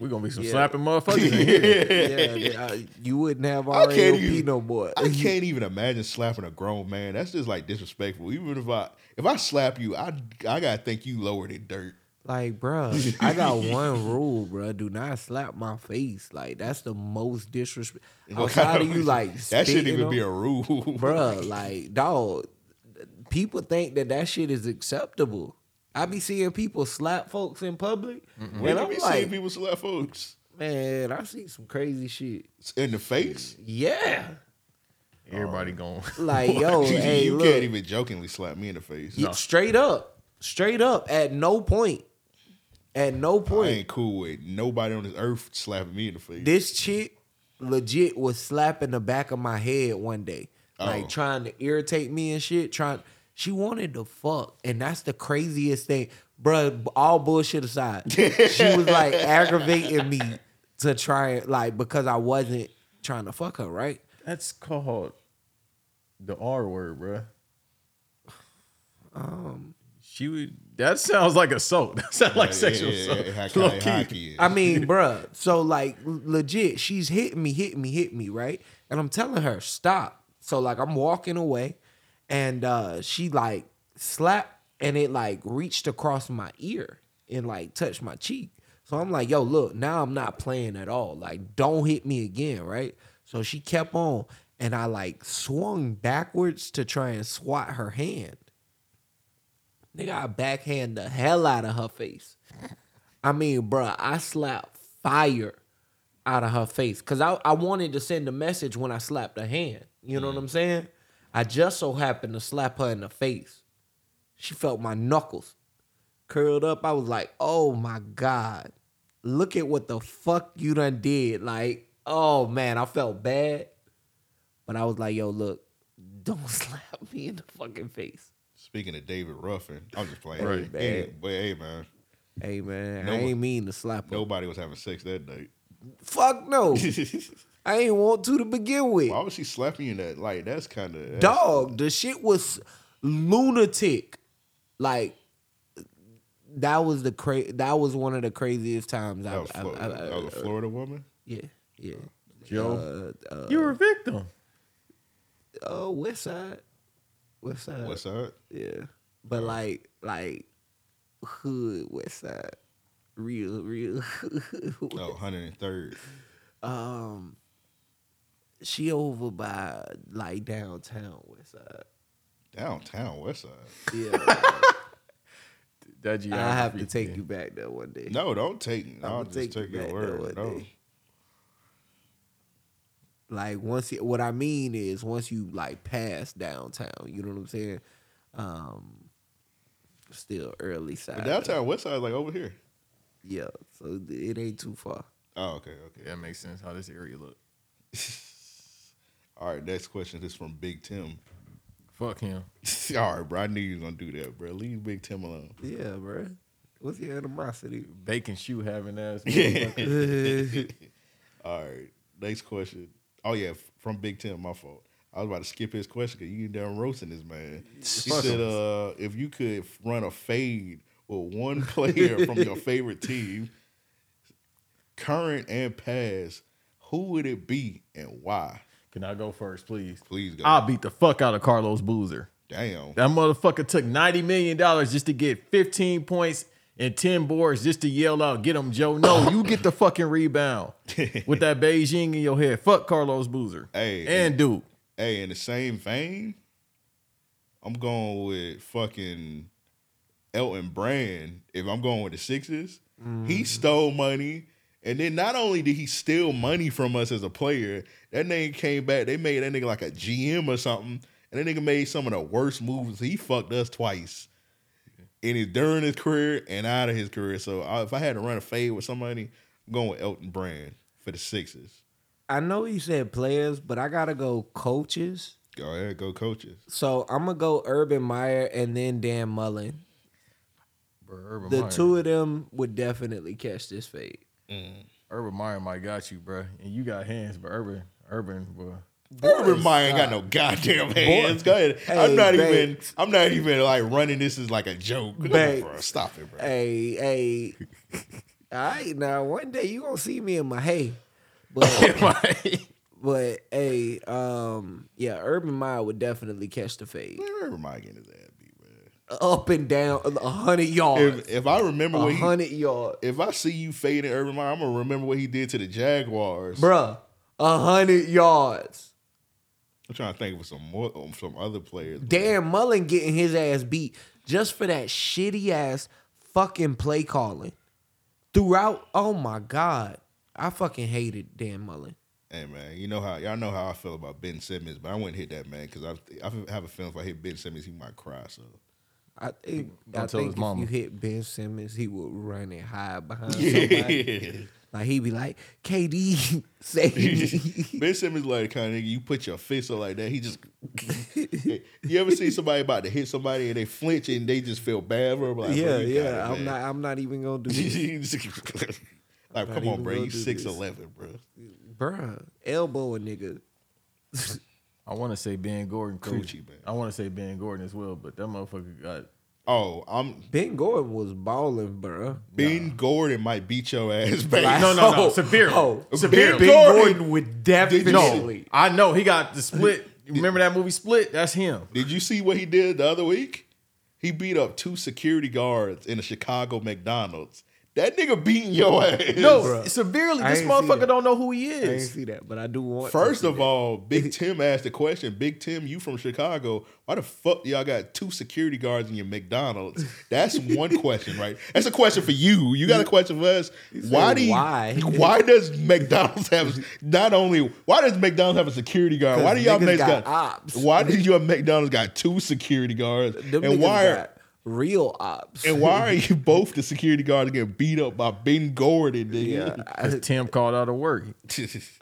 S5: We're gonna be some
S4: Yeah.
S5: slapping motherfuckers in here.
S4: Yeah, the- I- you wouldn't have
S3: I can't
S4: RLP
S3: even-
S4: no more.
S3: I can't even imagine slapping a grown man. That's just like disrespectful. Even if I if I slap you, I I gotta think you lower than dirt.
S4: Like, bro, I got one rule, bro. Do not slap my face. Like, that's the most disrespect. Outside of you, like,
S3: that shouldn't
S4: spitting
S3: even be
S4: on-
S3: a rule,
S4: bruh, like dog, people think that that shit is acceptable. I be seeing people slap folks in public,
S3: When
S4: and
S3: you
S4: I'm
S3: be
S4: like,
S3: seeing people slap folks
S4: man, I see some crazy shit.
S3: in the face,
S4: Yeah,
S5: Everybody going.
S4: like yo,
S3: you,
S4: hey,
S3: you
S4: look,
S3: can't even jokingly slap me in the face.
S4: you- straight up, straight up, at no point, at no
S3: I
S4: point,
S3: ain't cool with nobody on this earth slapping me in the face.
S4: this chick legit was slapping the back of my head one day,
S3: Oh.
S4: like trying to irritate me and shit. Trying, she wanted to fuck, and that's the craziest thing, bruh. All bullshit aside, she was like aggravating me to try it, like because I wasn't trying to fuck her, right?
S5: That's called the R word, bruh. Um, She would. That sounds like assault. That sounds like sexual assault. Low key.
S3: I
S4: I mean, bruh. So like legit, she's hitting me, hitting me, hitting me, right? And I'm telling her, stop. So like I'm walking away and uh she like slapped and it like reached across my ear and like touched my cheek. So I'm like, yo, look, now I'm not playing at all. Like, don't hit me again, right? So she kept on and I like swung backwards to try and swat her hand. Nigga, I backhand the hell out of her face. I mean, bruh, I slapped fire out of her face because I, I wanted to send a message when I slapped her hand. You know what I'm saying? I just so happened to slap her in the face. She felt my knuckles curled up. I was like, oh my God, look at what the fuck you done did. Like, oh man, I felt bad. But I was like, yo, look, don't slap me in the fucking face.
S3: Speaking of David Ruffin, I'm just playing.
S5: Right.
S3: Hey, but hey, man,
S4: Hey man,
S3: No
S4: I
S3: one-
S4: ain't mean to slap her.
S3: nobody was having sex that night.
S4: Fuck no. I ain't want to to begin with.
S3: Why was she slapping you in that? Like that's kind of
S4: Dog, the shit was lunatic. Like that was the cra- that was one of the craziest times
S3: That
S4: I've
S3: was, Flo-
S4: I, I,
S3: that was a Florida woman.
S4: yeah, yeah. Uh,
S5: Joe, you were a victim.
S4: Oh, West Side. West Side.
S3: What's up?
S4: Yeah. But like like hood West Side. Real, real.
S3: Oh, 103rd.
S4: um she over by like downtown West Side.
S3: Downtown West Side.
S4: Yeah.
S5: That
S4: I
S5: geography
S4: have to take
S5: thing.
S4: you back there one day.
S3: No, don't take me.
S4: I'ma
S3: I'll just
S4: take you
S3: take your
S4: back
S3: word.
S4: there one
S3: No.
S4: day. Like once, you, what I mean is once you like pass downtown, you know what I'm saying. Um, still early side.
S3: But downtown West Side is like over here.
S4: yeah. So it ain't too far.
S3: Oh, okay, okay.
S5: That makes sense. How this area look.
S3: All right, next question is from Big Tim.
S5: Fuck him.
S3: All right, bro. I knew you was gonna do that, bro. Leave Big Tim alone.
S4: Yeah, bro. What's your animosity?
S5: Bacon shoe having ass.
S3: All right. Next question. Oh yeah, f- from Big Tim. My fault. I was about to skip his question because you done roasting this man. He said, uh, "If you could f- run a fade with one player from your favorite team, current and past, who would it be and why?"
S5: Can I go first, please?
S3: Please go.
S5: I'll beat the fuck out of Carlos Boozer.
S3: Damn.
S5: That motherfucker took $90 million just to get 15 points and 10 boards just to yell out, get him, Joe. No, you get the fucking rebound with that Beijing in your head. Fuck Carlos Boozer.
S3: Hey.
S5: And Duke.
S3: Hey, in the same vein, I'm going with fucking Elton Brand. If I'm going with the Sixers, he stole money. And then not only did he steal money from us as a player, that nigga came back. They made that nigga like a GM or something. And that nigga made some of the worst moves. He fucked us twice. In his during his career and out of his career. So I, if I had to run a fade with somebody, I'm going with Elton Brand for the Sixers.
S4: I know you said players, but I gotta go coaches.
S3: Go ahead, go coaches.
S4: So I'm gonna go Urban Meyer and then Dan Mullen.
S5: Bro, Urban
S4: The
S5: Meyer.
S4: two of them would definitely catch this fade.
S5: Urban Meyer might got you, bro. And you got hands, but Urban, Urban, bro.
S3: Urban Meyer ain't got no goddamn hands. Go ahead. I'm
S4: Hey,
S3: not
S4: babe.
S3: even. I'm not even like running. This is like a joke. Come on,
S4: Babe.
S3: bro. Stop it, bro.
S4: Hey, hey. All right, now one day you gonna see me in my hay, but but hey, um, yeah, Urban Meyer would definitely catch the fade
S3: Man, Urban Meyer getting his ass beat, man.
S4: up and down a hundred yards,
S3: If, if I remember
S4: a
S3: what he,
S4: hundred yards,
S3: if I see you fading Urban Meyer, I'm gonna remember what he did to the Jaguars.
S4: bruh, a hundred yards.
S3: I'm trying to think of some more um, some other players. bro.
S4: Dan Mullen getting his ass beat just for that shitty ass fucking play calling throughout. Oh my god, I fucking hated Dan Mullen.
S3: Hey man, you know how y'all know how I feel about Ben Simmons, but I wouldn't hit that man because I I have a feeling if I hit Ben Simmons, he might cry. So
S4: I think,
S5: Don't
S4: I
S5: tell
S4: think
S5: his
S4: if
S5: mama.
S4: you hit Ben Simmons, he would run and hide behind somebody.
S3: yeah.
S4: Like he'd be like, KD, save me.
S3: ben Simmons like kind of nigga. You put your fist up like that. He just. you ever see somebody about to hit somebody and they flinch and they just feel bad for them? Like,
S4: yeah,
S3: bro, you got
S4: yeah.
S3: it,
S4: I'm
S3: man.
S4: not I'm not even gonna do this.
S3: Just- like, come
S4: even
S3: on, bro.
S4: gonna
S3: You
S4: do
S3: six eleven, bro.
S4: Bruh. Elbow a nigga.
S5: I want to say Ben Gordon. 'cause-
S3: Coochie, man.
S5: I want to say Ben Gordon as well, but that motherfucker got
S3: Oh, I'm
S4: Ben Gordon was balling, bro.
S3: Ben Gordon might beat your ass back.
S5: No, no, no.
S4: Oh,
S5: Severely.
S4: oh.
S3: Ben
S5: Severely.
S4: Ben
S3: Gordon-
S4: Gordon, would
S5: No,
S4: definitely.
S5: I know he got the split. Remember that movie Split? That's him.
S3: Did you see what he did the other week? He beat up two security guards in a Chicago McDonald's. That nigga beating your ass.
S5: No, severely.
S4: I
S5: This
S4: ain't see
S5: motherfucker
S4: that.
S5: don't know who he
S4: I didn't
S5: is.
S4: see that, but I do want. to
S3: First
S4: see
S3: of
S4: that.
S3: all, Big Tim asked the question. Big Tim, you from Chicago? Why the fuck y'all got two security guards in your McDonald's? That's one question, right? That's a question for you. You got a question for us? Why do you,
S4: why?
S3: Why does McDonald's have not only why does McDonald's have a security guard? Why do y'all
S4: niggas
S3: niggas got,
S4: got ops.
S3: Why do your McDonald's got two security guards?
S4: Them
S3: and
S4: niggas
S3: why are
S4: got real ops?
S3: and why are you both the security guards getting beat up by Ben Gordon, nigga?
S5: Because Tim called out of work.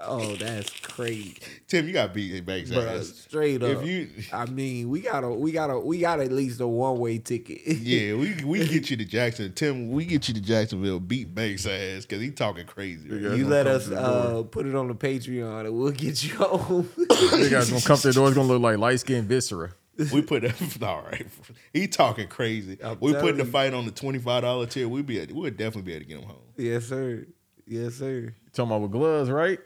S4: Oh, that's crazy,
S3: Tim, you got beat Banks
S4: bro.
S3: ass.
S4: Straight up.
S3: If you
S4: I mean, we got to we got to we got at least a one way ticket.
S3: Yeah, we we get you to Jackson, Tim. We get you to Jacksonville. Beat Banks ass because he talking crazy. Right?
S4: You let us uh, put it on the Patreon and we'll get you home.
S5: This guy's gonna come to the door. It's gonna look like light skinned viscera.
S3: We put all right. He talking crazy.
S4: I'm
S3: we put
S4: telling
S3: the
S4: you.
S3: fight on the twenty five dollar tier. We be we would definitely be able to get him home.
S4: yes, sir. Yes, sir.
S5: Talking about with gloves, right?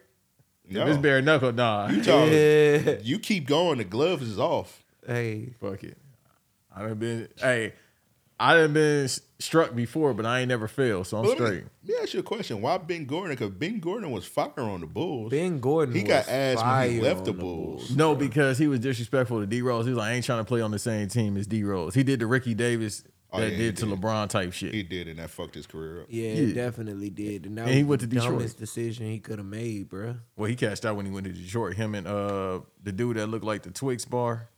S3: No,
S5: This bare knuckle, nah.
S3: you talking-
S4: Yeah.
S3: You keep going. The gloves is off.
S4: Hey,
S5: Fuck it. I done been hey, I done been s- struck before, but I ain't never failed, so I'm
S3: Let me,
S5: straight.
S3: let me ask you a question. Why Ben Gordon? Because Ben Gordon was fire on the Bulls.
S4: Ben Gordon.
S3: he got
S4: was
S3: ass when he
S4: fire
S3: left
S4: on
S3: the Bulls.
S5: No, because he was disrespectful to D Rose. He was like, I ain't trying to play on the same team as D Rose. He did the Ricky Davis
S3: Oh,
S5: that
S3: yeah, he
S5: did to
S3: did.
S5: LeBron type shit.
S3: He did, and that fucked his career up.
S4: Yeah,
S5: Yeah.
S4: it definitely did. And, that
S5: And he
S4: was
S5: went
S4: the
S5: to Detroit.
S4: Dumbest decision he could have made, bro.
S5: Well, he cashed out when he went to Detroit. Him and uh the dude that looked like the Twix bar,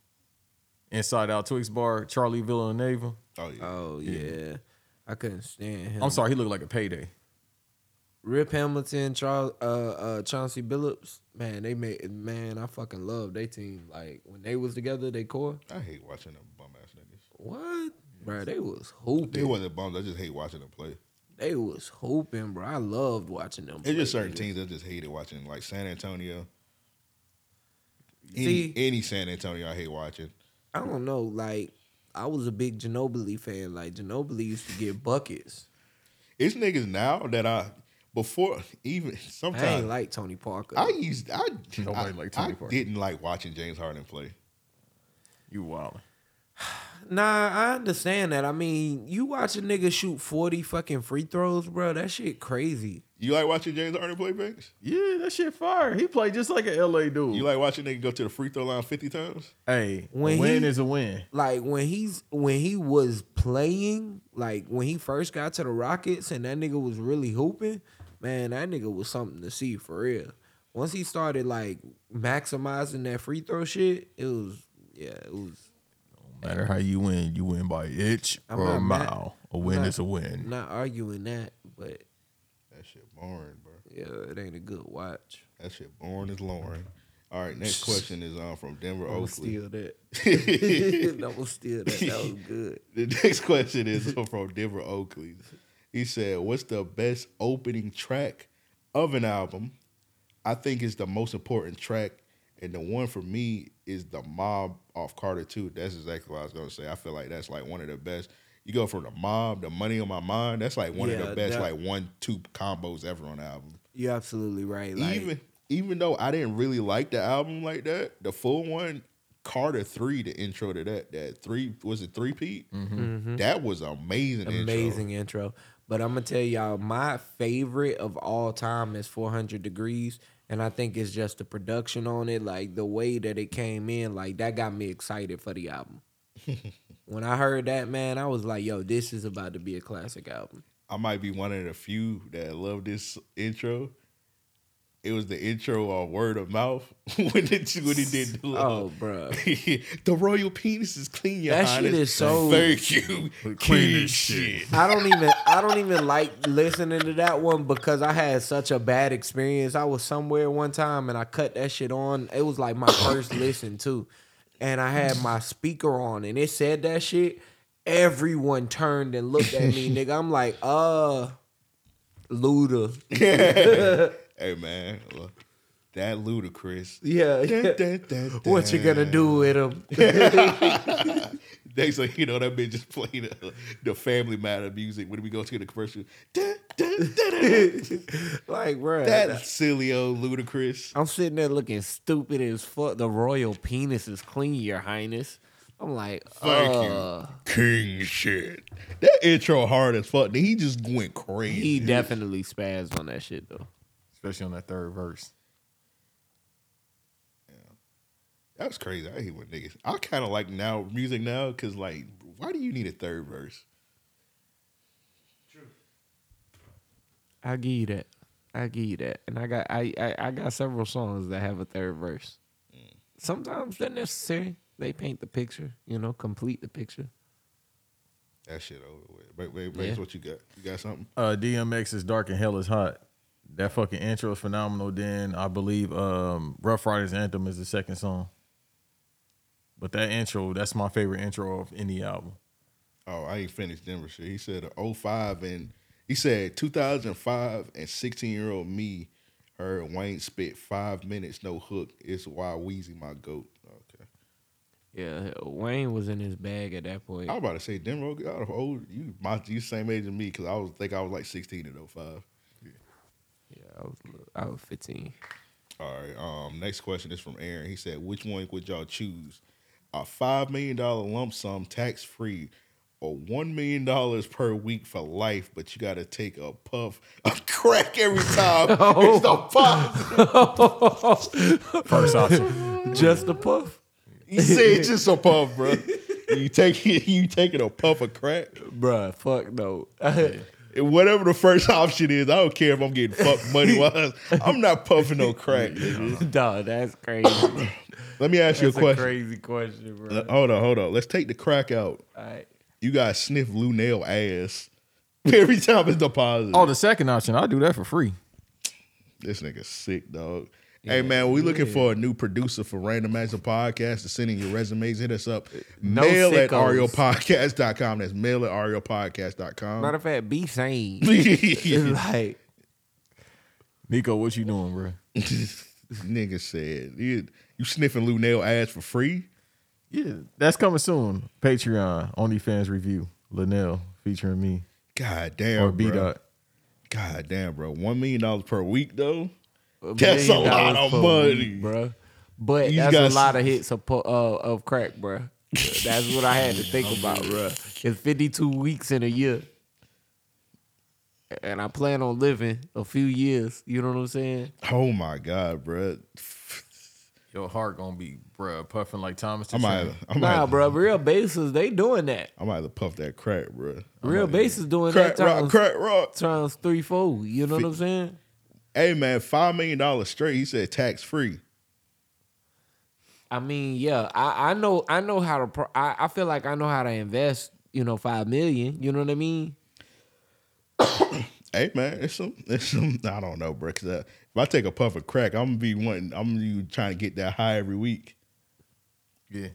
S5: inside out Twix bar, Charlie Villanueva.
S3: Oh yeah.
S4: Oh yeah. I couldn't stand him.
S5: I'm sorry, he looked like a payday.
S4: Rip Hamilton, Charles, uh, uh, Chauncey Billups, man, they made man. I fucking love they team. Like when they was together, they core.
S3: I hate watching them bum ass niggas.
S4: What, bro? They was
S3: They
S4: hooping.
S3: wasn't bums. I just hate watching them play.
S4: They was hooping, bro. I loved watching them.
S3: It's
S4: play,
S3: just certain
S4: nigga.
S3: teams I just hated watching, like San Antonio. Any,
S4: See-
S3: any San Antonio I hate watching.
S4: I don't know. Like I was a big Ginobili fan. Like Ginobili used to get buckets.
S3: It's niggas now that I before even sometimes
S4: I
S3: I,
S4: ain't like Tony Parker.
S3: used I
S5: Nobody
S3: I,
S5: like Tony
S3: I
S5: Parker.
S3: didn't like watching James Harden play.
S5: You wild.
S4: Nah, I understand that. I mean, you watch a nigga shoot 40 fucking free throws, bro. That shit crazy.
S3: You like watching James Harden play Banks?
S5: Yeah, that shit fire. He played just like an LA dude.
S3: You like watching nigga go to the free throw line fifty times?
S5: hey,
S4: When
S5: a win
S4: he-
S5: is a win.
S4: Like when he's when he was playing, like when he first got to the Rockets and that nigga was really hooping, man, that nigga was something to see for real. Once he started like maximizing that free throw shit, it was yeah, it was
S5: No matter how you win, you win by an inch
S4: I'm
S5: or a
S4: not mad.
S5: mile. A win
S4: not-
S5: is a win.
S4: not arguing that, but
S3: That shit boring, bro.
S4: yeah, it ain't a good watch.
S3: That shit boring is Lauren. All right, next question is um, from Denver
S4: I'm gonna
S3: Oakley.
S4: steal that. I'm gonna steal that. That was good.
S3: The next question is from Denver Oakley. He said, "What's the best opening track of an album? I think it's the most important track, and the one for me is the Mob off Carter Two. That's exactly what I was gonna say. I feel like that's like one of the best. You go from the Mob, the Money on My Mind. That's like one of the
S4: Yeah,
S3: best
S4: that-
S3: like one two combos ever on the album.
S4: You're absolutely right. Like,
S3: even even though I didn't really like the album like that, the full one, Carter Three, the intro to that, that three was it three Pete? That was amazing. Amazing.
S4: Mm-hmm. amazing intro. But I'm gonna tell y'all, my favorite of all time is 400 degrees, and I think it's just the production on it, like the way that it came in, like that got me excited for the album. when I heard that, man, I was like, "Yo, this is about to be a classic album."
S3: I might be one of the few that love this intro. It was the intro on word of mouth when it when it did. The,
S4: Oh, bruh.
S3: the royal penis is clean, your
S4: That shit
S3: highness.
S4: is so-
S3: Thank you, clean shit.
S4: I don't even I don't even like listening to that one because I had such a bad experience. I was somewhere one time and I cut that shit on. It was like my first listen too. And I had my speaker on and it said that shit. Everyone turned and looked at me, nigga. I'm like, uh Luda.
S3: Hey man, look, that ludicrous.
S4: Yeah.
S3: Dun, dun, dun,
S4: What you gonna
S3: dun.
S4: do with him?
S3: Next thing you know, that bitch just playing the, the Family Matter music when we go to the commercial. Dun, dun, dun, dun, dun.
S8: like, bro.
S3: that silly old ludicrous.
S8: I'm sitting there looking stupid as fuck. The royal penis is clean, your highness. I'm like,
S3: Thank
S8: uh,
S3: you, King shit. That intro hard as fuck. He just went crazy.
S8: he definitely spazzed on that shit though.
S5: especially on that third verse.
S3: That was crazy. I hate when niggas. I kind of like now music now because like, why do you need a third verse?
S4: I give you that. I give you that. And I got I, I I got several songs that have a third verse. Sometimes they're necessary. They paint the picture, you know, complete the picture.
S3: That shit over with. Wait, wait, wait.
S4: Yeah.
S3: What you got? You got something?
S5: Uh, DMX is dark and hell is hot. That fucking intro is phenomenal. Then I believe um, Rough Riders Anthem is the second song. But that intro, that's my favorite intro of any album.
S3: Oh, I ain't finished Denver shit. He said uh, 05 and he said 2005 and 16 year old me heard Wayne spit five minutes no hook. It's why Weezy my goat. Okay,
S4: Yeah, Wayne was in his bag at that point.
S3: I was about to say Denver. get out of old. You my you same age as me because I was think I was like 16 in 05.
S4: Yeah, I was I was 15.
S3: All right. Um, next question is from Aaron. He said, "Which one would y'all choose? A five million dollar lump sum, tax free, or one million dollars per week for life, but you got to take a puff of crack every time it's a puff."
S5: First option.
S4: Just a puff,
S3: He said, "Just a puff, bro. You take you taking a puff of crack."
S4: bruh. Fuck no.
S3: And whatever the first option is, I don't care if I'm getting fucked money wise. I'm not puffing no crack. nigga.
S4: Dog, that's crazy.
S3: Let me ask you a question. Uh,
S4: crazy question, bro.
S3: Le- Hold on, hold on. Let's take the crack out.
S4: All right.
S3: you gotta sniff Lou Nail ass every time it's deposited.
S5: Oh, the second option. I'll do that for free.
S3: This nigga sick, dog. hey man, we looking for a new producer for Random Action Podcast to send in your resumes. Hit us up. mail at E
S4: sickos.
S3: ariopodcast.com. That's mail at E ariopodcast.com.
S8: Matter of fact, be sane.
S3: Nigga
S8: like,
S5: Nico, what you doing, bro?
S3: said, you, you sniffing Lou Nail ass for free?
S5: Yeah, that's coming soon. Patreon, OnlyFans review, Linnell featuring me
S3: God damn.
S5: or B
S3: bro.
S5: Dot.
S3: God damn, bro. $1 million per week, though?
S4: A
S3: That's a
S4: million
S3: lot
S4: dollars
S3: of
S4: per
S3: money.
S4: week, bruh. But
S3: You
S4: that's
S3: guys-
S4: a lot of hits of, pu- uh, of crack, bruh. That's what I had to think about, bruh. It's 52 weeks in a year. And I plan on living a few years. You know what I'm saying?
S3: Oh my God, bro.
S5: Your heart gonna be, bruh, puffing like Thomas. the
S3: I might,
S5: Train.
S3: I might,
S4: Nah, bruh. Real bases, they doing that.
S3: I might have to puff that crack, bro.
S4: Real bases doing
S3: Crack
S4: that
S3: rock,
S4: times,
S3: crack rock.
S4: times three, four. You know what I'm saying?
S3: Hey man, five million dollars straight. He said tax free.
S4: I mean, yeah, I, I know I know how to. Pro- I, I feel like I know how to invest. You know, five million. You know what I mean?
S3: Hey man, it's some, it's some. I don't know, bro. 'cause, uh, if I take a puff of crack, I'm gonna be wanting. I'm gonna be trying to get that high every week.
S5: Yeah.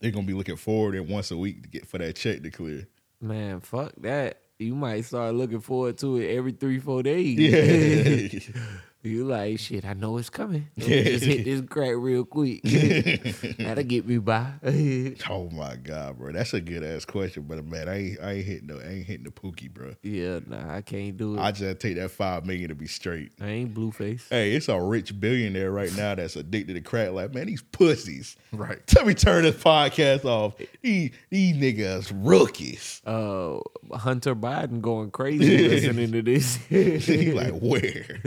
S3: They're gonna be looking forward and once a week to get for that check to clear.
S4: Man, fuck that. You might start looking forward to it every three, four days.
S3: Yeah,
S4: you like shit. I know it's coming. Let me just hit this crack real quick. That'll get me by.
S3: oh my god, bro, that's a good ass question, but man, I ain't, I ain't hitting no, I ain't hitting the pookie, bro.
S4: yeah, nah, I can't do it.
S3: I
S4: I,
S3: just take that five million to be straight.
S4: ain't blueface.
S3: Hey, it's a rich billionaire right now that's addicted to crack. Like, man, these pussies.
S5: Right.
S3: Tell me, turn this podcast off. These, these niggas rookies.
S4: Uh, Hunter Biden going crazy listening to this.
S3: he like, where?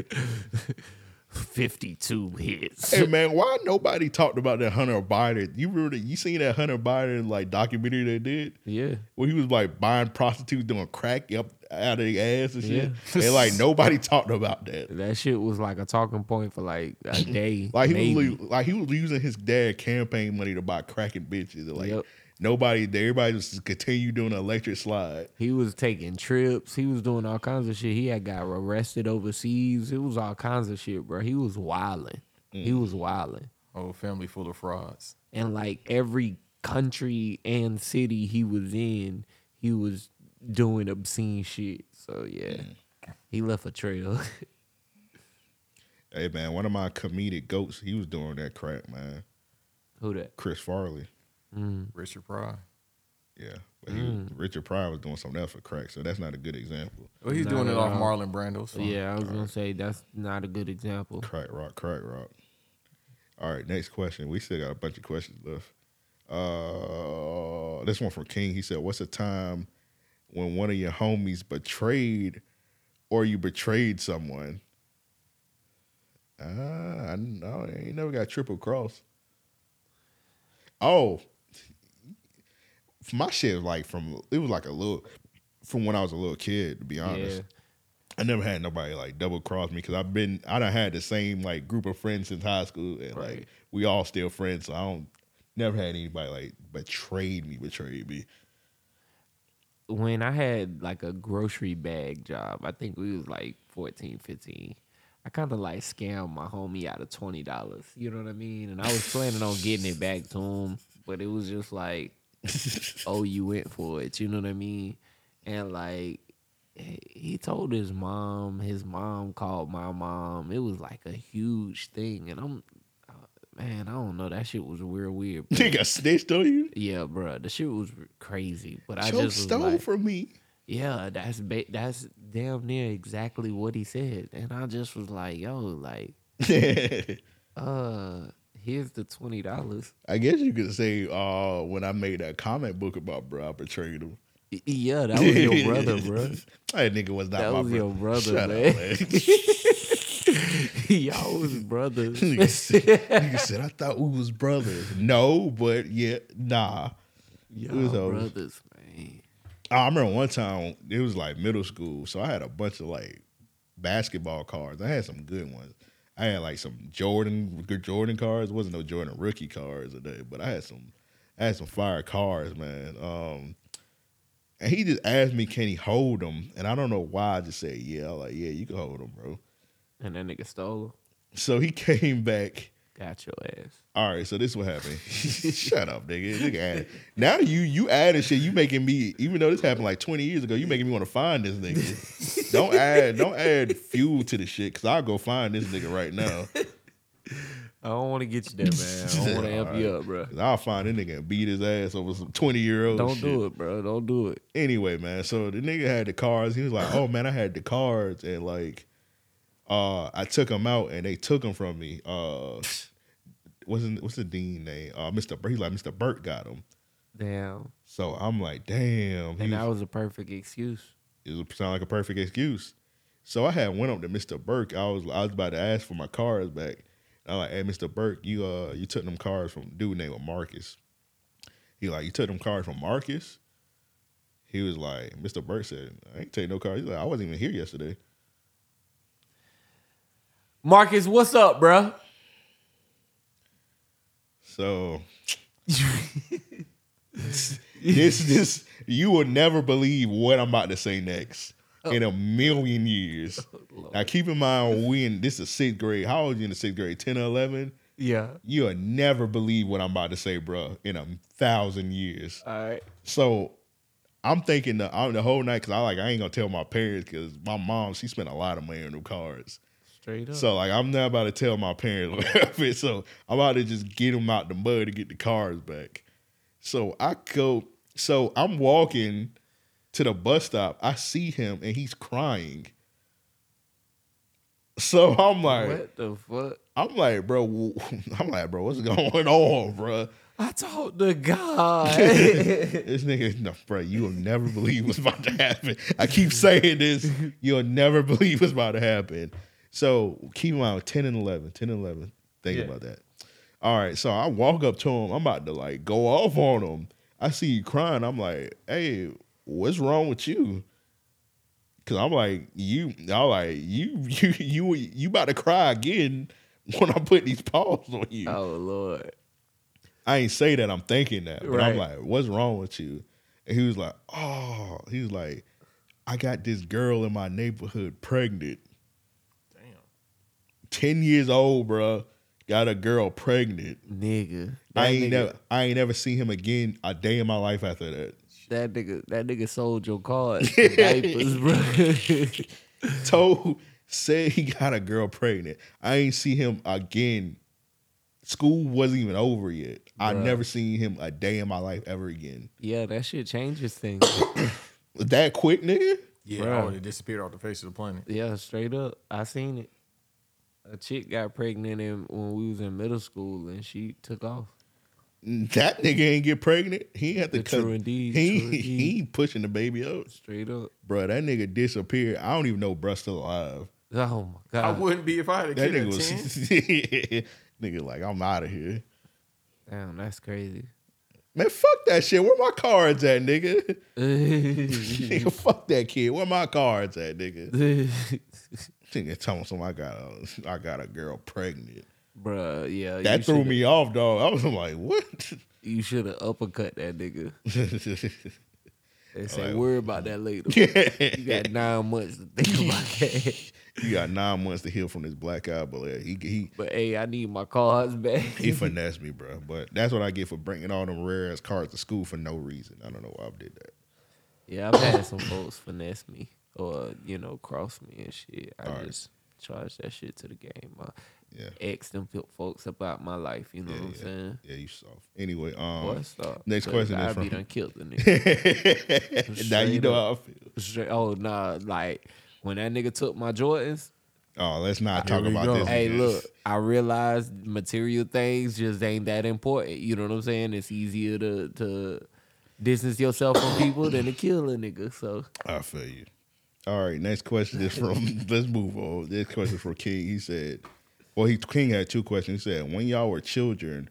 S4: Fifty-two hits.
S3: hey man, why nobody talked about that Hunter Biden? You remember you seen that Hunter Biden like documentary they did?
S4: Yeah.
S3: Where he was like buying prostitutes doing crack up out of their ass and shit.
S4: Yeah.
S3: And like nobody talked about that.
S4: That shit was like a talking point for like a day.
S3: Like he
S4: maybe.
S3: was was like he was using his dad campaign money to buy cracking bitches. And, Like
S4: Yep.
S3: nobody there, everybody just continue doing an electric slide.
S4: He was taking trips. He was doing all kinds of shit. He had got arrested overseas. It was all kinds of shit, bro. He was wilding.
S3: Mm.
S4: He was wilding.
S5: Oh, family full of frauds.
S4: And like every country and city he was in, he was doing obscene shit. So yeah.
S3: Mm.
S4: He left a trail.
S3: Hey man, one of my comedic goats, he was doing that crack, man.
S4: Who that? Mm.
S3: Chris Farley.
S5: Richard Pryor.
S3: Yeah. But he, Richard Pryor was doing something else for crack, so that's not a good example.
S5: Well, he's
S4: Nah,
S5: doing it
S4: nah,
S5: off
S4: nah.
S5: Marlon Brando. So.
S4: Yeah, I was gonna say that's not a good example.
S3: Crack rock, crack rock. All right, next question. We still got a bunch of questions left. Uh, this one from King. He said, "What's a time when one of your homies betrayed, or you betrayed someone?" Uh, I know I ain't never got triple cross. Oh, my shit was like from it was like a little from when I was a little kid. To be honest,
S4: Yeah.
S3: I never had nobody like double cross me because I've been I done had the same like group of friends since high school and like
S4: Right.
S3: we all still friends. So I don't never had anybody like betrayed me, betrayed me.
S4: when I had like a grocery bag job, I think we was like 14, 15. I kind of like scammed my homie out of twenty dollars. You know what I mean? And I was planning on getting it back to him, but it was just like, oh, you went for it. You know what I mean? And like, he- he told his mom. His mom called my mom. It was like a huge thing, and I'm, uh, man, I don't know. That shit was real weird.
S3: Nigga snitched on you.
S4: yeah, bruh, the shit was crazy. But I
S3: I
S4: just was
S3: stole
S4: like,
S3: from me.
S4: yeah, that's ba- that's damn near exactly what he said, and I just was like, yo, like,
S3: I
S4: uh, here's the twenty dollars.
S3: guess you could say uh when I made that comic book about bro, I betrayed him.
S4: Yeah, that was your brother, bro.
S3: That nigga was not
S4: That
S3: my
S4: was
S3: bro-
S4: your brother,
S3: Shut
S4: man.
S3: Up, man.
S4: Y'all was brothers.
S3: nigga, said, nigga said, I thought we was brothers. No, but yeah, nah.
S4: Y'all
S3: was hoes.
S4: brothers, man.
S3: I remember one time it was like middle school, so I had a bunch of like basketball cards. I had some good ones. I had like some Jordan good Jordan cards. It wasn't no Jordan rookie cards or nothing, but I had some I had some fire cards, man. Um and he just asked me, can he hold them? And I don't know why I just said, yeah. I was like, yeah, you can hold them, bro.
S4: And that nigga stole.
S3: So he came back.
S4: Him. Got your ass.
S3: All right, so this is what happened. Shut up, nigga. Nigga added. Now you you added shit. You making me even though this happened like twenty years ago. You making me want to find this nigga. don't add don't add fuel to the shit because I'll go find this nigga right now.
S4: I don't want to get you there, man. I don't want to amp
S3: All right.
S4: you up, bro.
S3: 'Cause I'll find this nigga and beat his ass over some twenty year old.
S4: Don't do it, bro. Don't do it.
S3: Anyway, man. So the nigga had the cards. He was like, oh man, I had the cards and like, uh, I took them out and they took them from me. Uh, wasn't what's the dean name? Uh, Mr. Bur- He's like Mr. Burt got them.
S4: Damn.
S3: So I'm like, damn. he
S4: And
S3: was-
S4: that was a perfect excuse.
S3: it would sound like a perfect excuse. So I had went up to Mr. Burke. I was I was about to ask for my cards back. And I'm like, hey, Mr. Burke, you uh you took them cards from a dude named Marcus. He like, you took them cards from Marcus? He was like, Mr. Burke said, I ain't take no cards. He's like, I wasn't even here yesterday.
S4: Marcus, what's up, bro?
S3: So this this you will never believe what I'm about to say next in a million years. Now keep in mind we in this is sixth grade. How old you in the sixth grade? 10 or 11?
S4: Yeah.
S3: You'll never believe what I'm about to say, bruh, in a thousand years.
S4: All right.
S3: So I'm thinking the, I'm the whole night because I like I ain't gonna tell my parents because my mom she spent a lot of money on them cards.
S4: Straight up.
S3: So like I'm not about to tell my parents whatever. So I'm about to just get them out the mud to get the cars back. So I go. So I'm walking to the bus stop. I see him and he's crying. So I'm like,
S4: what the fuck?
S3: I'm like, bro, w- I'm like, bro, what's going on, bro?
S4: I talked to God.
S3: This nigga, no, bro, you will never believe what's about to happen. I keep saying this, you'll never believe what's about to happen. So keep in mind, 10 and 11, 10 and 11. Think about that. All right, so I walk up to him. I'm about to like go off on him. I see you crying. I'm like, hey, what's wrong with you? Cause I'm like, you, I'm like, you, you, you, you about to cry again when I put these paws on you.
S4: oh Lord.
S3: I ain't say that. I'm thinking that, but I'm
S4: Right.
S3: like, what's wrong with you? And he was like, oh, he was like, I got this girl in my neighborhood pregnant. Damn. Ten years old, bruh. Got a girl pregnant.
S4: Nigga.
S3: I
S4: That
S3: ain't
S4: nigga,
S3: never, I ain't never seen him again a day in my life after that.
S4: that nigga that nigga sold your card for diapers, bro.
S3: Toe said he got a girl pregnant. I ain't see him again school wasn't even over yet. I never seen him a day in my life ever again.
S4: Yeah, that shit changes things.
S3: That quick, nigga.
S5: Yeah,
S4: Bruh.
S5: I would have disappeared off the face of the planet.
S4: yeah, straight up. I seen it. A chick got pregnant in, when we was in middle school, and she took off.
S3: That nigga ain't get pregnant. He ain't have to
S4: The
S3: cut.
S4: true indeed,
S3: he
S4: true
S3: he
S4: indeed.
S3: ain't pushing the baby out,
S4: Straight up.
S3: bro. That nigga disappeared. I don't even know bruh still alive.
S4: Oh my god.
S5: I wouldn't be if I had a
S3: That
S5: kid at
S3: nigga
S5: 10.
S3: was nigga like I'm out of here,
S4: Damn, that's crazy.
S3: man. Fuck that shit. Where my cards at, nigga? nigga, fuck that kid. Where my cards at, nigga? Nigga, telling some I got a, I got a girl pregnant.
S4: Bruh, yeah.
S3: That
S4: you
S3: threw
S4: shoulda-
S3: me off, dog. I was like, what?
S4: You should have uppercut that nigga.
S3: Oh,
S4: They say, worry about that later. You got nine months to think about that.
S3: you got nine months to heal from this black eye, but uh, he he
S4: But hey, I need my cards back.
S3: he finessed me, bro. But that's what I get for bringing all them rare ass cards to school for no reason. I don't know why I did that.
S4: Yeah, I've had some folks finesse me or you know cross me and shit. I
S3: Alright.
S4: just charge that shit to the game. I
S3: Yeah.
S4: ask them fo- folks about my life. You know what I'm saying?
S3: Yeah, you soft. Anyway, um,
S4: Boy, stop.
S3: next question is
S4: I
S3: from-
S4: be done killed the nigga.
S3: now you
S4: Straight
S3: know how I feel.
S4: Straight, oh nah, like when that nigga took my Jordans.
S3: Oh, let's not talk
S5: we
S3: about
S5: go.
S3: this.
S4: Hey,
S3: again.
S4: look, I realized material things just ain't that important. You know what I'm saying? It's easier to to distance yourself from people than to kill a nigga. So
S3: I feel you. All right, next question is from. let's move on. This question is from King. He said, "Well, he King had two questions. He said, when y'all were children,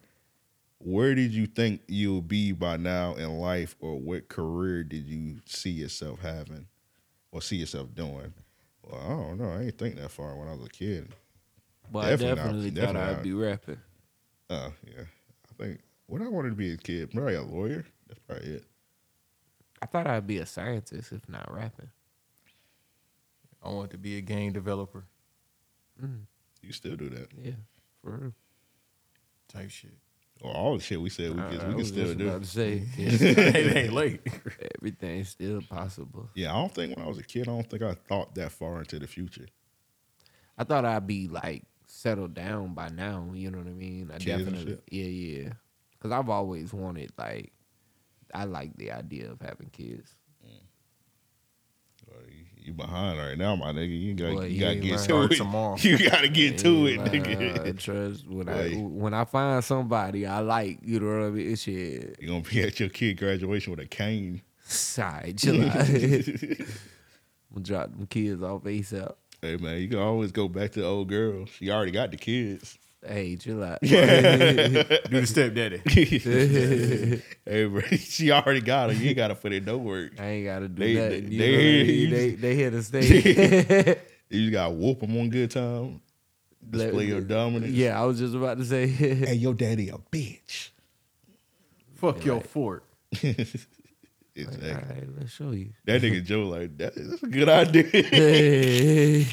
S3: where did you think you'll be by now in life, or what career did you see yourself having, or see yourself doing?" Well, I don't know. I ain't think that far when I was a kid.
S4: but
S3: Definitely not.
S4: I definitely thought
S3: Definitely not.
S4: I'd be rapping.
S3: Oh yeah, I think what I wanted to be as a kid, probably a lawyer. That's probably it.
S4: I thought I'd be a scientist if not rapping.
S5: I want to be a game developer
S3: You still do that.
S4: Yeah, for real.
S5: type shit.
S3: Or all the shit we said we
S4: I-
S3: can,
S4: I
S3: we can
S4: was
S3: still
S4: just
S3: do.
S4: about to say, yes,
S5: it ain't late.
S4: everything's still possible.
S3: Yeah, I don't think when I was a kid, I don't think I thought that far into the future.
S4: I thought I'd be like settled down by now. You know what I mean? I
S3: Kids and
S4: definitely,
S3: shit.
S4: yeah, yeah. Because I've always wanted like, I like the idea of having kids.
S3: Well, you- You behind right now, my nigga. You gotta,
S4: Boy,
S3: you
S4: you
S3: gotta
S4: ain't
S3: get
S4: lying.
S3: to
S5: Start
S3: it.
S5: tomorrow.
S3: You gotta get to it,
S4: Like, uh,
S3: nigga.
S4: trust when
S3: Boy.
S4: I when I find somebody I like, you know what I mean? It's shit.
S3: You gonna be at your kid graduation with a cane.
S4: Sorry, chill out. I'm gonna drop them kids off ASAP.
S3: Hey man, you can always go back to the old girl. She already got the kids.
S4: Hey, chill out.
S5: Do the stepdaddy.
S3: hey, bro, she already got her. You ain't gotta put in no work.
S4: I ain't gotta do
S3: They- they-
S4: nothing. you
S3: they
S4: know what I
S3: hear
S4: mean?
S3: you.
S4: they, they here to stay.
S3: You just gotta whoop them one good time. Display
S4: Let-
S3: your dominance.
S4: yeah, I was just about to say.
S3: Hey, your daddy a bitch.
S5: Fuck your fort.
S3: Exactly.
S4: All right, let's show you.
S3: That nigga Joe like that, that's a good idea.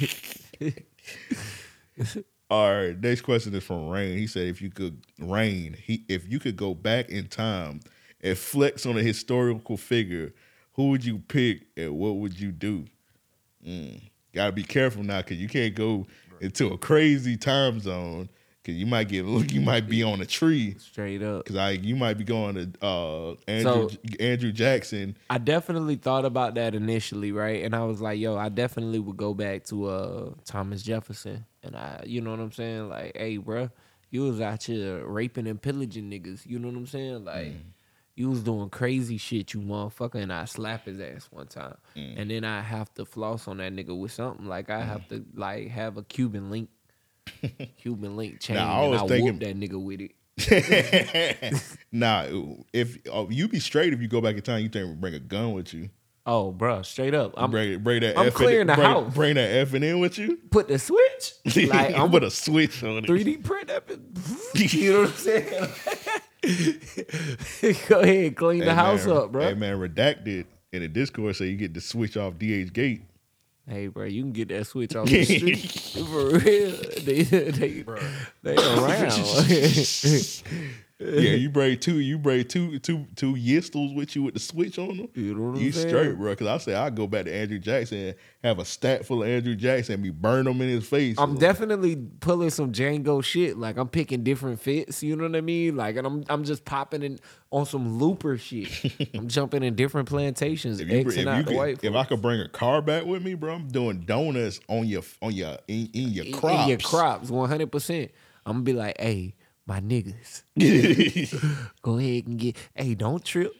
S3: All right, next question is from Rain. He said, "If you could, Rain, he, if you could go back in time and flex on a historical figure, who would you pick and what would you do?" Mm, gotta be careful now, cause you can't go into a crazy time zone, cause you might get look, you might be on a tree,
S4: Straight up.
S3: cause I you might be going to uh, Andrew
S4: So-
S3: Andrew Jackson.
S4: I definitely thought about that initially, right? And I was like, yo, I definitely would go back to uh Thomas Jefferson. And I you know what I'm saying? Like, hey, bruh, you was out here raping and pillaging niggas. You know what I'm saying? Like
S3: Mm.
S4: you was doing crazy shit, you motherfucker, and I slap his ass one time.
S3: Mm.
S4: And then I have to floss on that nigga with something. Like I have to like have a Cuban link. Cuban link chain
S3: Nah, I
S4: and
S3: was
S4: I
S3: thinking-
S4: whoop that nigga with it.
S3: Nah, if oh, you be straight, if you go back in time, you think bring a gun with you.
S4: Oh, bruh, straight up. I'm
S3: bring bring that.
S4: I'm
S3: F
S4: clearing the
S3: bring,
S4: house.
S3: Bring that F and N with you.
S4: put the switch. Like I'm
S3: put a switch on it.
S4: 3D print that bitch. You know what I'm saying? Go ahead, clean
S3: Hey,
S4: the house
S3: man,
S4: up, bro.
S3: Hey
S4: Hey,
S3: man, redacted in the Discord say you get to switch off DH Gate.
S4: bro, you can get that switch off the street for real. They, they, they around.
S3: yeah, you bring two, you bring two, two, two yistles with you with the switch on them. You,
S4: know what I'm saying?
S3: straight, bro. Because I say I go back to Andrew Jackson, and have a stack full of Andrew Jackson, and be burn them in his face.
S4: I'm
S3: dead.
S4: definitely pulling some Django shit. Like I'm picking different fits, you know what I mean? Like and I'm I'm just popping in on some looper shit. I'm jumping in different plantations,
S3: If, you, br-
S4: Xing
S3: if,
S4: out
S3: you
S4: the white
S3: could, if I could bring a car back with me, bro, I'm doing donuts on your on your in, in your
S4: folks.
S3: crops.
S4: In your crops, one hundred percent. I'm gonna be like, hey, my niggas, go ahead and get hey, don't trip.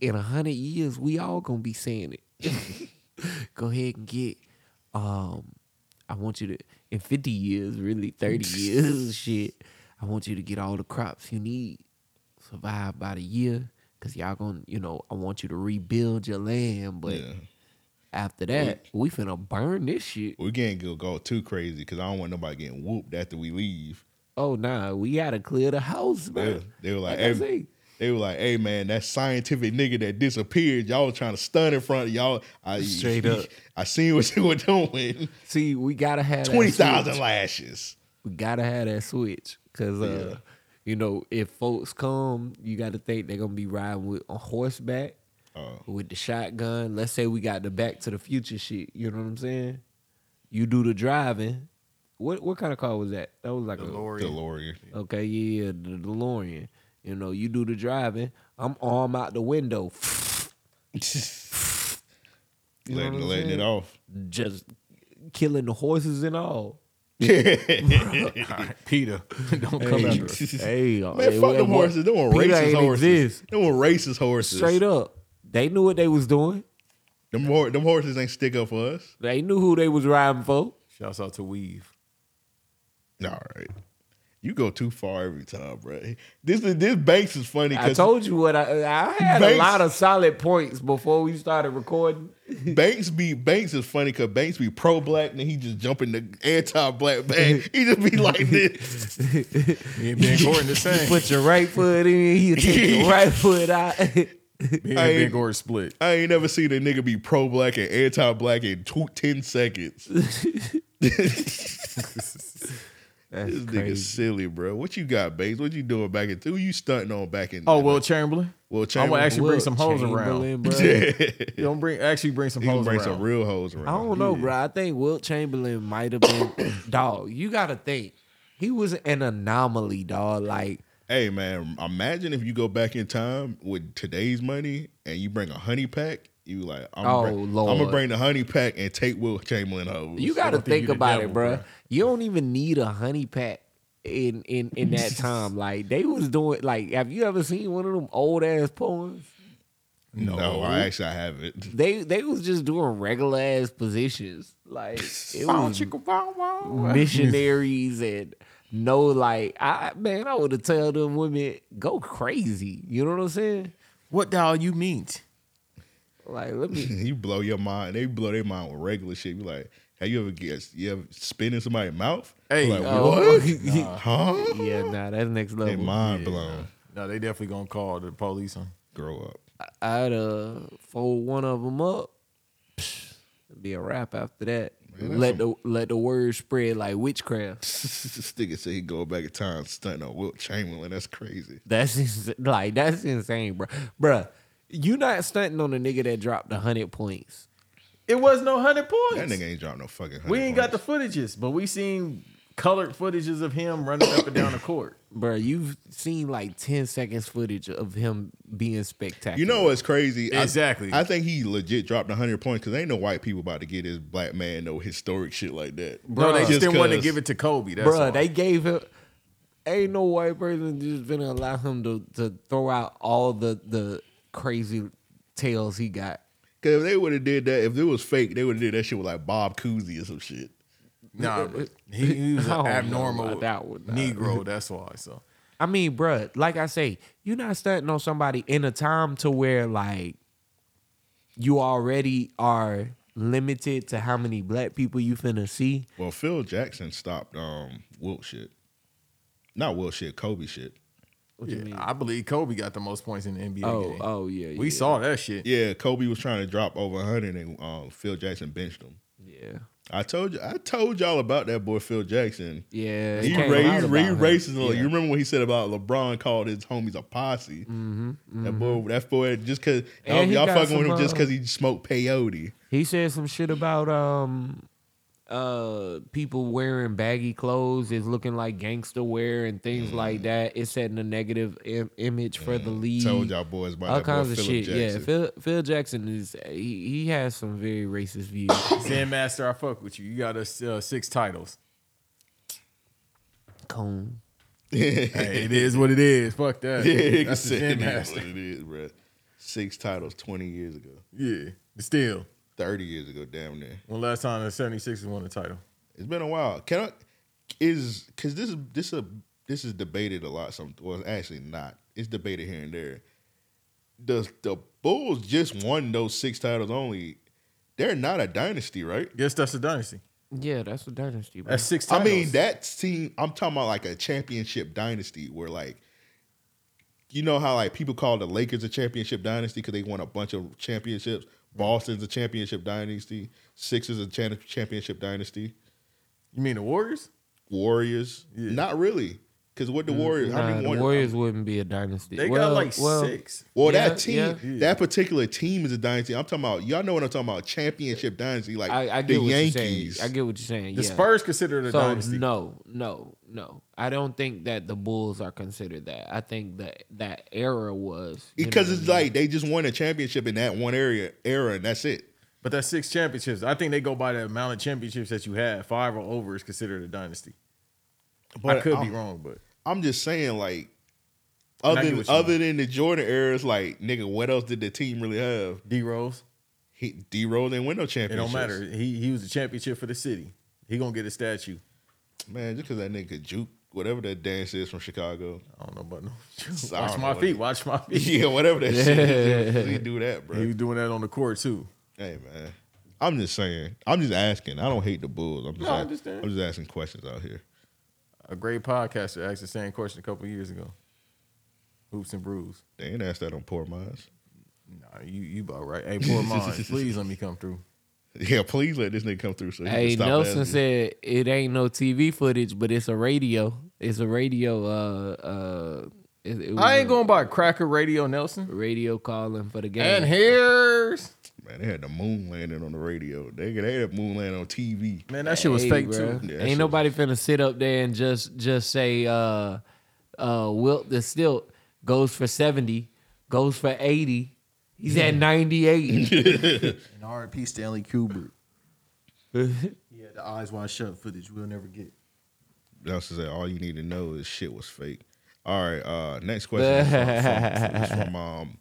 S4: In a hundred years, we all gonna be saying it. go ahead and get um I want you to in 50 years, really 30 years, shit. I want you to get all the crops you need. Survive about a year cuz y'all going, to you know, I want you to rebuild your land, but
S3: Yeah.
S4: after that, we finna burn this shit.
S3: We can't go, go too crazy because I don't want nobody getting whooped after we leave.
S4: Oh nah, we got to clear the house,
S3: They,
S4: man.
S3: they were like,
S4: Like I
S3: hey,
S4: say.
S3: they were like, hey man, that scientific nigga that disappeared, y'all was trying to stun in front of y'all. I,
S4: Straight up.
S3: I seen what you were doing.
S4: See, we got to have that
S3: Twenty thousand
S4: switch.
S3: lashes.
S4: we gotta have that switch because uh you know if folks come you gotta think they're gonna be riding with on horseback
S3: Oh,
S4: with the shotgun let's say we got the back to the future shit you know what i'm saying you do the driving what what kind of car was that that was like a
S3: DeLorean.
S4: okay yeah the delorean you know you do the driving i'm arm out the window You know
S3: letting
S4: what I'm
S3: letting it
S4: saying?
S3: off.
S4: just killing the horses and all
S5: Peter, don't come after us.
S4: hey
S3: Man, fuck them horses. They were
S4: Peter
S3: racist
S4: ain't
S3: horses.
S4: exist.
S3: They were racist horses.
S4: straight up they knew what they was doing
S3: Them, hor- them horses ain't stick up for us.
S4: They knew who they was riding for.
S5: Shouts out to Weave.
S3: All right. You go too far every time, bro. This is this Banks is funny
S4: I
S3: because
S4: told you what I, I had
S3: Banks-
S4: a lot of solid points before we started recording.
S3: Banks be Banks is funny because Banks be pro black and then he just jump in the anti black bag. He just be like this.
S5: Me and Ben Gordon the same.
S4: Put your right foot in, you take your right foot out.
S5: Me and
S3: I
S5: Ben
S3: ain't-
S5: Gordon split.
S3: I ain't never seen a nigga be pro black and anti black in two, 10 seconds.
S4: That's
S3: This nigga silly, bro. What you got, Banks? What you doing back in? Who you stunting on back in?
S5: Oh well, Chamberlain.
S3: Will
S5: I'm
S3: Chamberlain.
S5: gonna actually bring
S4: Look,
S5: some hoes around.
S4: Chamberlain, bro.
S5: You don't bring actually bring some
S3: He gonna
S5: hoes
S3: bring
S5: around.
S3: some real hoes
S4: I
S3: around.
S4: don't know, bro. I think Wilt Chamberlain might have been dog. You gotta think he was an anomaly, dog. Like
S3: Hey man, imagine if you go back in time with today's money and you bring a honey pack. You like, I'm
S4: Oh,
S3: bring, I'm gonna
S4: Lord.
S3: bring the honey pack and take Will Chamberlain hoes.
S4: you gotta
S5: think
S4: think
S5: you the
S4: about
S5: devil,
S4: it, bro.
S5: bro.
S4: You don't even need a honey pack. In, in in that time, like they was doing, like have you ever seen one of them old ass poems?
S3: no, I actually I have it.
S4: they they was just doing regular ass positions. Like it was missionaries and no like I man, I would have tell them women go crazy. You know what I'm saying?
S5: What doll you mean?
S4: Like let me
S3: you blow your mind. They blow their mind with regular shit. You like, have you ever guessed? You ever spit in somebody's mouth?
S5: Hey, uh,
S3: like,
S4: oh,
S3: what? Huh?
S4: yeah, nah, that's next
S3: They
S4: level.
S3: mind blown.
S5: No, they definitely gonna call the police on.
S3: Grow up.
S4: I'd uh fold one of them up. Psh, it'd Be a wrap after that. let the let the word spread like witchcraft.
S3: this nigga said he go back in time stunting on Will Chamberlain. That's crazy.
S4: That's ins- like that's insane, bro. Bruh, you not stunting on the nigga that dropped the hundred points.
S5: It was no hundred
S3: That
S5: points.
S3: nigga ain't dropped no fucking.
S5: We
S3: honey
S5: ain't got the
S3: points.
S5: footages, but we seen colored footages of him running up and down the court.
S4: Bruh, you've seen like 10 seconds footage of him being spectacular.
S3: You know what's crazy? I-
S5: Exactly.
S3: I, think he legit dropped hundred points because ain't no white people about to get this black man no historic shit like that.
S5: No, they just, didn't want to
S3: 'cause-
S5: give it to Kobe. That's
S4: bruh,
S5: all.
S4: they gave him ain't no white person just gonna allow him to, to throw out all the the crazy tales he got.
S3: Cause if they would have did that, if it was fake, they would have did that shit with like Bob Cousy or some shit.
S5: nah, but he, he was
S4: I don't
S5: an
S4: know
S5: abnormal
S4: about that one, nah.
S5: Negro. That's why. So
S4: I mean, bruh, like I say, you're not stunting on somebody in a time to where like you already are limited to how many black people you finna see.
S3: Well, Phil Jackson stopped um Wilt shit. Not Wilt shit, Kobe shit.
S5: yeah, I believe Kobe got the most points in the NBA.
S4: Oh,
S5: game.
S4: oh yeah.
S5: we
S4: yeah,
S5: saw that shit.
S3: Yeah, Kobe was trying to drop over 100 and um, Phil Jackson benched him.
S4: yeah.
S3: I told you, I told y'all about that boy Phil Jackson.
S4: Yeah,
S3: He
S4: it came
S3: raised, he
S4: out about
S3: raised
S4: him.
S3: racism. Like, You remember what he said about LeBron called his homies a posse? That boy, that boy, just because y'all,
S4: Mm-hmm, And he
S3: y'all
S4: got
S3: fucking with him
S4: some,
S3: just
S4: uh,
S3: because he smoked peyote.
S4: He said some shit about um uh people wearing baggy clothes is looking like gangster wear and things like that. It's setting a negative Im- image for the league.
S3: Told y'all boys about
S4: all
S3: that boy
S4: kinds of
S3: Philip
S4: shit.
S3: Jackson.
S4: Yeah, Phil, Phil Jackson is he, he has some very racist views.
S5: Zen Master, I fuck with you. You got us uh, six titles.
S4: Cone.
S5: Hey, it is what it is. Fuck that.
S3: Yeah, you can
S5: That's the
S3: say
S5: Zen
S3: it is
S5: Master.
S3: what it is, bro. Six titles twenty years ago,
S5: Yeah, but still.
S3: thirty years ago, damn near.
S5: When last time the 76ers won the title?
S3: It's been a while. Can I is because this is this a this is debated a lot. Some well, actually not. It's debated here and there. The the Bulls just won those six titles only. They're not a dynasty, right?
S5: Guess that's the dynasty.
S4: Yeah, that's the dynasty. Bro.
S5: That's six
S3: Mm. I
S5: titles.
S3: mean that team. I'm talking about like a championship dynasty where like. You know how like people call the Lakers a championship dynasty because they won a bunch of championships. Boston's a championship dynasty. Sixers a chan- championship dynasty.
S5: you mean the Warriors?
S3: Warriors.
S5: Yeah. Mm-hmm.
S3: Not really. Because what the Warriors, I
S4: Nah,
S3: mean,
S4: the
S3: one-
S4: Warriors wouldn't be a dynasty.
S5: They
S4: Well,
S5: got like
S4: well,
S5: six.
S3: Well,
S4: Yeah,
S3: that team,
S4: yeah.
S3: that particular team is a dynasty. I'm talking about, y'all know what I'm talking about. Championship dynasty, like
S4: I, I get
S3: the
S4: what
S3: Yankees.
S4: you're saying. I get what you're saying.
S5: The
S4: yeah.
S5: Spurs considered a
S4: so
S5: dynasty.
S4: no, no, no. I don't think that the Bulls are considered that. I think that that era was you know
S3: because
S4: what
S3: it's
S4: I mean?
S3: like they just won a championship in that one area era, and that's it.
S5: But that's six championships. I think they go by the amount of championships that you have. Five or over is considered a dynasty.
S3: But uh,
S5: I could
S3: I'm-
S5: be wrong, but
S3: I'm just saying, like,
S5: And I
S3: other
S5: get
S3: than,
S5: what you
S3: other than the Jordan era, it's like, nigga, what else did the team really have?
S5: D Rose,
S3: He, D Rose ain't win no
S5: it
S3: championship.
S5: don't matter. He he was a championship for the city. He gonna get a statue.
S3: man. Just because that nigga could juke whatever that dance is from Chicago.
S5: I don't know about no.
S3: I
S5: Watch
S3: don't
S5: my
S3: know.
S5: feet. Watch my feet.
S3: yeah, whatever that shit. Is, he do that, bro.
S5: He was doing that on the court too.
S3: Hey man, I'm just saying. I'm just asking. I don't hate the Bulls. I'm just,
S5: No, I
S3: ask-
S5: understand.
S3: I'm just asking questions out here.
S5: A great podcaster asked the same question a couple years ago. Hoops and brews.
S3: They ain't asked that on Poor Minds.
S5: Nah, you you about right. Hey, poor mine. Please let me come through.
S3: Yeah, please let this nigga come through so he
S4: Hey,
S3: can stop
S4: Nelson
S3: asking.
S4: said it ain't no TV footage, but it's a radio. It's a radio. Uh, uh, it, it was
S5: I ain't
S4: a
S5: going by Cracker Radio Nelson.
S4: radio calling for the game.
S5: And here's
S3: Man, they had the moon landing on the radio. They, they had the moon landing on TV.
S5: man, that shit was
S4: Hey,
S5: fake
S4: bruh.
S5: too.
S3: Yeah, that
S4: ain't
S3: shit
S4: nobody finna sit up there and just just say uh uh Wilt the Stilt goes for 70, goes for 80. He's at 98.
S9: And R.P. Stanley Kubrick. yeah, the eyes wide shut footage we'll never get.
S3: Nelson said, "All you need to know is shit was fake." All right, uh, next question is from, from- is from, um,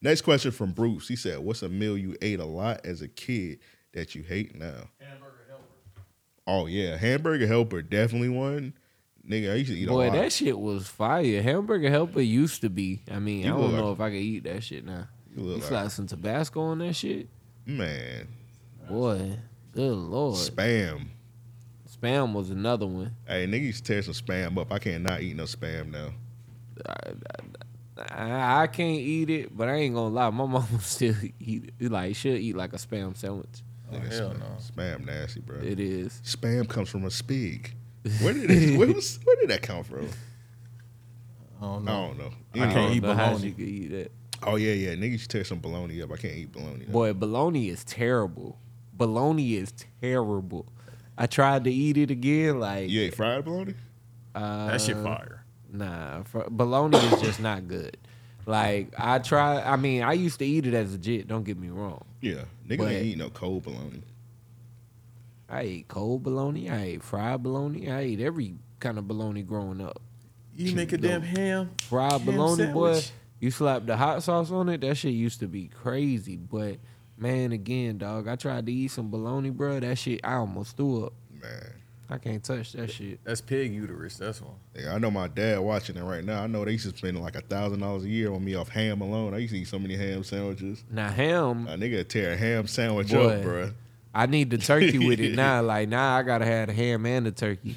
S3: next question from Bruce. He said, "What's a meal you ate a lot as a kid that you hate now?" Hamburger helper. Oh yeah, hamburger helper definitely one. Nigga, I used to eat a
S4: Boy,
S3: lot.
S4: that shit was fire. Hamburger helper used to be. I mean,
S3: You
S4: I
S3: look
S4: don't know
S3: like-
S4: if I could eat that shit now.
S3: You
S4: You,
S3: look like-
S4: slide some Tabasco on that shit?
S3: Man,
S4: Boy, good lord.
S3: spam.
S4: Spam was another one.
S3: Hey, nigga used to tear some spam up. I can't not eat no spam now.
S4: I, I can't eat it, but I ain't gonna lie. My mama still eat it. Like, she'll eat like a spam sandwich.
S3: Nigga,
S5: hell
S3: spam,
S5: no.
S3: spam nasty, bro.
S4: It is.
S3: Spam comes from a spig. Where did it, where, was, where did that come from?
S5: I don't
S3: I
S4: Oh,
S5: know.
S3: don't know.
S5: I can't eat
S4: But how
S5: bologna.
S4: you could eat that?
S3: Oh yeah, yeah. Niggas should tear some bologna up. I can't eat bologna.
S4: Boy, bologna is terrible. Bologna is terrible. I tried to eat it again, like
S3: You ate fried bologna?
S5: That shit fire.
S4: nah. Fr- bologna is just not good. Like I try. I mean, I used to eat it as a jit. Don't get me wrong.
S3: Yeah. Niggas
S4: But-
S3: ain't eating no cold bologna.
S4: I ate cold bologna. I ate fried bologna. I ate every kind of bologna growing up.
S5: You make a damn ham.
S4: Fried
S5: Ham
S4: bologna, boy.
S5: sandwich.
S4: You slap the hot sauce on it. That shit used to be crazy. But man, again, dog. I tried to eat some bologna, bro. That shit, I almost threw up.
S3: Man.
S4: I can't touch that shit.
S5: That's pig uterus. That's one.
S3: Nigga, I know my dad watching it right now. I know they used to spend like a thousand dollars a year on me off ham alone. I used to eat so many ham sandwiches.
S4: Now ham,
S3: A nigga tear a ham sandwich up,
S4: Boy.
S3: bruh.
S4: I need the turkey with it now. Like now, I gotta have the ham and the turkey.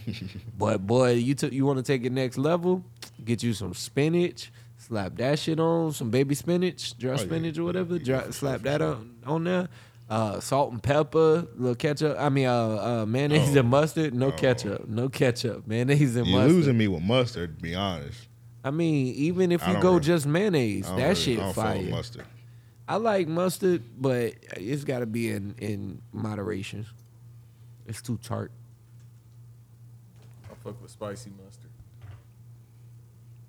S4: but boy, you took you want to take it next level? Get you some spinach, slap that shit on some baby spinach, dry
S3: Oh, yeah.
S4: spinach or whatever.
S3: Yeah,
S4: Dry, slap that on on there. Uh, salt and pepper, little ketchup. I mean, uh, uh, mayonnaise
S3: Oh.
S4: and mustard. No ketchup. No ketchup. Mayonnaise and
S3: You're
S4: mustard.
S3: losing me with mustard, to be honest.
S4: I mean, even if
S3: I
S4: you
S3: don't
S4: go
S3: really-
S4: just mayonnaise,
S3: I don't
S4: that
S3: really- I
S4: shit
S3: don't fuck with
S4: fire.
S3: mustard.
S4: I like mustard, but it's got to be in in moderation. It's too tart.
S5: I fuck with spicy mustard.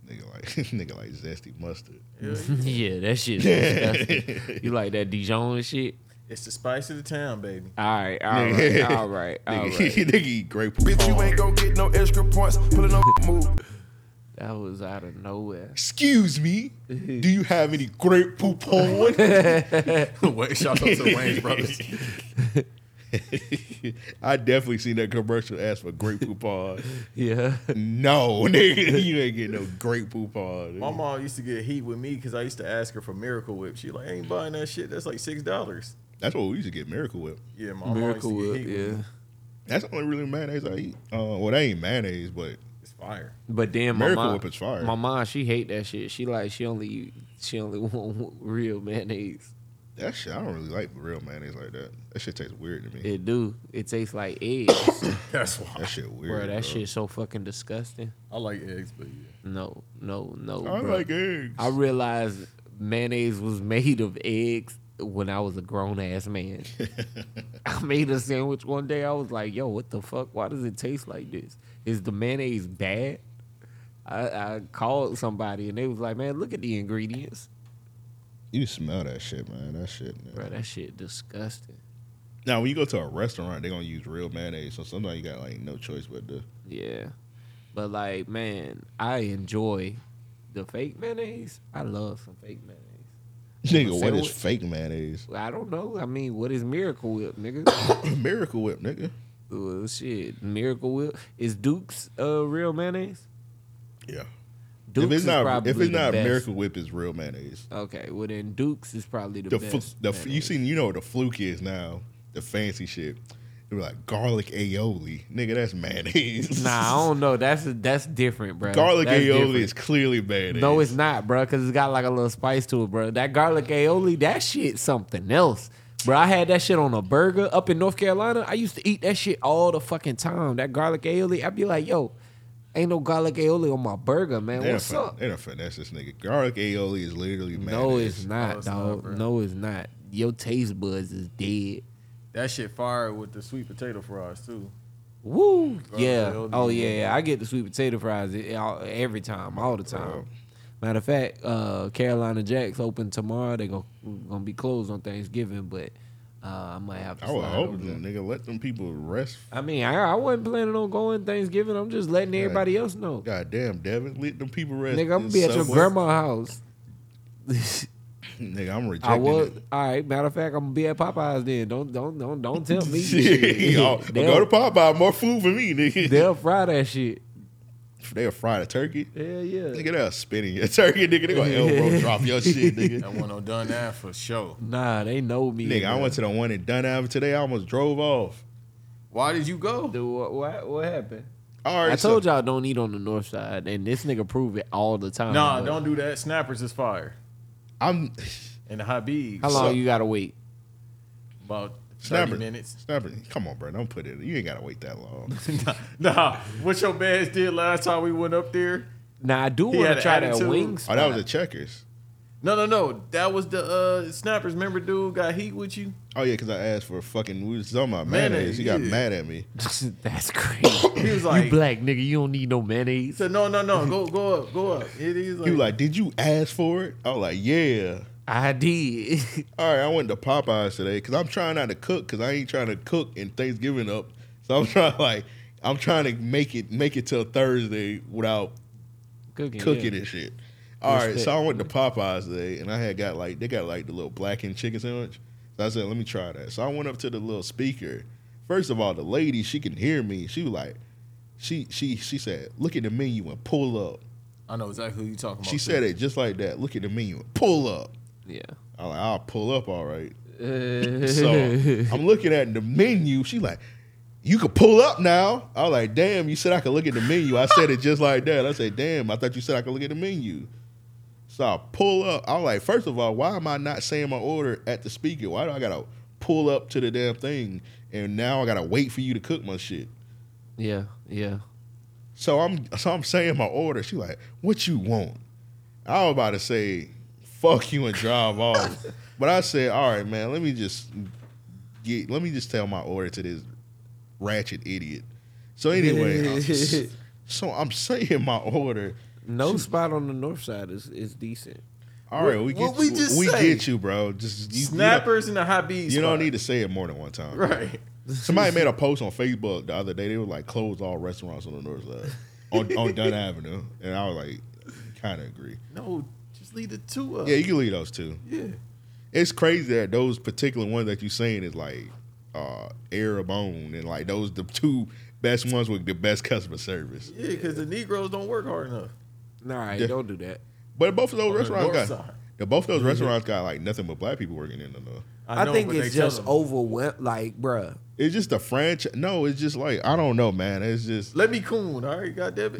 S3: Nigga like nigga like zesty mustard.
S10: yeah, that shit. disgusting. you like that Dijon shit?
S5: It's the spice of the town, baby.
S10: All right, all right, all right, all
S3: Nigga,
S10: right.
S3: nigga eat grape.
S11: Bitch, you ain't gon' get no extra points. Pullin' up move.
S4: That was out of nowhere.
S3: Excuse me. Do you have any grape poupon?
S1: Wait, shout out to the Wayne's brothers.
S3: I definitely seen that commercial ask for grape poupon.
S4: Yeah.
S3: no, nigga, you ain't getting no grape poupon.
S5: My mom used to get heat with me because I used to ask her for Miracle Whip. She like, I ain't buying that shit. That's like six dollars.
S3: That's what we used to get Miracle Whip.
S5: Yeah, my
S4: Miracle
S5: mom
S4: Whip,
S5: used to get heat with
S4: yeah.
S5: me.
S3: That's the only really mayonnaise I eat. Uh, well, that ain't mayonnaise, but
S5: It's fire.
S4: But then my
S3: Miracle
S4: mom,
S3: Whip is fire.
S4: My mom, she hate that shit. She like she only she only want real mayonnaise.
S3: that shit I don't really like real mayonnaise like that. That shit tastes weird to me.
S4: It do. It tastes like eggs.
S5: That's why.
S3: that shit weird.
S4: bro,
S3: bro.
S4: that shit so fucking disgusting.
S5: I like eggs, but yeah.
S4: No, no, no.
S3: I
S4: bruh.
S3: like eggs.
S4: I realized mayonnaise was made of eggs when I was a grown ass man. I made a sandwich one day. I was like, "Yo, what the fuck? Why does it taste like this? Is the mayonnaise bad?" I, I called somebody and they was like, "Man, look at the ingredients,
S3: you smell that shit, man. That shit.
S4: bro. That shit disgusting."
S3: Now, when you go to a restaurant, they're gonna use real mayonnaise, so sometimes you got like no choice but to.
S4: Yeah. But like, man, I enjoy the fake mayonnaise. I love some fake mayonnaise.
S3: Nigga, what is
S4: sandwich?
S3: fake mayonnaise?
S4: I don't know. I mean, what is Miracle Whip, nigga?
S3: Miracle Whip, nigga.
S4: Well, Uh, shit, Miracle Whip is Duke's uh, real mayonnaise.
S3: Yeah.
S4: Duke's
S3: if it's
S4: is
S3: not
S4: probably
S3: if it's
S4: the
S3: not
S4: best.
S3: Miracle Whip, it's real mayonnaise.
S4: Okay, well then Duke's is probably the,
S3: The, fl-
S4: best.
S3: the f- you
S4: mayonnaise.
S3: seen you know what the fluke is now. The fancy shit. They were like garlic aioli, nigga. That's mayonnaise.
S4: Nah, I don't know. That's that's different, bro.
S3: garlic
S4: that's
S3: aioli
S4: different.
S3: is clearly mayonnaise.
S4: No, it's not, bro, because it's got like a little spice to it, bro. That garlic aioli, that shit, something else, bro. I had that shit on a burger up in North Carolina. I used to eat that shit all the fucking time. That garlic aioli, I'd be like, yo, ain't no garlic aioli on my burger, man.
S3: They done
S4: What's
S3: fin-
S4: up?
S3: They done finesse this nigga. Garlic aioli is literally mayonnaise.
S4: No, it's not,
S5: it's not,
S4: dog.
S5: bro.
S4: no, it's not. Your taste buds is dead.
S5: That shit fire with the sweet potato fries too.
S4: Woo!
S5: Bro,
S4: Yeah.
S5: they'll
S4: Oh
S5: be-
S4: yeah, yeah. I get the sweet potato fries it- all- every time, all the time. Matter of fact, uh, Carolina Jack's open tomorrow. They gonna gonna be closed on Thanksgiving, but uh, I might have to.
S3: I would
S4: slide
S3: hope
S4: over
S3: them,
S4: there.
S3: nigga. Let them people rest.
S4: I mean, I, I wasn't planning on going Thanksgiving. I'm just letting everybody else know.
S3: God damn, Devin. Let them people rest.
S4: Nigga, I'm gonna
S3: in
S4: be at your
S3: Subway.
S4: grandma's house.
S3: Nigga, I'm rejecting
S4: I was
S3: it.
S4: all right. Matter of fact, I'm gonna be at Popeyes then. Don't don't don't don't tell me.
S3: Shit, y'all,
S4: Shit.
S3: go to
S4: they'll,
S3: Popeye. More food for me, nigga.
S4: they'll fry that shit.
S3: They'll fry the turkey.
S4: Yeah, yeah.
S3: Nigga, they'll spin in your turkey, nigga. They gonna elbow drop your shit,
S5: That
S3: nigga.
S5: one on done that for sure.
S4: Nah, they know me.
S3: nigga, I
S4: bro.
S3: went to the one in Dunavon today. I almost drove off.
S5: Why did you go?
S4: Dude, what, what what happened?
S3: All right,
S4: I told y'all don't eat on the north side, and this nigga prove it all the time.
S5: Nah,
S4: but
S5: don't do that. Snappers is fire.
S3: I'm
S5: And the Habibs
S4: How long
S3: So-
S4: you gotta wait?
S5: about thirty
S3: Snapper.
S5: minutes.
S3: Snapper, come on, bro. Don't put it. You ain't gotta wait that long.
S5: Nah, what your badge did last time we went up there?
S4: Now I do
S5: He
S4: want
S5: had
S4: to
S5: an
S4: try that
S5: attitude.
S4: wings.
S3: Oh, that was the checkers.
S5: No, no, no. That was the uh, snappers. Remember, dude got heat with you.
S3: Oh yeah, because I asked for fucking. We was talking about
S5: Mayonnaise,
S3: mayonnaise. He got
S5: yeah.
S3: mad at me.
S4: That's crazy.
S5: He was
S4: you
S5: like, he
S4: black nigga, you don't need no mayonnaise.
S5: said, no, no, no. Go, go up, go up. It is
S3: He
S5: like,
S3: was like, "Did you ask for it?" I was like, "Yeah."
S4: I did.
S3: All right, I went to Popeyes today because I'm trying not to cook because I ain't trying to cook and Thanksgiving up. So I'm trying like I'm trying to make it make it till Thursday without
S4: Cooking,
S3: cooking
S4: yeah.
S3: and shit. All right,
S4: Respect.
S3: so I went to Popeyes today, and I had got like they got like the little blackened chicken sandwich. So I said, let me try that. So I went up to the little speaker. First of all, the lady she can hear me. She was like, she she she said, look at the menu and pull up.
S5: I know exactly who you talking about.
S3: She said it just like that. Look at the menu and pull up.
S4: Yeah.
S3: I like, I'll pull up all right. so I'm looking at the menu. She like, you can pull up now. I was like, damn, you said I could look at the menu. I said it just like that. I said, damn, I thought you said I could look at the menu. So I pull up. I was like, first of all, why am I not saying my order at the speaker? Why do I gotta pull up to the damn thing, and now I gotta wait for you to cook my shit.
S12: Yeah, yeah.
S3: So I'm so I'm saying my order. She like, what you want? I was about to say, fuck you and drive off. But I said, all right, man, let me just get let me just tell my order to this ratchet idiot. So anyway, I'm s- so I'm saying my order.
S12: No spot on the north side is is decent.
S3: All right, we get
S13: what we
S3: you,
S13: just
S3: we
S13: say?
S3: get you, bro. Just you, you don't-
S5: Snappers and the hot bees.
S3: You don't
S5: spot.
S3: need to say it more than one time.
S5: Right.
S3: Somebody made a post on Facebook the other day. They were like, close all restaurants on the north side on, on Dunn Avenue. And I was like, kind of agree.
S5: No, just leave the two up.
S3: Yeah, you can leave those two.
S5: Yeah.
S3: It's crazy that those particular ones that you're saying is like uh, Air Bone and like those the two best ones with the best customer service.
S5: Yeah, because the Negroes don't work hard enough.
S8: Nah,
S3: Yeah.
S8: don't do that.
S3: But both of those restaurants
S5: north
S3: got
S5: side.
S3: yeah, both of those restaurants got like nothing but black people working in them. Though.
S8: I,
S5: know,
S8: think
S5: but
S8: it's
S5: they tell
S8: just
S5: them.
S8: overwhelmed. Like, bruh,
S3: It's just the franchise. No, it's just like I don't know, man. It's just
S5: Let me coon. All right, goddamn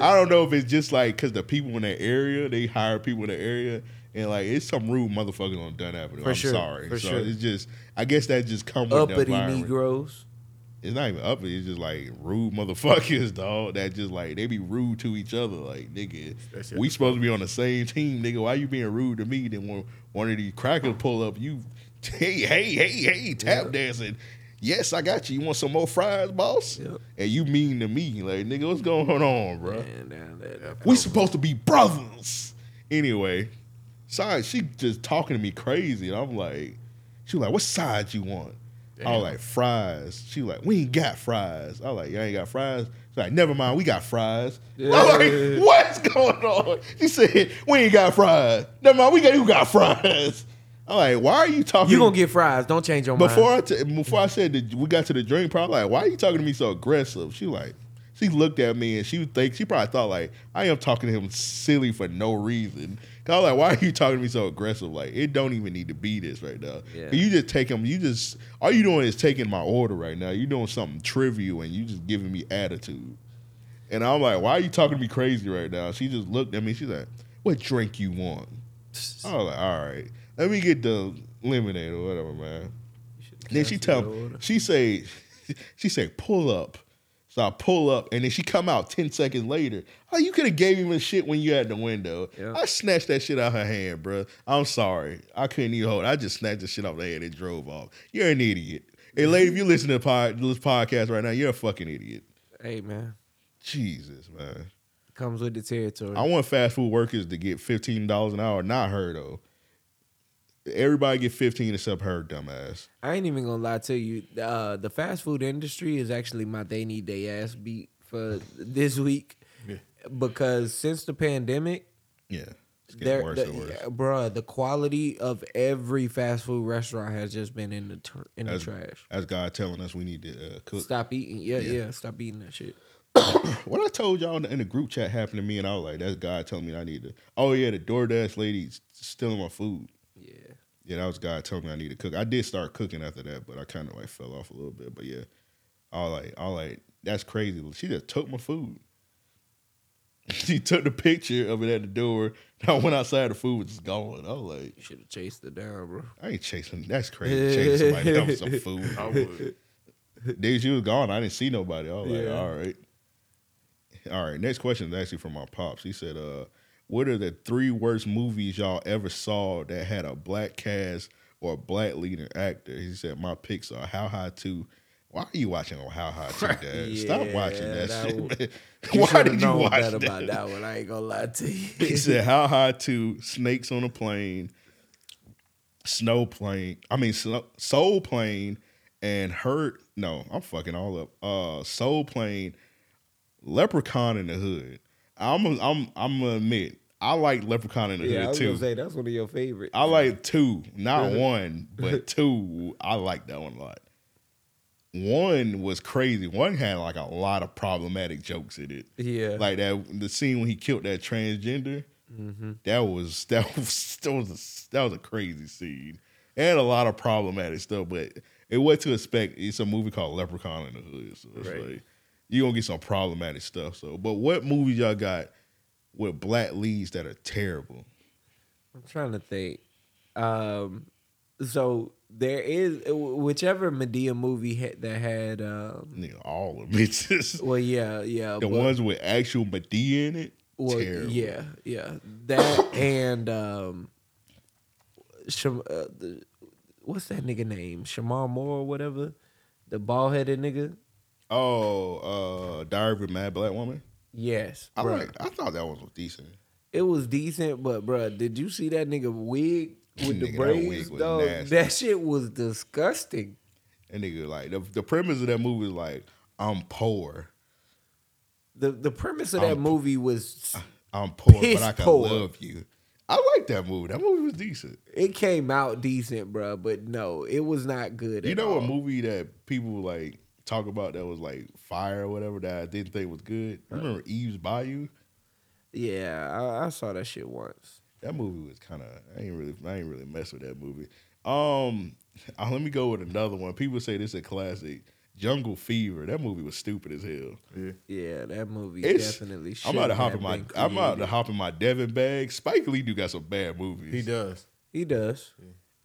S3: I don't know if it's just like because the people in that area, they hire people in the area, and like it's some rude motherfuckers on Dunn Avenue.
S8: For
S3: I'm
S8: sure,
S3: sorry.
S8: for
S3: so
S8: sure.
S3: it's just, I guess that just come with the
S8: uppity
S3: environment.
S8: Negroes.
S3: It's not even uppity. It's just like rude motherfuckers, dog. That just like they be rude to each other. Like nigga,
S5: That's it.
S3: we supposed to be on the same team, nigga. Why you being rude to me? Then when one of these crackers pull up, you hey hey hey hey tap dancing. Yes, I got you. You want some more fries, boss? And you mean to me, like nigga, what's going on, bro?
S12: And down there.
S3: We supposed to be brothers. Anyway, side she just talking to me crazy, and I'm like, she was like, what side you want? I was like, fries. She was like, we ain't got fries. I was like, y'all ain't got fries. She's like, never mind, we got fries. I'm like, what's going on? She said, we ain't got fries. Never mind, we got you got fries. I'm like, why are you talking?
S8: You gonna get fries? Don't change your
S3: Before
S8: mind.
S3: I t- before I said that we got to the drink part, I'm like, why are you talking to me so aggressive? She like, she looked at me and she would think she probably thought like I am talking to him silly for no reason. 'Cause I was like, why are you talking to me so aggressive? Like it don't even need to be this right now.
S12: Yeah.
S3: You just take him. You just all you doing is taking my order right now. You doing something trivial and you just giving me attitude. And I'm like, why are you talking to me crazy right now? She just looked at me. She's like, what drink you want? I was like, all right, let me get the lemonade or whatever, man. Then she tell she say she say pull up. So I pull up and then she come out ten seconds later. Oh, you could have gave him a shit when you had the window. I snatched that shit out her hand, bro. I'm sorry. I couldn't even hold. it. I just snatched the shit off the hand and drove off. You're an idiot. Hey, lady, if you listen to the pod, this podcast right now, you're a fucking idiot.
S8: hey man,
S3: Jesus, man.
S8: comes with the territory.
S3: I want fast food workers to get fifteen dollars an hour. Not her though. Everybody get fifteen except her dumbass.
S8: I ain't even gonna lie to you. Uh, the fast food industry is actually my they need they ass beat for this week because since the pandemic,
S3: Yeah, it's getting
S8: there,
S3: worse
S8: the,
S3: and worse.
S8: bruh, the quality of every fast food restaurant has just been in the tr- in
S3: That's-
S8: the trash.
S3: That's God telling us we need to uh, cook.
S8: Stop eating, yeah,
S3: Yeah.
S8: yeah, Stop eating that shit.
S3: What I told y'all in the, in the group chat happened to me, and I was like, "That's God telling me I need to." Oh yeah, the DoorDash lady's stealing my food.
S8: Yeah,
S3: Yeah, that was God telling me I need to cook. I did start cooking after that, but I kind of like fell off a little bit. But yeah, I was like, I was like, that's crazy. She just took my food. She took the picture of it at the door. And I went outside, the food was just gone. I was like,
S8: you should have chased it down, bro.
S3: I ain't chasing. That's crazy. Chasing somebody down for some food. I would. Dude, she was gone. I didn't see nobody. I was like, all right. All right. Next question is actually from my pops. He said, uh, what are the three worst movies y'all ever saw that had a black cast or a black leading actor? He said, my picks are How High 2. Why are you watching on How High 2, Dad? Stop
S8: Yeah,
S3: watching that,
S8: that
S3: shit.
S8: was-
S3: man.
S8: You
S3: Why
S8: shoulda
S3: did you
S8: known
S3: watch
S8: better
S3: that?
S8: about that one? I ain't gonna lie to you.
S3: He said, "How high to snakes on a plane, snow plane? I mean, snow, soul plane and hurt? No, I'm fucking all up. Uh, soul plane, leprechaun in the hood. I'm a, I'm I'm gonna admit I like leprechaun in the
S8: yeah, I
S3: hood
S8: was gonna
S3: too.
S8: say that's one of your favorites.
S3: I like two, not one, but two. I like that one a lot. One was crazy. One had like a lot of problematic jokes in it
S8: yeah,
S3: like that the scene when he killed that transgender
S4: Mm-hmm.
S3: that was that was that was a, that was a crazy scene and a lot of problematic stuff but it what to expect it's a movie called leprechaun in the hood so it's like you gonna get some problematic stuff so but what movies y'all got with black leads that are terrible
S8: I'm trying to think. Um, so
S4: there is whichever Medea movie hit that had. Um,
S3: Nigga, all of them. It's just
S4: well, yeah, yeah.
S3: the
S4: but-
S3: ones with actual Medea in it.
S4: Well,
S3: terrible.
S4: yeah, yeah. That and um, Sham- uh, the, what's that nigga name? Shamar Moore, or whatever. The bald headed nigga.
S3: Oh, uh, Diary of a Mad Black Woman.
S4: Yes,
S3: I
S4: bruh.
S3: like. I thought that one was decent.
S4: It was decent, but bruh, did you see that nigga wig
S3: Nigga,
S4: with the
S3: that wig
S4: braids?
S3: was
S4: Though
S3: nasty.
S4: that shit was disgusting.
S3: And nigga, like the, the premise of that movie is like, I'm poor,
S4: The the premise of that
S3: I'm- Ah.
S4: movie was
S3: I'm poor,
S4: Piss
S3: but I can
S4: poor.
S3: love you. I like that movie. That movie was decent.
S4: it came out decent, bruh, but no, it was not good.
S3: You
S4: at
S3: know
S4: all.
S3: a movie that people like talk about that was like fire or whatever that I didn't think was good. You remember Eve's Bayou?
S4: Yeah, I, I saw that shit once.
S3: That movie was kind of I ain't really I ain't really mess with that movie. Um, uh, let me go with another one. People say this is a classic. Jungle Fever. That movie was stupid as hell.
S4: Yeah, that movie
S3: It's-
S4: definitely.
S3: I'm about to
S4: shouldn't
S3: hop
S4: have
S3: in my
S4: been
S3: I'm about
S4: created.
S3: to hop in my Devin bag. Spike Lee do got some bad movies.
S5: He does.
S4: He does.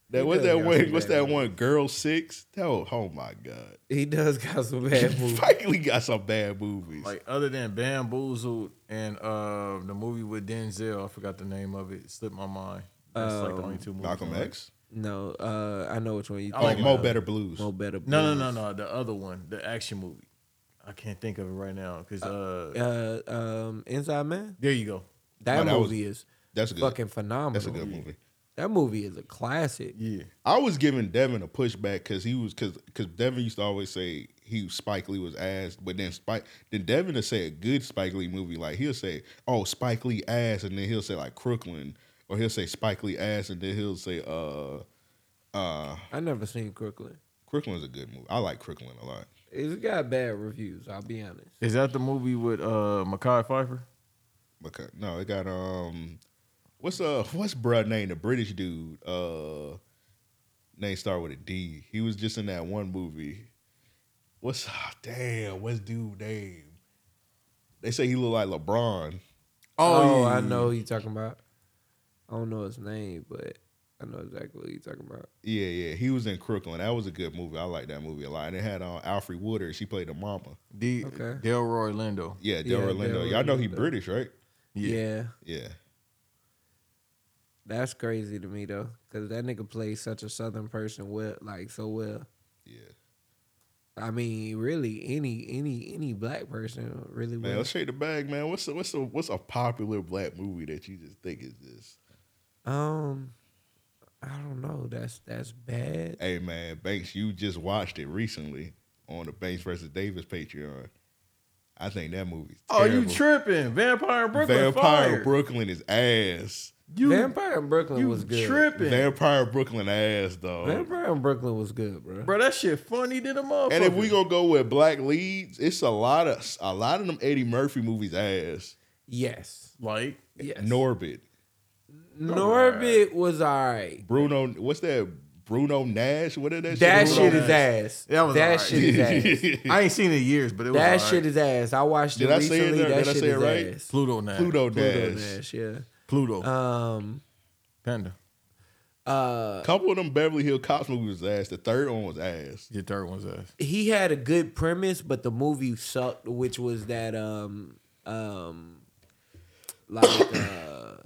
S3: That
S4: He
S3: what's
S4: does
S3: that
S4: got
S3: one?
S4: some
S3: What's
S4: bad
S3: that one? Girl Six. That was, oh my god.
S4: He does got some bad movies.
S3: Spike Lee got some bad movies.
S5: Like other than Bamboozled and uh the movie with Denzel, I forgot the name of it. it slipped my mind. That's like the only two movies.
S3: Malcolm
S5: I like.
S3: X.
S4: No, uh, I know which one you.
S5: I
S3: Oh,
S5: like
S4: thinking
S3: Mo
S5: that.
S4: of.
S3: Better Blues.
S4: Mo better.
S5: No, no,
S4: Blues.
S5: no, no. The other one, the action movie. I can't think of it right now because uh,
S4: Uh, um, Inside Man.
S5: there you go.
S4: That,
S3: No, that was-
S4: movie is
S3: That's a good.
S4: fucking phenomenal.
S3: that's a good movie.
S4: That movie is a classic.
S5: Yeah,
S3: I was giving Devin a pushback because he was because because Devin used to always say he Spike Lee was ass, but then Spike then Devin will say a good Spike Lee movie like he'll say oh Spike Lee ass, and then he'll say like Crooklyn, or he'll say Spike Lee ass, and then he'll say uh uh
S4: I never seen Crooklyn.
S3: Crooklyn's a good movie. I like Crooklyn a lot.
S4: It's got bad reviews. I'll be honest.
S5: is that the movie with uh Mackay Pfeiffer?
S3: Because no, it got um, what's uh, what's bruh name the British dude uh, name start with a D. He was just in that one movie. What's ah, damn? What's dude name? They say he look like LeBron.
S4: Oh, I know who you talking about. I don't know his name, but I know exactly what you talking about.
S3: Yeah, yeah. He was in Crooklyn. That was a good movie. I like that movie a lot. And it had uh, Alfred Woodard. She played the mama.
S5: D-
S4: Okay.
S5: Delroy Lindo.
S3: Yeah,
S4: Yeah,
S3: Del Orlando.
S4: Del
S3: Y'all know he
S4: Orlando.
S3: British, right?
S5: Yeah.
S4: yeah.
S3: Yeah.
S4: That's crazy to me though, because that nigga plays such a southern person well, like so well.
S3: Yeah.
S4: I mean, really, any any any black person really
S3: Man,
S4: well.
S3: let's shake the bag, man. What's a, what's a, what's a popular black movie that you just think is this?
S4: Um, I don't know. That's that's bad.
S3: Hey man, Banks, you just watched it recently on the Banks versus Davis Patreon. I think that movie's
S5: Oh,
S3: terrible.
S5: you tripping? Vampire in Brooklyn.
S3: Vampire
S5: fire.
S3: Brooklyn is ass.
S5: You,
S4: Vampire in Brooklyn
S5: you
S4: was good.
S5: tripping,
S3: Vampire Brooklyn ass though.
S4: Vampire in Brooklyn was good, bro.
S5: bro? That shit funny than a motherfucker.
S3: And if we gonna go with black leads, it's a lot of a lot of them Eddie Murphy movies ass.
S4: Yes,
S5: like,
S4: yes.
S3: Norbit,
S4: Norbit was all right.
S3: Bruno, what's that? Bruno Nash, what is that?
S4: That
S3: shit?
S4: shit
S3: Bruno
S4: is ass.
S5: That was
S4: that
S5: alright.
S4: shit is ass.
S5: I ain't seen it in years, but it was
S4: That
S5: all
S4: shit
S5: right.
S4: is ass. I watched
S3: Did
S4: it
S3: I say it
S4: recently.
S3: there?
S4: that
S3: Did I
S4: shit
S3: say it
S4: is
S3: right?
S4: ass.
S5: Pluto now.
S3: Pluto,
S4: Pluto
S3: Nash.
S4: Nash, yeah.
S5: Pluto.
S4: Um,
S5: Panda.
S3: A couple of them Beverly Hill Cops movies was ass. The third one was ass.
S5: Your third one's ass.
S4: he had a good premise, but the movie sucked, which was that um um like uh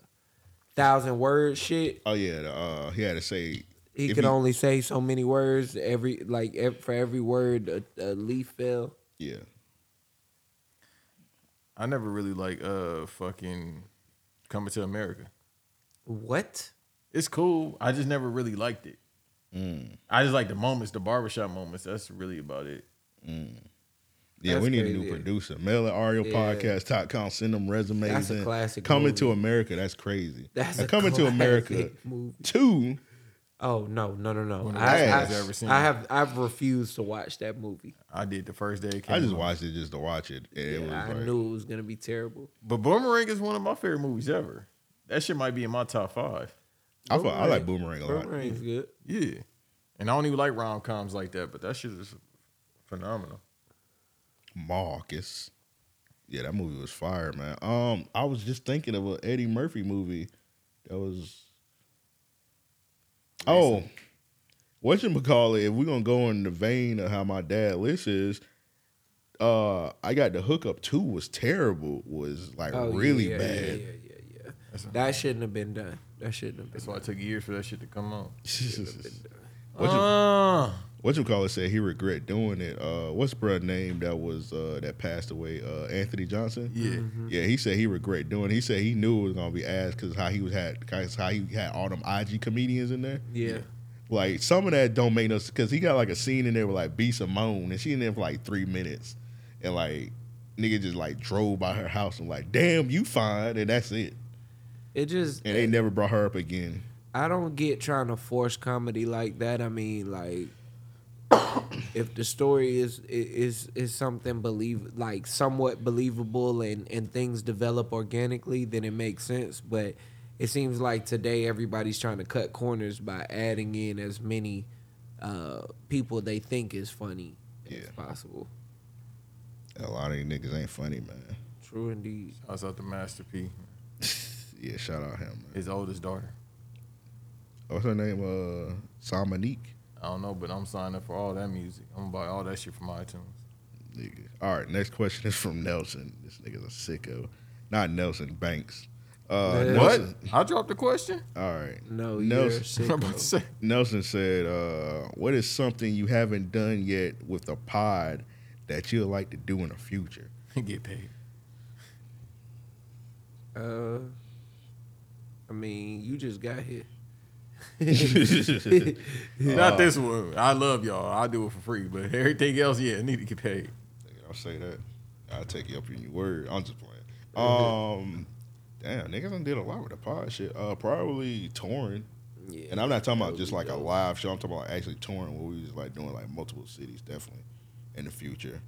S4: thousand word shit.
S3: Oh yeah, the, uh, he had to say
S4: He
S3: if
S4: could only say so many words. Every like ev- for every word, a, a leaf fell.
S3: yeah.
S5: I never really like uh fucking coming to America.
S4: What?
S5: It's cool. I just never really liked it.
S3: Mm.
S5: I just like the moments, the barbershop moments. That's really about it.
S3: Yeah,
S4: That's
S3: we need a new
S4: crazy.
S3: producer. Mail at ariopodcast.com. Send them resumes.
S4: That's a
S3: in.
S4: classic
S3: Coming
S4: movie.
S3: to America. That's crazy.
S4: That's
S3: And
S4: a
S3: coming to
S4: classic
S3: America.
S4: movie.
S3: Two.
S4: Oh no no no no!
S5: One of the
S3: worst
S4: I, I,
S5: movies I've ever seen.
S4: I have I've refused to watch that movie.
S5: I did the first day. It came
S3: I just
S5: out.
S3: watched it just to watch it. And it was
S4: I
S3: like,
S4: knew it was gonna be terrible.
S5: But Boomerang is one of my favorite movies ever. That shit might be in my top five.
S3: I, fuck- I like Boomerang a lot.
S4: Boomerang's good.
S5: Yeah, and I don't even like rom coms like that. But that shit is phenomenal.
S3: Marcus. Yeah, that movie was fire, man. Um, I was just thinking of an Eddie Murphy movie that was. Oh, what you call it? If we're gonna go in the vein of how my dad list is, uh, I got the hookup two was terrible. Was like
S4: Oh, yeah,
S3: really
S4: yeah,
S3: bad.
S4: Yeah, yeah, yeah, yeah. That shouldn't have been done. That shouldn't have been.
S5: That's why it took years for that shit to come out.
S3: What you-
S5: Uh,
S3: what you call it said he regret doing it. Uh, what's bruh name that was uh, that passed away? Uh, Anthony Johnson. Yeah, yeah. He said he regret doing. it. He said he knew it was gonna be ass because how he was had 'cause how he had all them IG comedians in there.
S4: Yeah.
S3: Like some of that don't make no because he got like a scene in there with like B Simone and she in there for like three minutes and like nigga just like drove by her house and like damn you fine and that's it
S4: It just
S3: and they never brought her up again.
S4: I don't get trying to force comedy like that. I mean, like if the story is i- is is something believe like somewhat believable and and things develop organically, then it makes sense. But it seems like today everybody's trying to cut corners by adding in as many uh, people they think is funny as
S3: Yeah.
S4: possible.
S3: A lot of these niggas ain't funny man.
S4: True indeed.
S5: I was out to Master P,
S3: Yeah, shout out him. Man.
S5: his oldest daughter.
S3: What's her name? Uh, Samanique.
S5: I don't know, but I'm signing up for all that music. I'm gonna buy all that shit from iTunes.
S3: Nigga. All right, next question is from Nelson. This nigga's a sicko. Not Nelson Banks. Uh, Nelson-
S5: I dropped the question.
S3: All right.
S4: No, you're
S3: Nelson,
S4: sick.
S5: I'm about to say.
S3: Nelson said, uh, "What is something you haven't done yet with the pod that you'd like to do in the future?"
S5: Get paid.
S4: Uh, I mean, you just got here.
S5: Not this one. I love y'all. I do it for free, but everything else, yeah, I need to get paid.
S3: Nigga, I'll say that. I'll take you up in your word. I'm just playing. Um, damn, niggas done did a lot with the pod shit. Uh, probably touring.
S4: Yeah.
S3: And I'm not talking about just like a live show. I'm talking about actually touring where we was like doing like multiple cities, definitely in the future.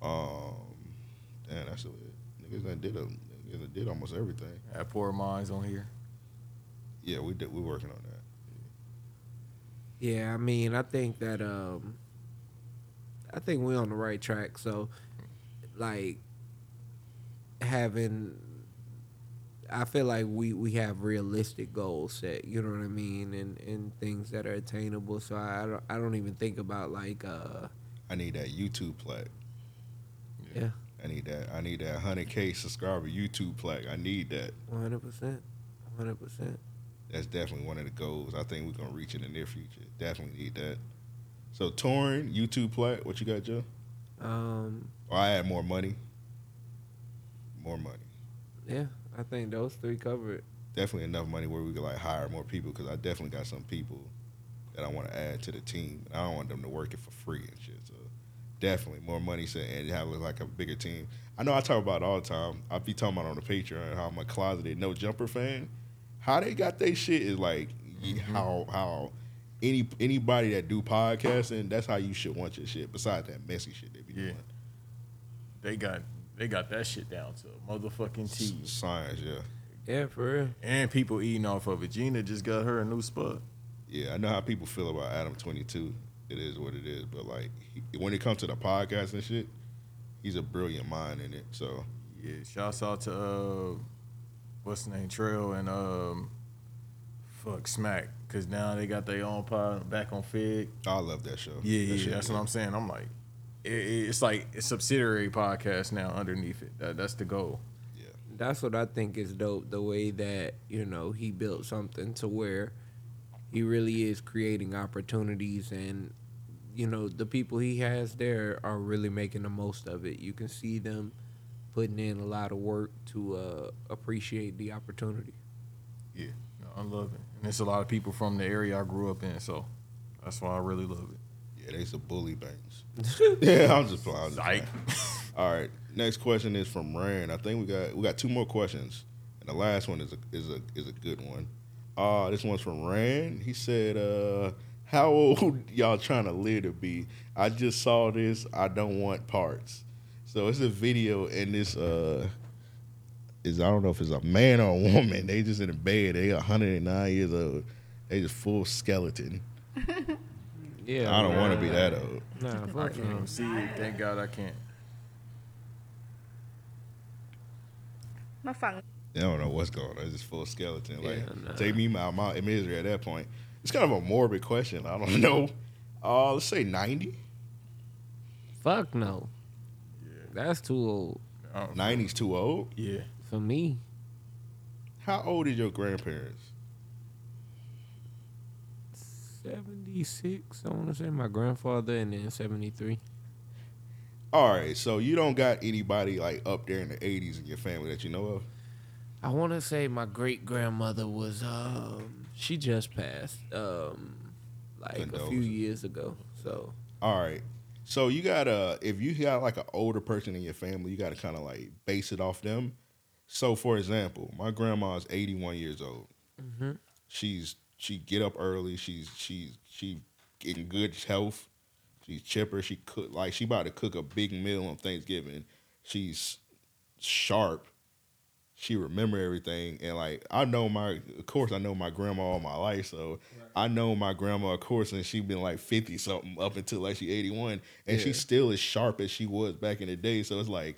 S3: Um, damn, that's what niggas done did. A, niggas done did almost everything.
S5: I pour mines on here.
S3: Yeah, we did. We working on that.
S4: Yeah, I mean, I think that um I think we're on the right track. So like having I feel like we we have realistic goals set, you know what I mean, and and things that are attainable. So I, I don't I don't even think about like uh
S3: I need that YouTube plaque.
S4: yeah,
S3: I need that. I need that 100k subscriber YouTube plaque. I need that.
S4: 100%. 100%.
S3: That's definitely one of the goals. I think we're gonna reach in the near future. Definitely need that. So touring, YouTube plaque. What you got, Joe?
S4: Um
S3: Or I add more money. More money.
S4: yeah, I think those three cover it.
S3: definitely enough money where we could like hire more people because I definitely got some people that I want to add to the team. And I don't want them to work it for free and shit. So definitely more money so, and have like a bigger team. I know I talk about it all the time. I be talking about it on the Patreon how I'm a closeted no jumper fan. How they got their shit is like ye- how how any anybody that do podcasting that's how you should want your shit. Besides that messy shit they be
S5: Yeah.
S3: doing.
S5: They got they got that shit down to a motherfucking T.
S3: Science, yeah.
S4: Yeah, for real.
S5: And people eating off of it. Gina just got her a new spot.
S3: Yeah, I know how people feel about Adam Twenty Two. It is what it is, but like he, when it comes to the podcast and shit, he's a brilliant mind in it. So
S5: Yeah, shouts out to uh, what's his name, Trail and um, fuck Smack, cause now they got their own pod back on Fig.
S3: I love that show.
S5: Yeah,
S3: that
S5: yeah,
S3: shit
S5: that's
S3: is-
S5: what I'm saying. I'm like, it, it- it's like a subsidiary podcast now underneath it. That, that's the goal.
S4: that's what I think is dope. The way that you know he built something to where he really is creating opportunities, and you know the people he has there are really making the most of it. You can see them putting in a lot of work to uh, appreciate the opportunity.
S5: Yeah, no, I love it, and it's a lot of people from the area I grew up in, so that's why I really love it.
S3: Yeah, they's a bully banks. yeah, I'm just playing. I'm just
S5: Like,
S3: playing. All right, next question is from Rand. I think we got we got two more questions, and the last one is a is a is a good one. Uh this one's from Rand. He said, uh, "How old y'all trying to live to be?" I just saw this. I don't want parts. So it's a video, and this uh is I don't know if it's a man or a woman. They just in a bed. They 109 years old. They just full skeleton.
S14: Yeah,
S3: I don't want to be that old.
S14: Nah,
S5: I
S14: fuck
S5: can't even see it. Thank God I can't.
S15: My phone.
S3: I don't know what's going on. It's just full skeleton. Like, take me out my misery at that point. It's kind of a morbid question. I don't know. Uh, let's say 90.
S4: Fuck no. That's too old
S3: 90's too old.
S5: Yeah.
S4: for me.
S3: How old is your grandparents?
S4: 76, I want to say my grandfather, and then 73.
S3: All right, so you don't got anybody like up there in the 80s in your family that you know of?
S4: I want to say my great grandmother was, um, she just passed, um, like a few
S3: Condolences.
S4: years ago. So
S3: All right. So you gotta if you got like an older person in your family, you gotta kind of like base it off them. So for example, my grandma's eighty one years old. She's she get up early. She's she's she in good health. She's chipper. She cook like she about to cook a big meal on Thanksgiving. She's sharp. She remember everything and like I know my of course I know my grandma all my life so I know my grandma of course and she been like fifty something up until like she eighty one and she still as sharp as she was back in the day so it's like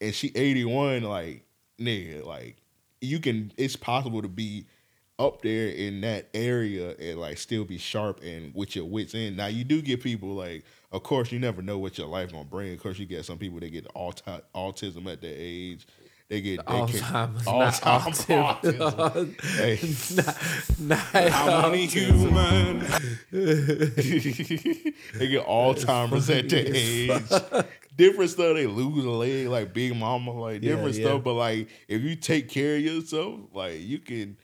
S3: and she eighty one like nigga like you can it's possible to be up there in that area and like still be sharp and with your wits in. Now you do get people like, of course, you never know what your life gonna bring. Of course, you get some people that get auti- autism at their age. They get they can-
S4: Alzheimer's, not
S3: Alzheimer's, autism. Hey. I'm only human. they get Alzheimer's at their age. Different stuff. They lose a leg, like Big Mama, like different stuff. But like, if you take care of yourself, like you can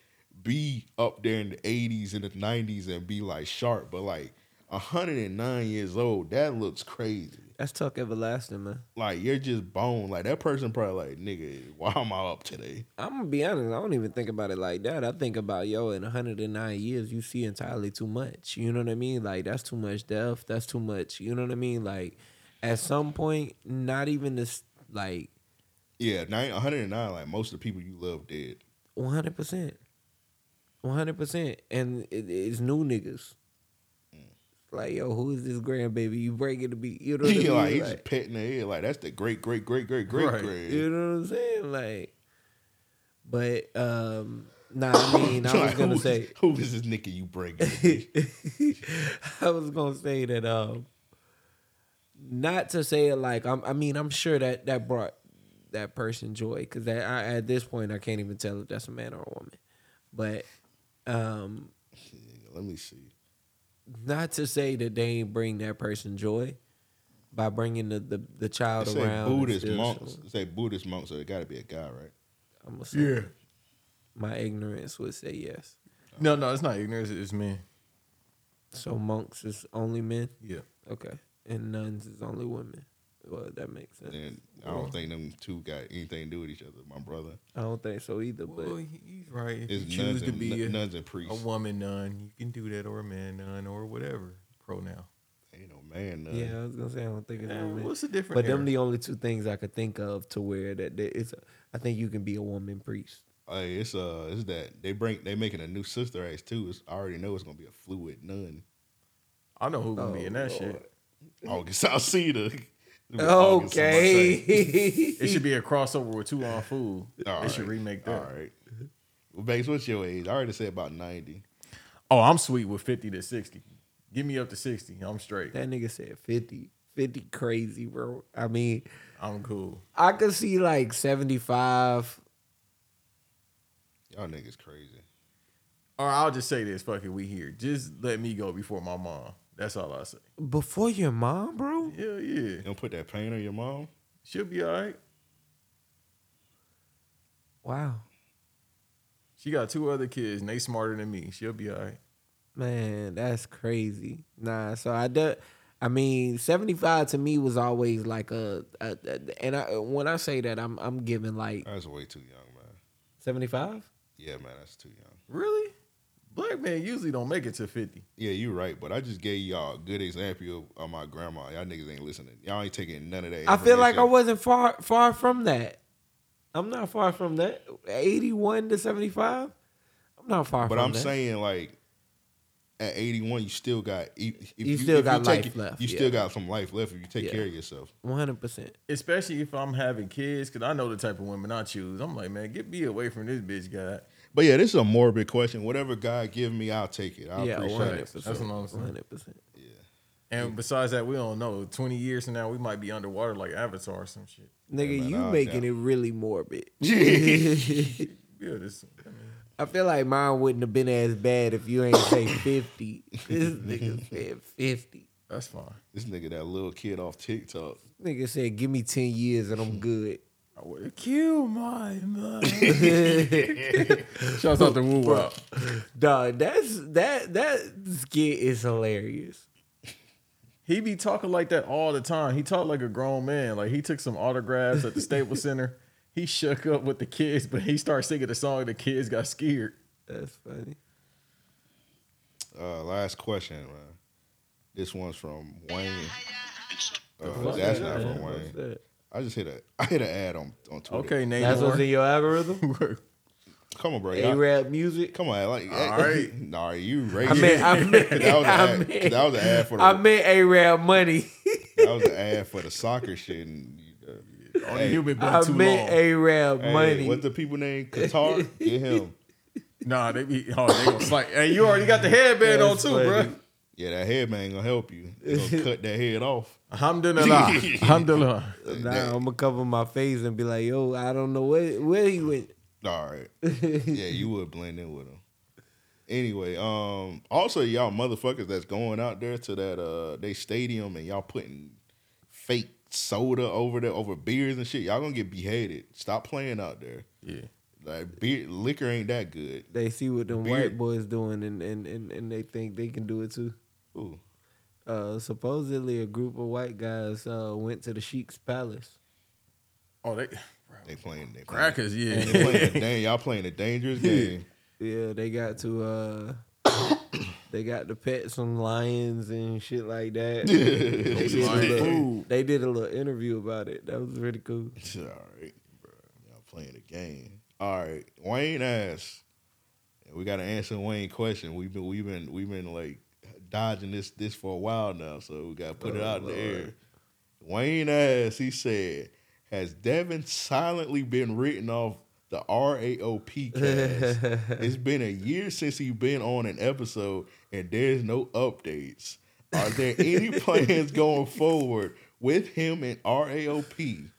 S3: be up there in the 80s and the 90s and be like sharp. But like 109 years old, that looks crazy.
S4: that's Tuck Everlasting, man.
S3: Like you're just bone. Like that person probably like, nigga, why am I up today?
S4: I'm gonna be honest. I don't even think about it like that. I think about yo in 109 years, you see entirely too much. You know what I mean? Like that's too much death. That's too much. You know what I mean? Like at some point, not even this. Like
S3: Yeah, nine, 109. Like most of the people you love dead.
S4: One hundred percent. One hundred percent. And it, it's new niggas.
S3: Mm.
S4: Like yo, who is this grandbaby? You breaking to be you know what I
S3: Yeah,
S4: mean?
S3: like he's
S4: Like,
S3: just petting the head. Like that's the great, great, great, great, great, great.
S4: you know what I'm saying? Like, but um, nah. I mean, I was
S3: Like,
S4: gonna
S3: who
S4: say,
S3: is- who is this nigga you breaking?
S4: I was gonna say that um, not to say it like I'm. I mean, I'm sure that that brought that person joy because that I, at this point I can't even tell if that's a man or a woman. But um,
S3: Let me see.
S4: not to say that they ain't bring that person joy by bringing the the, the
S3: They
S4: child
S3: say
S4: around.
S3: Buddhist monks. They say Buddhist monks, so it got to be a guy, right?
S4: I'm gonna say
S16: Yeah.
S4: my ignorance would say yes.
S5: No, no, it's not ignorance. It's men.
S4: So monks is only men.
S5: Yeah.
S4: Okay, and nuns is only women. Well, that makes sense.
S3: And I don't think them two got anything to do with each other. My brother
S4: I don't think so either. But
S5: Well, he- he's right. If
S3: is
S5: you
S3: nuns
S5: choose to
S3: and,
S5: be a,
S3: nuns and
S5: a
S3: priests.
S5: woman nun, you can do that, or a man nun, or whatever pronoun.
S3: Ain't no man. Nun.
S4: yeah, I was gonna say I don't think it's
S5: Eh,
S4: women.
S5: What's the difference?
S4: But them the only two things I could think of to where that that it's. I think you can be a woman priest.
S3: Hey, it's uh, it's that they bring they making a new sister ass too. It's, I already know it's gonna be a fluid nun.
S5: I know who gonna be in that shit.
S3: August Alcida. August, I'm about to say.
S4: Okay.
S5: It should be a crossover with Two on Fool. They
S3: All
S5: should
S3: right.
S5: remake
S3: All
S5: that.
S3: right. Well, Banks, what's your age? I already said about 90.
S5: Oh, I'm sweet with fifty to sixty. Give me up to sixty. I'm straight.
S4: That nigga said 50. 50 crazy, bro. I mean,
S5: I'm cool.
S4: I could see like 75.
S3: Y'all niggas crazy.
S5: Or I'll just say this. Fuck it, we here. Just let me go before my mom. That's all I say.
S4: Before your mom, bro?
S5: Yeah, yeah.
S3: You don't put that pain on your mom?
S5: She'll be all right.
S4: Wow.
S5: She got two other kids, and they smarter than me. She'll be all right.
S4: Man, that's crazy. Nah, so I do. I mean, seventy five to me was always like a, a, a- and I when I say that I'm I'm giving like
S3: That's way too young, man.
S4: seventy five.
S3: Yeah, man, that's too young.
S5: Really? Black men usually don't make it to 50.
S3: Yeah, you're right, but I just gave y'all a good example of, of my grandma. Y'all niggas ain't listening. Y'all ain't taking none of that.
S4: I feel like I
S3: information.
S4: wasn't far far from that. I'm not far from that. Eighty one to seventy five. I'm not far.
S3: But
S4: from
S3: I'm
S4: that.
S3: saying, like, at 81, you still got. If, if
S4: You still
S3: if
S4: got
S3: take
S4: life
S3: it-
S4: left,
S3: You
S4: yeah.
S3: still got some life left if you take
S4: Yeah.
S3: care of yourself.
S4: one hundred percent.
S5: Especially if I'm having kids, because I know the type of women I choose. I'm like, man, get me away from this bitch, guy.
S3: But yeah, this is a morbid question. Whatever God give me, I'll take it. I
S17: Yeah,
S3: appreciate it.
S17: 100%.
S5: That's what I'm saying.
S17: 100%.
S5: And besides that, we don't know. Twenty years from now, we might be underwater like Avatar or some shit.
S4: Nigga, you
S3: I'll
S4: making
S3: go.
S4: it really morbid.
S5: Yeah, this.
S4: I feel like mine wouldn't have been as bad if you ain't say 50. This nigga said 50.
S5: That's fine.
S3: This nigga, that little kid off TikTok.
S4: Nigga said, give me 10 years and I'm good.
S5: I would kill my mind. Shouts out to Woo Wop.
S4: Dog, that's that that skit is hilarious.
S5: He be talking like that all the time. He talked like a grown man. Like he took some autographs at the Staples Center. He shook up with the kids, but he started singing the song. The kids got scared.
S4: That's funny.
S3: Uh, last question, man. This one's from Wayne. Uh, that's not from Wayne. I just hit a I hit an ad on on Twitter.
S5: Okay, Nate.
S4: That's what's in your algorithm?
S3: come on, bro.
S4: A
S3: y'all-
S4: rap music.
S3: Come on, like all
S5: right.
S3: nah, you racist.
S4: I meant I meant
S3: that was, an
S4: I
S3: ad,
S4: meant-
S3: that was an ad for the
S4: I meant A rap money.
S3: that was an ad for the soccer shit. And, uh, hey,
S5: You've been
S4: I
S5: born too long.
S4: meant A rap
S3: hey,
S4: money.
S3: What's the people name? Qatar. Get him.
S5: Nah, they be oh they gonna like hey you already got the headband on too, bro.
S3: Yeah, that headband ain't gonna help you. It's gonna cut that head off.
S5: Alhamdulillah, alhamdulillah.
S4: Nah, I'm gonna cover my face and be like, yo, I don't know where where he went.
S3: All right. yeah, you would blend in with them. Anyway, um, also y'all motherfuckers that's going out there to that uh they stadium and y'all putting fake soda over there over beers and shit, y'all gonna get beheaded. Stop playing out there.
S5: Yeah.
S3: Like beer liquor ain't that good.
S4: They see what them
S3: Weird.
S4: white boys doing and, and, and, and they think they can do it too.
S3: Ooh.
S4: Uh, supposedly a group of white guys uh, went to the Sheik's palace.
S5: Oh they
S3: They playing they playing,
S5: crackers,
S3: they
S5: yeah.
S3: playing a dang, y'all playing a dangerous game.
S4: Yeah, they got to uh, they got to pet some lions and shit like that. they, did a little, they did a little interview about it. That was really cool.
S3: All right, bro. Y'all playing a game. All right, Wayne asked. and We got to answer Wayne question. We've been we've been we've been like dodging this this for a while now, so we got to put it out in the air. Wayne asked. He said, "Has Devin silently been written off?" The RAOP cast. it's been a year since he's been on an episode, and there's no updates. Are there any plans going forward with him and RAOP?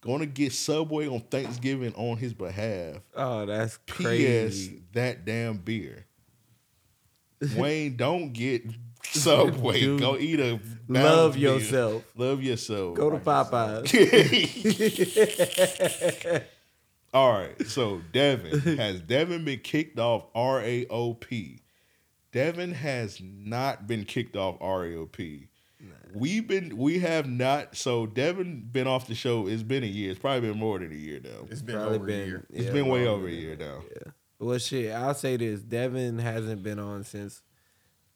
S3: going to get Subway on Thanksgiving on his behalf.
S4: Oh, that's
S3: P.S.
S4: crazy.
S3: That damn beer. Wayne, don't get Subway.
S4: Dude,
S3: Go eat a
S4: Love
S3: balanced beer.
S4: yourself.
S3: Love yourself.
S4: Go to Popeyes.
S3: All right. So Devin has Devin been kicked off RAOP. Devin has not been kicked off RAOP. We've been we have not so Devin been off the show. It's been a year. It's probably been more than a year now.
S5: It's been
S4: Probably
S5: over a
S4: been,
S5: year.
S3: It's
S4: yeah,
S3: been way
S4: probably
S3: over a
S4: been.
S3: year now.
S4: Well, shit, I'll say this: Devin hasn't been on since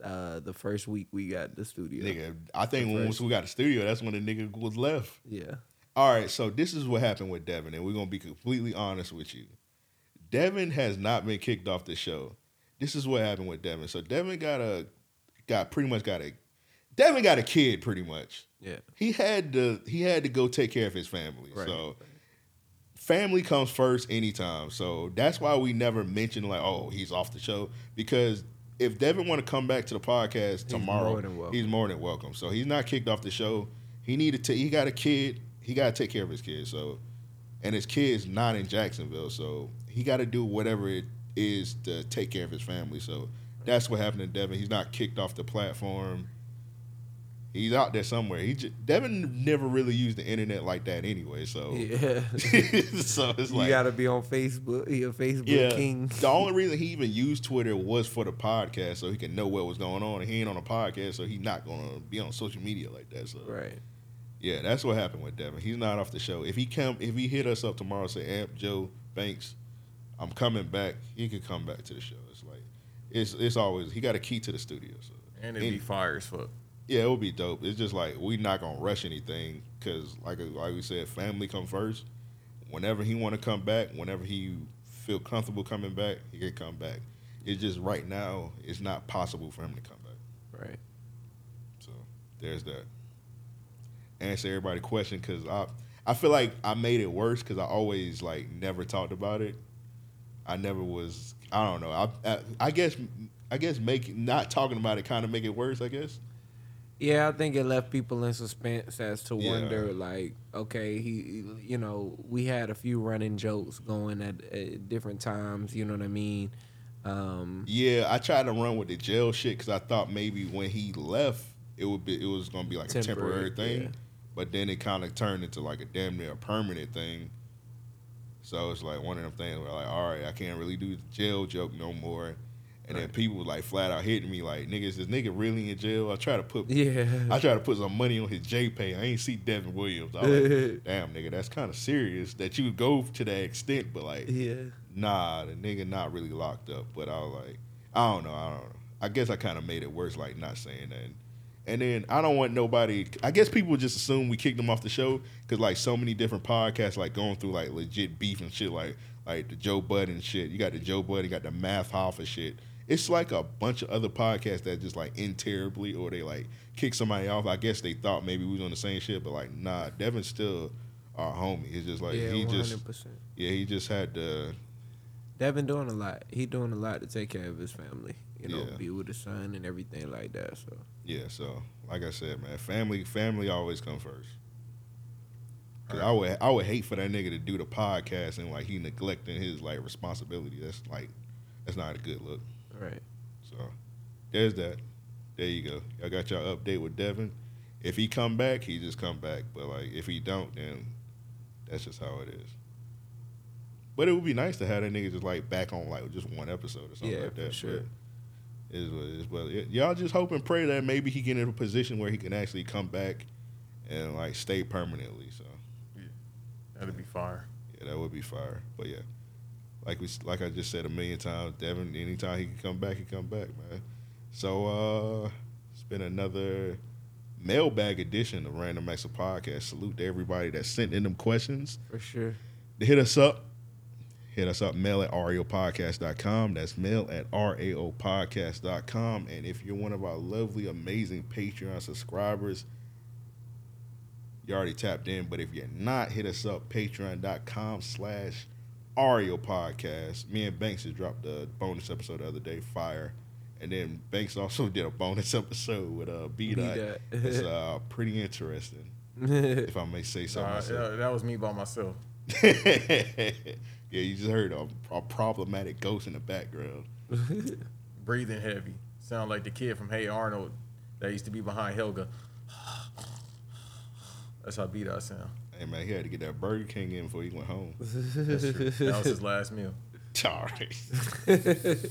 S4: uh, the first week we got the studio.
S3: Nigga, I think once we got the studio, that's when the nigga was left.
S4: Yeah,
S3: All right, so this is what happened with Devin, and we're gonna be completely honest with you. Devin has not been kicked off the show. This is what happened with Devin. So Devin got a got pretty much got a Devin got a kid pretty much.
S4: yeah.
S3: He had to he had to go take care of his family. So family comes first anytime. So that's why we never mention like, oh, he's off the show because if Devin want to come back to the podcast tomorrow,
S4: more than welcome.
S3: he's more than welcome. So he's not kicked off the show. He needed to. He got a kid. He got to take care of his kid. So, and his kid's not in Jacksonville. So he got to do whatever it is to take care of his family. So that's what happened to Devin. He's not kicked off the platform. He's out there somewhere. He just, Devin never really used the internet like that anyway. So
S4: Yeah,
S3: so it's
S4: you
S3: like
S4: gotta be on Facebook. You're Facebook king.
S3: the only reason he even used Twitter was for the podcast, so he could know what was going on. And he ain't on a podcast, so he's not gonna be on social media like that. So
S4: Right.
S3: yeah, that's what happened with Devin. He's not off the show. If he come, if he hit us up tomorrow, and say Amp Joe Banks, I'm coming back. He could come back to the show. It's like it's it's always he got a key to the studio. So
S5: And it'd be fire as fuck.
S3: yeah, it would be dope. It's just like we not gonna rush anything because, like, like we said, family come first. Whenever he want to come back, whenever he feel comfortable coming back, he can come back. It's just right now, it's not possible for him to come back.
S4: Right.
S3: So there's that. Answer everybody question because I I feel like I made it worse because I always like never talked about it. I never was. I don't know. I I, I guess I guess make not talking about it kind of make it worse. I guess.
S12: Yeah, I think it left people in suspense as to
S3: Yeah.
S12: wonder, like, okay, he, you know, we had a few running jokes going at, at different times. You know what I mean? Um,
S3: Yeah, I tried to run with the jail shit because I thought maybe when he left, it would be it was gonna be like
S12: Temporary,
S3: a temporary thing,
S12: yeah.
S3: but then it kind of turned into like a damn near permanent thing. So it's like one of them things where like, all right, I can't really do the jail joke no more. And then people was like flat out hitting me like, nigga, is this nigga really in jail? I try to put
S12: yeah,
S3: I try to put some money on his JPay. I ain't see Devin Williams. I was like, damn nigga, that's kind of serious that you would go to that extent, but like
S12: yeah.
S3: nah, the nigga not really locked up. But I was like, I don't know, I don't know. I guess I kind of made it worse, like not saying that. And then I don't want nobody. I guess people just assume we kicked them off the show because like so many different podcasts, like going through like legit beef and shit, like like the Joe Budden shit. You got the Joe Budden, you got the Math Hoffa shit. It's like a bunch of other podcasts that just like end terribly, or they like kick somebody off. I guess they thought maybe we was on the same shit, but like nah, Devin's still our homie. It's just like
S12: yeah,
S3: he
S12: one
S3: just
S12: hundred percent.
S3: yeah he just had to
S12: Devin doing a lot. He doing a lot to take care of his family. You know,
S3: Yeah.
S12: be with his son and everything like that. So
S3: Yeah, so like I said, man, family family always come first. 'Cause I would I would hate for that nigga to do the podcast and like he neglecting his like responsibility. That's like that's not a good look.
S12: right.
S3: So there's that. There you go. I got y'all update with Devin. If he come back, he just come back. But like if he don't, then that's just how it is. But it would be nice to have that nigga just like back on like just one episode or something
S12: Yeah,
S3: like
S12: for
S3: that.
S12: sure.
S3: But it is what it is. But it- y'all just hope and pray that maybe he get in a position where he can actually come back and like stay permanently. So
S5: That'd be fire.
S3: yeah, that would be fire. But yeah, like we like I just said a million times, Devin. Anytime he can come back, he come back, man. So uh, it's been another mailbag edition of Random Acts of Podcast. Salute to everybody that sent in them questions.
S12: For sure.
S3: Hit us up. Hit us up, mail at raopodcast.com. That's mail at raopodcast.com. And if you're one of our lovely, amazing Patreon subscribers, you already tapped in, but if you're not, hit us up, patreon.com slash Ario Podcast. Me and Banks just dropped a bonus episode the other day, Fire. And then Banks also did a bonus episode with uh, B-Dot.
S12: B-Dot.
S3: it's uh, pretty interesting, if I may say so
S5: Nah,
S3: myself.
S5: Uh, yeah, that was me by myself.
S3: yeah, you just heard a, a problematic ghost in the background.
S5: Breathing heavy. Sound like the kid from Hey Arnold that used to be behind Helga. That's how beat I sound.
S3: Hey man, he had to get that Burger King in before he went home.
S5: That was his last meal.
S3: All right.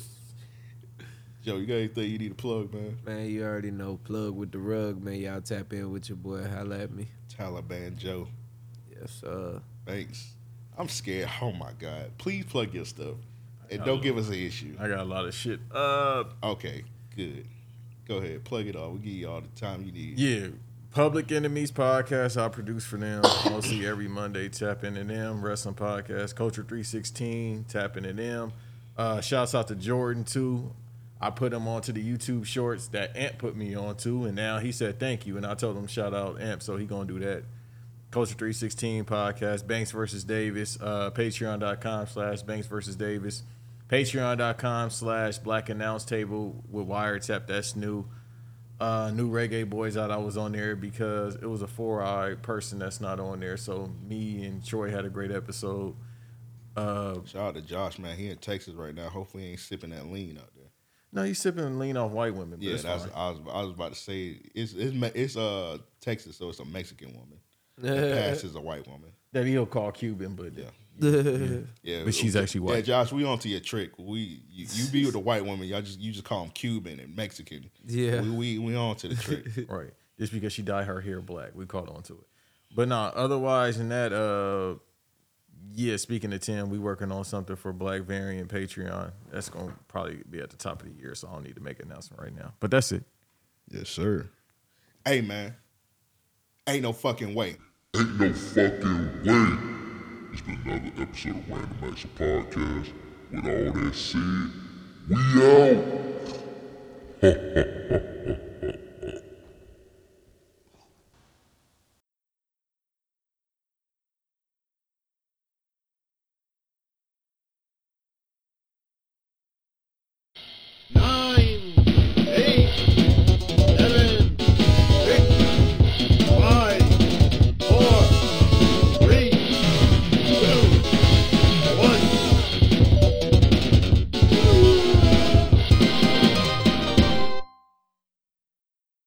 S3: Joe, you got anything you need to plug, man?
S12: Man, you already know. Plug with the rug, man. Y'all tap in with your boy. Holla at me.
S3: Taliban Joe.
S12: Yes, uh.
S3: Thanks. I'm scared. Oh my God. Please plug your stuff. And don't give us an issue.
S5: I got a lot of shit. Uh,
S3: Okay, good. Go ahead. Plug it all. We give you all the time you need.
S5: Yeah. Public Enemies podcast I produce for them mostly every Monday. Tap into them wrestling podcast Culture three sixteen. Tap into them. Uh, shouts out to Jordan too. I put him onto the YouTube shorts that Amp put me onto, and now he said thank you, and I told him shout out Amp, so he gonna do that. Culture three sixteen podcast Banks versus Davis. Uh, Patreon.com slash Banks versus Davis. Patreon.com slash Black Announce Table with Wiretap. That's new uh, new reggae boys out. I was on there because it was a four eye person that's not on there. So me and Troy had a great episode. Uh,
S3: Shout out to Josh, man. He in Texas right now. Hopefully he ain't sipping that lean out there.
S5: no, he's sipping lean off white women. But
S3: Yeah,
S5: it's
S3: that's
S5: fine.
S3: I was I was about to say it's it's Me- it's uh Texas, so it's a Mexican woman. The past is a white woman.
S5: that he'll call Cuban, but
S3: Yeah.
S12: yeah.
S3: Yeah,
S5: But she's actually
S3: Yeah,
S5: white.
S3: Josh, we onto your trick. We you, you be with a white woman, y'all just you just call them Cuban and Mexican.
S12: Yeah.
S3: we we, we on to the trick.
S5: right. Just because she dyed her hair black, we caught on to it. But nah, otherwise than that, uh, yeah. Speaking of Tim, we working on something for Black Variant Patreon. That's gonna probably be at the top of the year, so I don't need to make an announcement right now. But that's it.
S3: yes, sir. Hey man, ain't no fucking way.
S18: Ain't no fucking way. It's been another episode of Random Acts of Podcast. With all that said, we out.